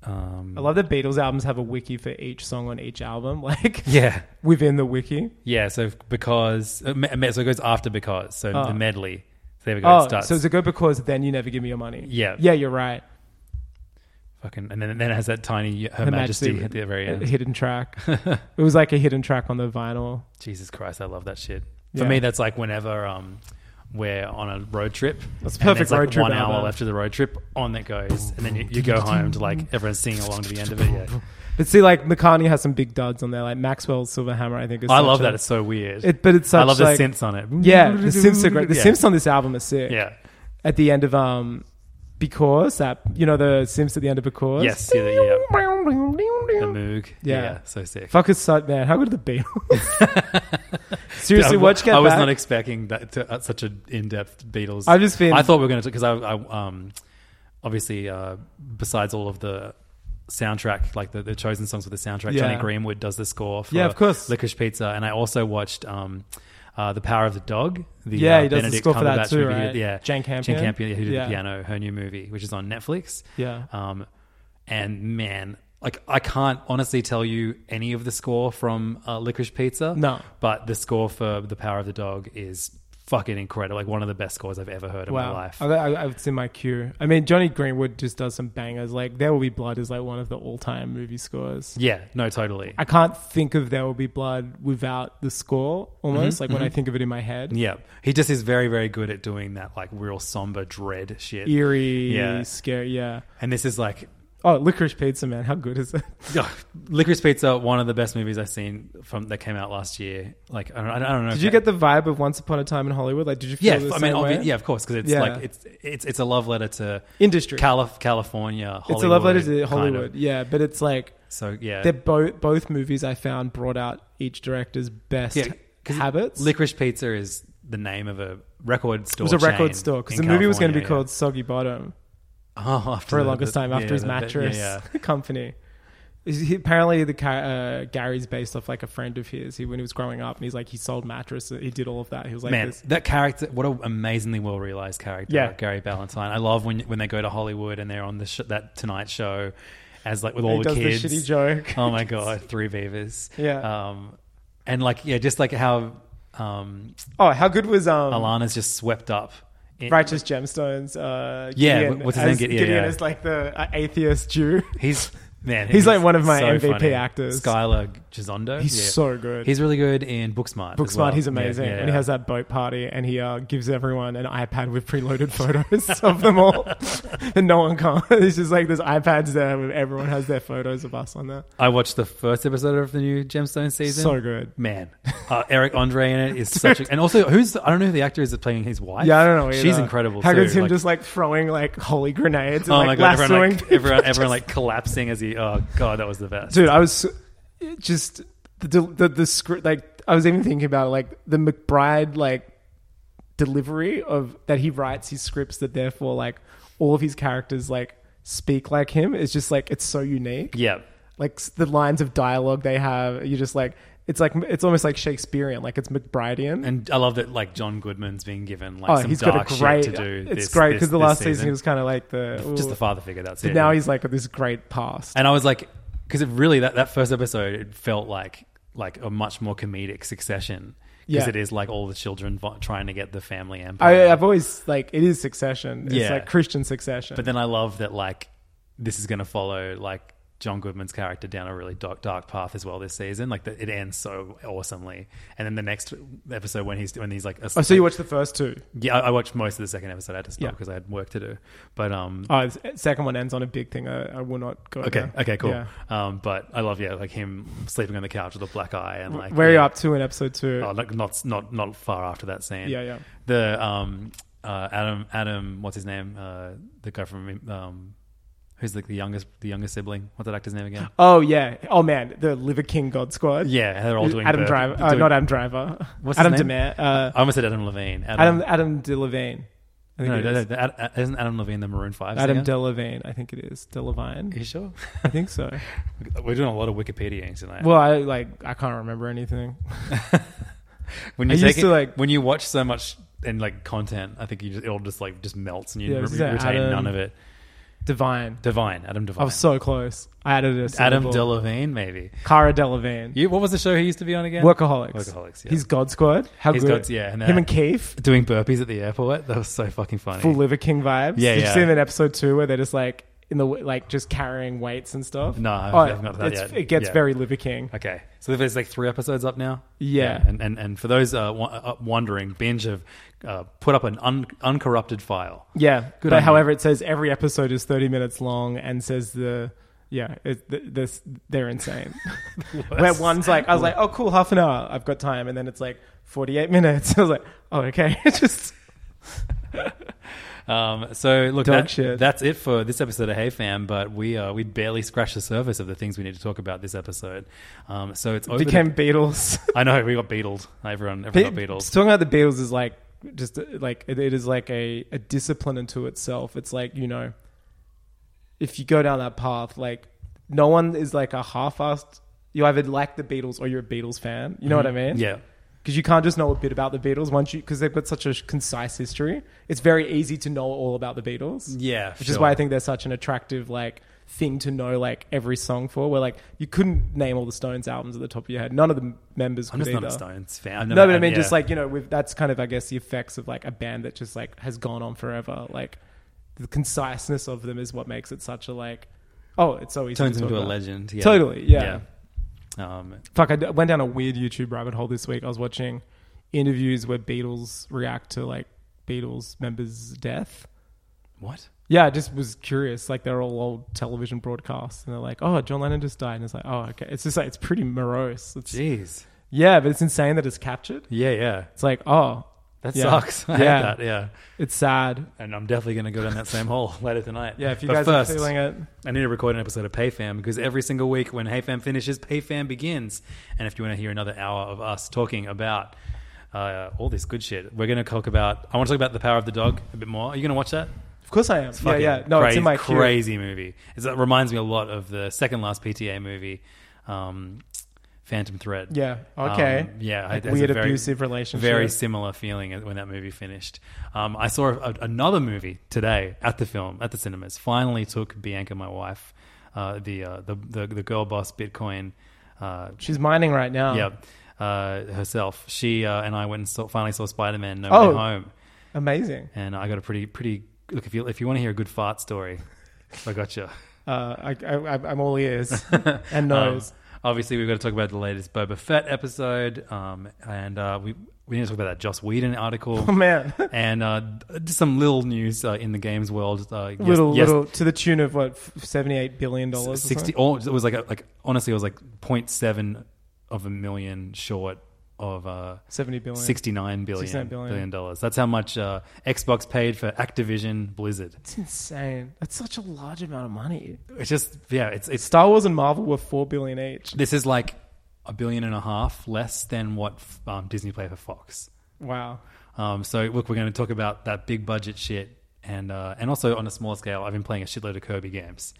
[SPEAKER 4] Um,
[SPEAKER 5] I love that Beatles albums have a wiki for each song on each album, like
[SPEAKER 4] yeah.
[SPEAKER 5] within the wiki.
[SPEAKER 4] Yeah, so because uh, me- me- so it goes after because so the medley. So there we go.
[SPEAKER 5] Oh,
[SPEAKER 4] it starts
[SPEAKER 5] so is it go because then you never give me your money?
[SPEAKER 4] Yeah.
[SPEAKER 5] yeah, you're right.
[SPEAKER 4] fucking, and then then it has that tiny Her,
[SPEAKER 5] Her
[SPEAKER 4] Majesty, at the very
[SPEAKER 5] a
[SPEAKER 4] end.
[SPEAKER 5] hidden track. it was like a hidden track on the vinyl.
[SPEAKER 4] Jesus Christ, I love that shit. For
[SPEAKER 5] Yeah.
[SPEAKER 4] me, that's like whenever um, we're on a road trip.
[SPEAKER 5] That's
[SPEAKER 4] and there's,
[SPEAKER 5] perfect
[SPEAKER 4] like
[SPEAKER 5] road trip
[SPEAKER 4] One hour
[SPEAKER 5] album.
[SPEAKER 4] left of the road trip, on that goes, and then you, you go home to like everyone's singing along to the end of it. Yeah,
[SPEAKER 5] But see, like McCartney has some big duds on there, like Maxwell's Silver Hammer. I think is
[SPEAKER 4] I
[SPEAKER 5] such
[SPEAKER 4] love
[SPEAKER 5] a-
[SPEAKER 4] that. It's so weird.
[SPEAKER 5] It- but it's
[SPEAKER 4] I
[SPEAKER 5] such,
[SPEAKER 4] love
[SPEAKER 5] like-
[SPEAKER 4] the synths on it.
[SPEAKER 5] yeah, the synths are great. The synths on this album are sick.
[SPEAKER 4] Yeah.
[SPEAKER 5] at the end of um because that you know the Sims at the end of because
[SPEAKER 4] Yes. Yeah. The, yeah. the Moog.
[SPEAKER 5] Yeah.
[SPEAKER 4] So sick.
[SPEAKER 5] Fuck is suck man. How good are the Beatles? Seriously,
[SPEAKER 4] I,
[SPEAKER 5] watch Get
[SPEAKER 4] I was
[SPEAKER 5] Back.
[SPEAKER 4] not expecting that to, uh, such an in-depth Beatles.
[SPEAKER 5] I've just been-
[SPEAKER 4] I thought we were going to because I, I um, obviously uh, besides all of the soundtrack, like the, the chosen songs with the soundtrack, Johnny
[SPEAKER 5] Yeah.
[SPEAKER 4] Greenwood does the score. For
[SPEAKER 5] Yeah, of course.
[SPEAKER 4] Licorice Pizza, and I also watched. Um, uh, the Power of the Dog. The,
[SPEAKER 5] Yeah,
[SPEAKER 4] uh,
[SPEAKER 5] he does the
[SPEAKER 4] Benedict
[SPEAKER 5] score for that
[SPEAKER 4] Cumberbatch
[SPEAKER 5] too,
[SPEAKER 4] movie. He
[SPEAKER 5] right?
[SPEAKER 4] did- Yeah,
[SPEAKER 5] Jane Campion.
[SPEAKER 4] Jane Campion, yeah, who did
[SPEAKER 5] Yeah.
[SPEAKER 4] the piano, her new movie, which is on Netflix.
[SPEAKER 5] Yeah.
[SPEAKER 4] Um, and man, like I can't honestly tell you any of the score from uh, Licorice Pizza.
[SPEAKER 5] No.
[SPEAKER 4] but the score for The Power of the Dog is fucking incredible. Like one of the best scores I've ever heard in my
[SPEAKER 5] Wow,
[SPEAKER 4] life.
[SPEAKER 5] I, I, it's in my queue. I mean, Johnny Greenwood just does some bangers. Like There Will Be Blood is like one of the all-time movie scores.
[SPEAKER 4] Yeah, no, totally.
[SPEAKER 5] I can't think of There Will Be Blood without the score. Almost like when I think of it in my head,
[SPEAKER 4] Mm-hmm, yeah, he just is very, very good at doing that, like real somber dread shit.
[SPEAKER 5] eerie,
[SPEAKER 4] Yeah.
[SPEAKER 5] scary. Yeah.
[SPEAKER 4] And this is like
[SPEAKER 5] Oh, Licorice Pizza, man. How good is it?
[SPEAKER 4] Ugh, Licorice Pizza, one of the best movies I've seen from that came out last year. Like I don't, I don't- I don't know.
[SPEAKER 5] Did
[SPEAKER 4] if
[SPEAKER 5] you
[SPEAKER 4] that-
[SPEAKER 5] get the vibe of Once Upon a Time in Hollywood? Like, did you feel
[SPEAKER 4] Yeah,
[SPEAKER 5] the
[SPEAKER 4] I mean,
[SPEAKER 5] same
[SPEAKER 4] obvi-
[SPEAKER 5] way?
[SPEAKER 4] yeah, of course, because it's
[SPEAKER 5] Yeah.
[SPEAKER 4] like it's it's it's a love letter to
[SPEAKER 5] Industry.
[SPEAKER 4] Calif- California. Hollywood,
[SPEAKER 5] it's a love letter
[SPEAKER 4] kind
[SPEAKER 5] to
[SPEAKER 4] of.
[SPEAKER 5] Hollywood. Yeah, but it's like
[SPEAKER 4] So yeah,
[SPEAKER 5] they're both both movies I found brought out each director's best
[SPEAKER 4] Yeah, 'cause
[SPEAKER 5] habits.
[SPEAKER 4] Licorice Pizza is the name of a record
[SPEAKER 5] it
[SPEAKER 4] store.
[SPEAKER 5] was a record
[SPEAKER 4] chain
[SPEAKER 5] store because the
[SPEAKER 4] in
[SPEAKER 5] movie was going to be
[SPEAKER 4] California,
[SPEAKER 5] called Soggy Bottom
[SPEAKER 4] yeah. Oh, after
[SPEAKER 5] for the,
[SPEAKER 4] the-
[SPEAKER 5] longest
[SPEAKER 4] the-
[SPEAKER 5] time after
[SPEAKER 4] yeah,
[SPEAKER 5] his
[SPEAKER 4] the- the-
[SPEAKER 5] mattress
[SPEAKER 4] Yeah,
[SPEAKER 5] company. Is he- apparently, the ca- uh, Gary's based off like a friend of his. He when he was growing up, and he's like he sold mattresses. He did all of that. He was like,
[SPEAKER 4] man,
[SPEAKER 5] this.
[SPEAKER 4] that character! What an amazingly well realized character,
[SPEAKER 5] Yeah.
[SPEAKER 4] like Gary Ballantyne. I love when when they go to Hollywood and they're on the sh- that Tonight Show as like with all
[SPEAKER 5] he
[SPEAKER 4] the
[SPEAKER 5] does
[SPEAKER 4] kids.
[SPEAKER 5] the shitty joke.
[SPEAKER 4] oh my god, three beavers.
[SPEAKER 5] Yeah.
[SPEAKER 4] Um, and like yeah, just like how um
[SPEAKER 5] Oh, how good was um
[SPEAKER 4] Alana's just swept up. in-
[SPEAKER 5] Righteous Gemstones? Uh,
[SPEAKER 4] Yeah,
[SPEAKER 5] Gideon
[SPEAKER 4] what's his name?
[SPEAKER 5] as-
[SPEAKER 4] Gideon,
[SPEAKER 5] Gideon
[SPEAKER 4] yeah.
[SPEAKER 5] is like the uh, atheist Jew.
[SPEAKER 4] He's man.
[SPEAKER 5] He's like one of my MVP
[SPEAKER 4] funny.
[SPEAKER 5] actors.
[SPEAKER 4] Skylar Gisondo.
[SPEAKER 5] He's so good.
[SPEAKER 4] He's really good in Booksmart.
[SPEAKER 5] Booksmart,
[SPEAKER 4] as well.
[SPEAKER 5] he's amazing,
[SPEAKER 4] Yeah, yeah,
[SPEAKER 5] and he has that boat party, and he uh, gives everyone an iPad with preloaded photos of them all, and no one can't. It's just like there's iPads there, and everyone has their photos of us on there.
[SPEAKER 4] I watched the first episode of the new Gemstone season.
[SPEAKER 5] So good.
[SPEAKER 4] man. Uh, Eric Andre in it is such. a... And also, who's I don't know who the actor is that's playing his wife.
[SPEAKER 5] Yeah, I don't know.
[SPEAKER 4] She's
[SPEAKER 5] either.
[SPEAKER 4] incredible.
[SPEAKER 5] How
[SPEAKER 4] too.
[SPEAKER 5] good's him just like throwing like holy grenades and
[SPEAKER 4] Oh my
[SPEAKER 5] like
[SPEAKER 4] god! Everyone,
[SPEAKER 5] lassoing
[SPEAKER 4] like,
[SPEAKER 5] people.
[SPEAKER 4] everyone, everyone like collapsing as he. Oh god, that was the best.
[SPEAKER 5] dude i was it just the the, the, script like i was even thinking about it, like the mcbride like delivery of that he writes his scripts that therefore like all of his characters like speak like him is just like it's so unique
[SPEAKER 4] Yeah.
[SPEAKER 5] like s- the lines of dialogue they have you're just like It's like it's almost like Shakespearean, like it's McBridean.
[SPEAKER 4] And I love that like John Goodman's been given like
[SPEAKER 5] oh,
[SPEAKER 4] some
[SPEAKER 5] he's got
[SPEAKER 4] dark
[SPEAKER 5] a great.
[SPEAKER 4] shit to do.
[SPEAKER 5] it's
[SPEAKER 4] this- this-
[SPEAKER 5] great because the
[SPEAKER 4] this
[SPEAKER 5] last season, he was kind of like the
[SPEAKER 4] just the
[SPEAKER 5] ooh.
[SPEAKER 4] father figure. That's
[SPEAKER 5] But
[SPEAKER 4] it.
[SPEAKER 5] now he's like got this great past.
[SPEAKER 4] and I was like, because it really that, that first episode it felt like like a much more comedic succession because
[SPEAKER 5] Yeah.
[SPEAKER 4] it is like all the children vo- trying to get the family empire.
[SPEAKER 5] I, I've always like it is Succession. It's
[SPEAKER 4] Yeah.
[SPEAKER 5] like Christian Succession.
[SPEAKER 4] But then I love that like this is going to follow like John Goodman's character down a really dark, dark path as well this season. Like the, it ends so awesomely, and then the next episode when he's when he's like, a,
[SPEAKER 5] oh, so you watched the first two.
[SPEAKER 4] yeah, I I watched most of the second episode. I had to stop
[SPEAKER 5] Yeah.
[SPEAKER 4] because I had work to do. But um,
[SPEAKER 5] Oh, it's- second one ends on a big thing. I, I will not go.
[SPEAKER 4] okay,
[SPEAKER 5] there.
[SPEAKER 4] okay, cool.
[SPEAKER 5] Yeah.
[SPEAKER 4] Um, but I love yeah, like him sleeping on the couch with a black eye and like
[SPEAKER 5] Where are
[SPEAKER 4] yeah.
[SPEAKER 5] you up to in episode two?
[SPEAKER 4] Oh, like not not not far after that scene.
[SPEAKER 5] Yeah, yeah.
[SPEAKER 4] The um uh Adam Adam what's his name uh the guy from um who's like the youngest the youngest sibling what's that actor's name again?
[SPEAKER 5] Oh yeah. Oh man, the Liver King God Squad.
[SPEAKER 4] Yeah, they're all doing
[SPEAKER 5] Adam
[SPEAKER 4] burp-
[SPEAKER 5] Driver. Uh,
[SPEAKER 4] doing-
[SPEAKER 5] not Adam Driver.
[SPEAKER 4] What's his
[SPEAKER 5] Adam
[SPEAKER 4] name?
[SPEAKER 5] DeMare. Uh,
[SPEAKER 4] I almost said Adam Levine.
[SPEAKER 5] Adam Adam DeLevine. I think
[SPEAKER 4] no,
[SPEAKER 5] it
[SPEAKER 4] no, no,
[SPEAKER 5] is.
[SPEAKER 4] the- Ad- Ad- isn't Adam Levine the Maroon Five?
[SPEAKER 5] Adam
[SPEAKER 4] singer?
[SPEAKER 5] DeLevine. I think it is DeLevine.
[SPEAKER 4] Are you sure?
[SPEAKER 5] I think so.
[SPEAKER 4] We're doing a lot of Wikipediaing tonight.
[SPEAKER 5] Well, I like I can't remember anything.
[SPEAKER 4] when you
[SPEAKER 5] I used
[SPEAKER 4] take it-
[SPEAKER 5] to, like-
[SPEAKER 4] when you watch so much and like content, I think you just it all just like just melts and you
[SPEAKER 5] Yeah,
[SPEAKER 4] re-
[SPEAKER 5] it's just that
[SPEAKER 4] retain
[SPEAKER 5] Adam-
[SPEAKER 4] none of it.
[SPEAKER 5] Divine.
[SPEAKER 4] Divine, Adam Divine,
[SPEAKER 5] I was so close. I added a
[SPEAKER 4] Adam
[SPEAKER 5] syllable.
[SPEAKER 4] Delavine, maybe.
[SPEAKER 5] Cara Delevingne.
[SPEAKER 4] You, what was the show he used to be on again?
[SPEAKER 5] Workaholics.
[SPEAKER 4] Workaholics, yeah.
[SPEAKER 5] He's God Squad. How
[SPEAKER 4] He's
[SPEAKER 5] good?
[SPEAKER 4] God's- yeah, and uh, that-
[SPEAKER 5] Him and Keith.
[SPEAKER 4] doing burpees at the airport. That was so fucking funny.
[SPEAKER 5] Full Liver King vibes.
[SPEAKER 4] Yeah,
[SPEAKER 5] Did
[SPEAKER 4] yeah.
[SPEAKER 5] you see them in episode two where they're just like in the w- like just carrying weights and stuff? Oh,
[SPEAKER 4] No, I haven't got to that
[SPEAKER 5] it's-
[SPEAKER 4] yet.
[SPEAKER 5] It gets
[SPEAKER 4] Yeah.
[SPEAKER 5] very Liver King.
[SPEAKER 4] okay, so there's like three episodes up now.
[SPEAKER 5] Yeah.
[SPEAKER 4] and and, and for those uh, wa- uh, wondering, binge have uh, put up an un- uncorrupted file.
[SPEAKER 5] Yeah,
[SPEAKER 4] Good on
[SPEAKER 5] but
[SPEAKER 4] you.
[SPEAKER 5] however, it says every episode is thirty minutes long and says the. Yeah, it, th- this, they're insane. Where one's like, I was like, oh, cool, half an hour, I've got time. And then it's like 48 minutes. I was like, oh, okay. It's just,
[SPEAKER 4] Um, so look,
[SPEAKER 5] Dog
[SPEAKER 4] that-
[SPEAKER 5] shit.
[SPEAKER 4] that's it for this episode of Hey Fam. But we uh, we barely scratched the surface of the things we need to talk about this episode. Um, so it's over. to-
[SPEAKER 5] became Beatles.
[SPEAKER 4] I know we got beetled. Everyone, everyone
[SPEAKER 5] Be-
[SPEAKER 4] got beetled.
[SPEAKER 5] Talking about the Beatles is like just uh, like it, it is like a, a discipline unto itself. It's like you know, if you go down that path, like no one is like a half-assed. You either like the Beatles or you're a Beatles fan. You know what I mean?
[SPEAKER 4] Mm-hmm. Yeah.
[SPEAKER 5] Because you can't just know a bit about the Beatles once you because they've got such a sh- concise history. It's very easy to know all about the Beatles.
[SPEAKER 4] Yeah,
[SPEAKER 5] which is
[SPEAKER 4] sure.
[SPEAKER 5] why I think they're such an attractive like thing to know like every song for. Where like you couldn't name all the Stones albums at the top of your head. None of the members.
[SPEAKER 4] I'm
[SPEAKER 5] could
[SPEAKER 4] just
[SPEAKER 5] either.
[SPEAKER 4] not a Stones fan. I've
[SPEAKER 5] No,
[SPEAKER 4] never-
[SPEAKER 5] but I mean,
[SPEAKER 4] yeah.
[SPEAKER 5] just like you know, with that's kind of I guess the effects of like a band that just like has gone on forever. Like the conciseness of them is what makes it such a like. Oh, it's so easy.
[SPEAKER 4] turns
[SPEAKER 5] to
[SPEAKER 4] him
[SPEAKER 5] talk
[SPEAKER 4] into a
[SPEAKER 5] about.
[SPEAKER 4] legend. Yeah.
[SPEAKER 5] Totally, yeah.
[SPEAKER 4] Yeah. Um,
[SPEAKER 5] Fuck, I d- went down a weird YouTube rabbit hole this week. I was watching interviews where Beatles react to like Beatles members' death.
[SPEAKER 4] what?
[SPEAKER 5] Yeah, I just was curious. Like they're all old television broadcasts, and they're like, "Oh, John Lennon just died," and it's like, "Oh, okay." It's just like it's pretty morose. It's,
[SPEAKER 4] Jeez.
[SPEAKER 5] yeah, but it's insane that it's captured.
[SPEAKER 4] Yeah, yeah.
[SPEAKER 5] It's like, oh,
[SPEAKER 4] That
[SPEAKER 5] yeah.
[SPEAKER 4] sucks. I hate
[SPEAKER 5] yeah,
[SPEAKER 4] that. Yeah.
[SPEAKER 5] it's sad.
[SPEAKER 4] And I'm definitely going to go down that same hole later tonight.
[SPEAKER 5] Yeah, if you
[SPEAKER 4] But
[SPEAKER 5] guys
[SPEAKER 4] first,
[SPEAKER 5] are feeling it,
[SPEAKER 4] I need to record an episode of PayFam because every single week when HeyFam finishes, PayFam begins. And if you want to hear another hour of us talking about uh, all this good shit, we're going to talk about. I want to talk about The Power of the Dog a bit more. Are you going to watch that?
[SPEAKER 5] of course I am. Yeah,
[SPEAKER 4] fucking
[SPEAKER 5] yeah. No,
[SPEAKER 4] crazy,
[SPEAKER 5] it's in my queue.
[SPEAKER 4] crazy movie. It's, it reminds me a lot of the second last PTA movie, um, Phantom Thread.
[SPEAKER 5] Yeah. Okay.
[SPEAKER 4] Um, yeah.
[SPEAKER 5] Like
[SPEAKER 4] it has a
[SPEAKER 5] weird
[SPEAKER 4] very-
[SPEAKER 5] abusive relationship.
[SPEAKER 4] Very similar feeling as- when that movie finished. Um, I saw a, another movie today at the film at the cinemas. Finally took Bianca, my wife, uh, the, uh, the the the girl boss Bitcoin. Uh,
[SPEAKER 5] She's mining right now.
[SPEAKER 4] yeah. Uh, herself, she uh, and I went and saw, finally saw Spider Man No
[SPEAKER 5] Oh.
[SPEAKER 4] Way Home
[SPEAKER 5] Amazing.
[SPEAKER 4] and I got a pretty pretty look. If you if you want to hear a good fart story, I got you.
[SPEAKER 5] Uh, I, I, I'm all ears
[SPEAKER 4] Um,
[SPEAKER 5] and nose.
[SPEAKER 4] Obviously, we've got to talk about the latest Boba Fett episode, um, and uh, we we need to talk about that Joss Whedon article.
[SPEAKER 5] oh man.
[SPEAKER 4] And uh, just some little news uh, in the games world. Uh, yes-
[SPEAKER 5] little
[SPEAKER 4] yes-
[SPEAKER 5] little to the tune of what f- 78 billion dollars. or
[SPEAKER 4] sixty.
[SPEAKER 5] something?
[SPEAKER 4] Or it was like a, like honestly, it was like 0.7 of a million short of uh,
[SPEAKER 5] 70 billion.
[SPEAKER 4] 69 billion, billion.
[SPEAKER 5] 69 billion.
[SPEAKER 4] billion dollars. That's how much uh, Xbox paid for Activision Blizzard.
[SPEAKER 5] It's insane. That's such a large amount of money.
[SPEAKER 4] It's just yeah, it's it's
[SPEAKER 5] Star Wars and Marvel were 4 billion each.
[SPEAKER 4] This is like a billion and a half less than what um, Disney paid for Fox.
[SPEAKER 5] Wow.
[SPEAKER 4] Um, so look, we're going to talk about that big budget shit, and uh, and also on a smaller scale, I've been playing a shitload of Kirby games.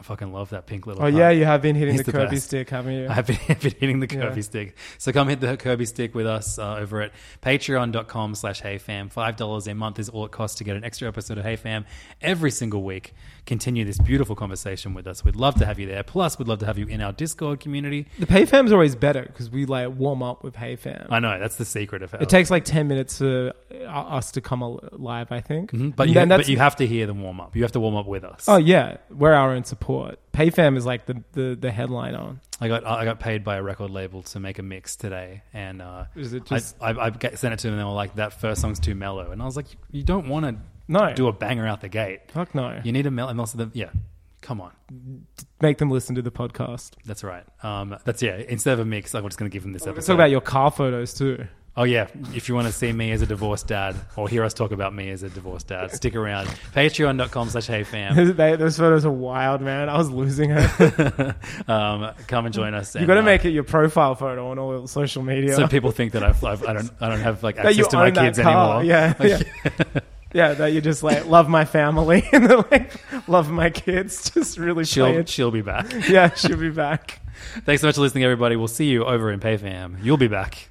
[SPEAKER 4] I fucking love that pink little.
[SPEAKER 5] Oh
[SPEAKER 4] Hut.
[SPEAKER 5] yeah, you have been hitting
[SPEAKER 4] He's
[SPEAKER 5] the,
[SPEAKER 4] the
[SPEAKER 5] Kirby
[SPEAKER 4] best.
[SPEAKER 5] stick, haven't you?
[SPEAKER 4] I have been, I've been hitting the Kirby
[SPEAKER 5] Yeah.
[SPEAKER 4] stick. So come hit the Kirby stick with us uh, over at patreon.com slash heyfam. $5 a month is all it costs to get an extra episode of Hey Fam every single week. Continue this beautiful conversation with us. We'd love to have you there. Plus, we'd love to have you in our Discord community.
[SPEAKER 5] the PayFam's always better because we like warm up with PayFam.
[SPEAKER 4] I know, that's the secret of
[SPEAKER 5] It takes like ten minutes for uh, us to come al- live, I think.
[SPEAKER 4] Mm-hmm. But
[SPEAKER 5] And
[SPEAKER 4] you,
[SPEAKER 5] then
[SPEAKER 4] but
[SPEAKER 5] that's-
[SPEAKER 4] you have to hear the warm up. You have to warm up with us.
[SPEAKER 5] Oh yeah, we're our own support. PayFam is like the the, the headline on.
[SPEAKER 4] I got I got paid by a record label to make a mix today, and uh,
[SPEAKER 5] Is it
[SPEAKER 4] I-
[SPEAKER 5] just-
[SPEAKER 4] I, I, get- sent it to them, and they were like, "That first song's too mellow," and I was like, "You don't want to
[SPEAKER 5] No.
[SPEAKER 4] do a banger out the gate.
[SPEAKER 5] Fuck no.
[SPEAKER 4] You need a mellow." And also, the, yeah, come on,
[SPEAKER 5] Make them listen to the podcast.
[SPEAKER 4] that's right. Um, that's yeah. Instead of a mix, I'm just going to give them this
[SPEAKER 5] Let's
[SPEAKER 4] episode.
[SPEAKER 5] talk about your car photos too.
[SPEAKER 4] Oh yeah, if you want to see me as a divorced dad or hear us talk about me as a divorced dad, stick around. Patreon.com/slash HeyFam.
[SPEAKER 5] They- those photos are wild, man. I was losing her.
[SPEAKER 4] um, come and join us.
[SPEAKER 5] you got to make it your profile photo on all social media.
[SPEAKER 4] so people think that I've, I've I don't I don't have like
[SPEAKER 5] that
[SPEAKER 4] access
[SPEAKER 5] you own
[SPEAKER 4] to my
[SPEAKER 5] that
[SPEAKER 4] kids
[SPEAKER 5] car.
[SPEAKER 4] anymore.
[SPEAKER 5] Yeah, yeah. yeah, that you just like love my family and then like love my kids. Just really play
[SPEAKER 4] She'll
[SPEAKER 5] it.
[SPEAKER 4] she'll be back.
[SPEAKER 5] Yeah, she'll be back.
[SPEAKER 4] Thanks so much for listening, everybody. We'll see you over in PayFam. You'll be back.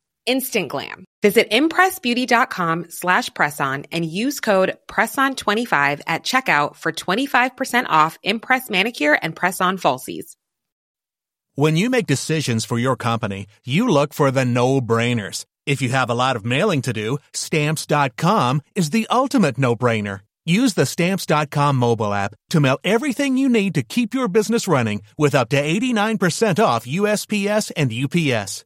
[SPEAKER 7] Instant glam. Visit impressbeauty.com slash presson and use code presson25 at checkout for 25% off Impress Manicure and Press-On Falsies.
[SPEAKER 8] When you make decisions for your company, you look for the no-brainers. If you have a lot of mailing to do, stamps.com is the ultimate no-brainer. Use the stamps.com mobile app to mail everything you need to keep your business running with up to 89% off USPS and UPS.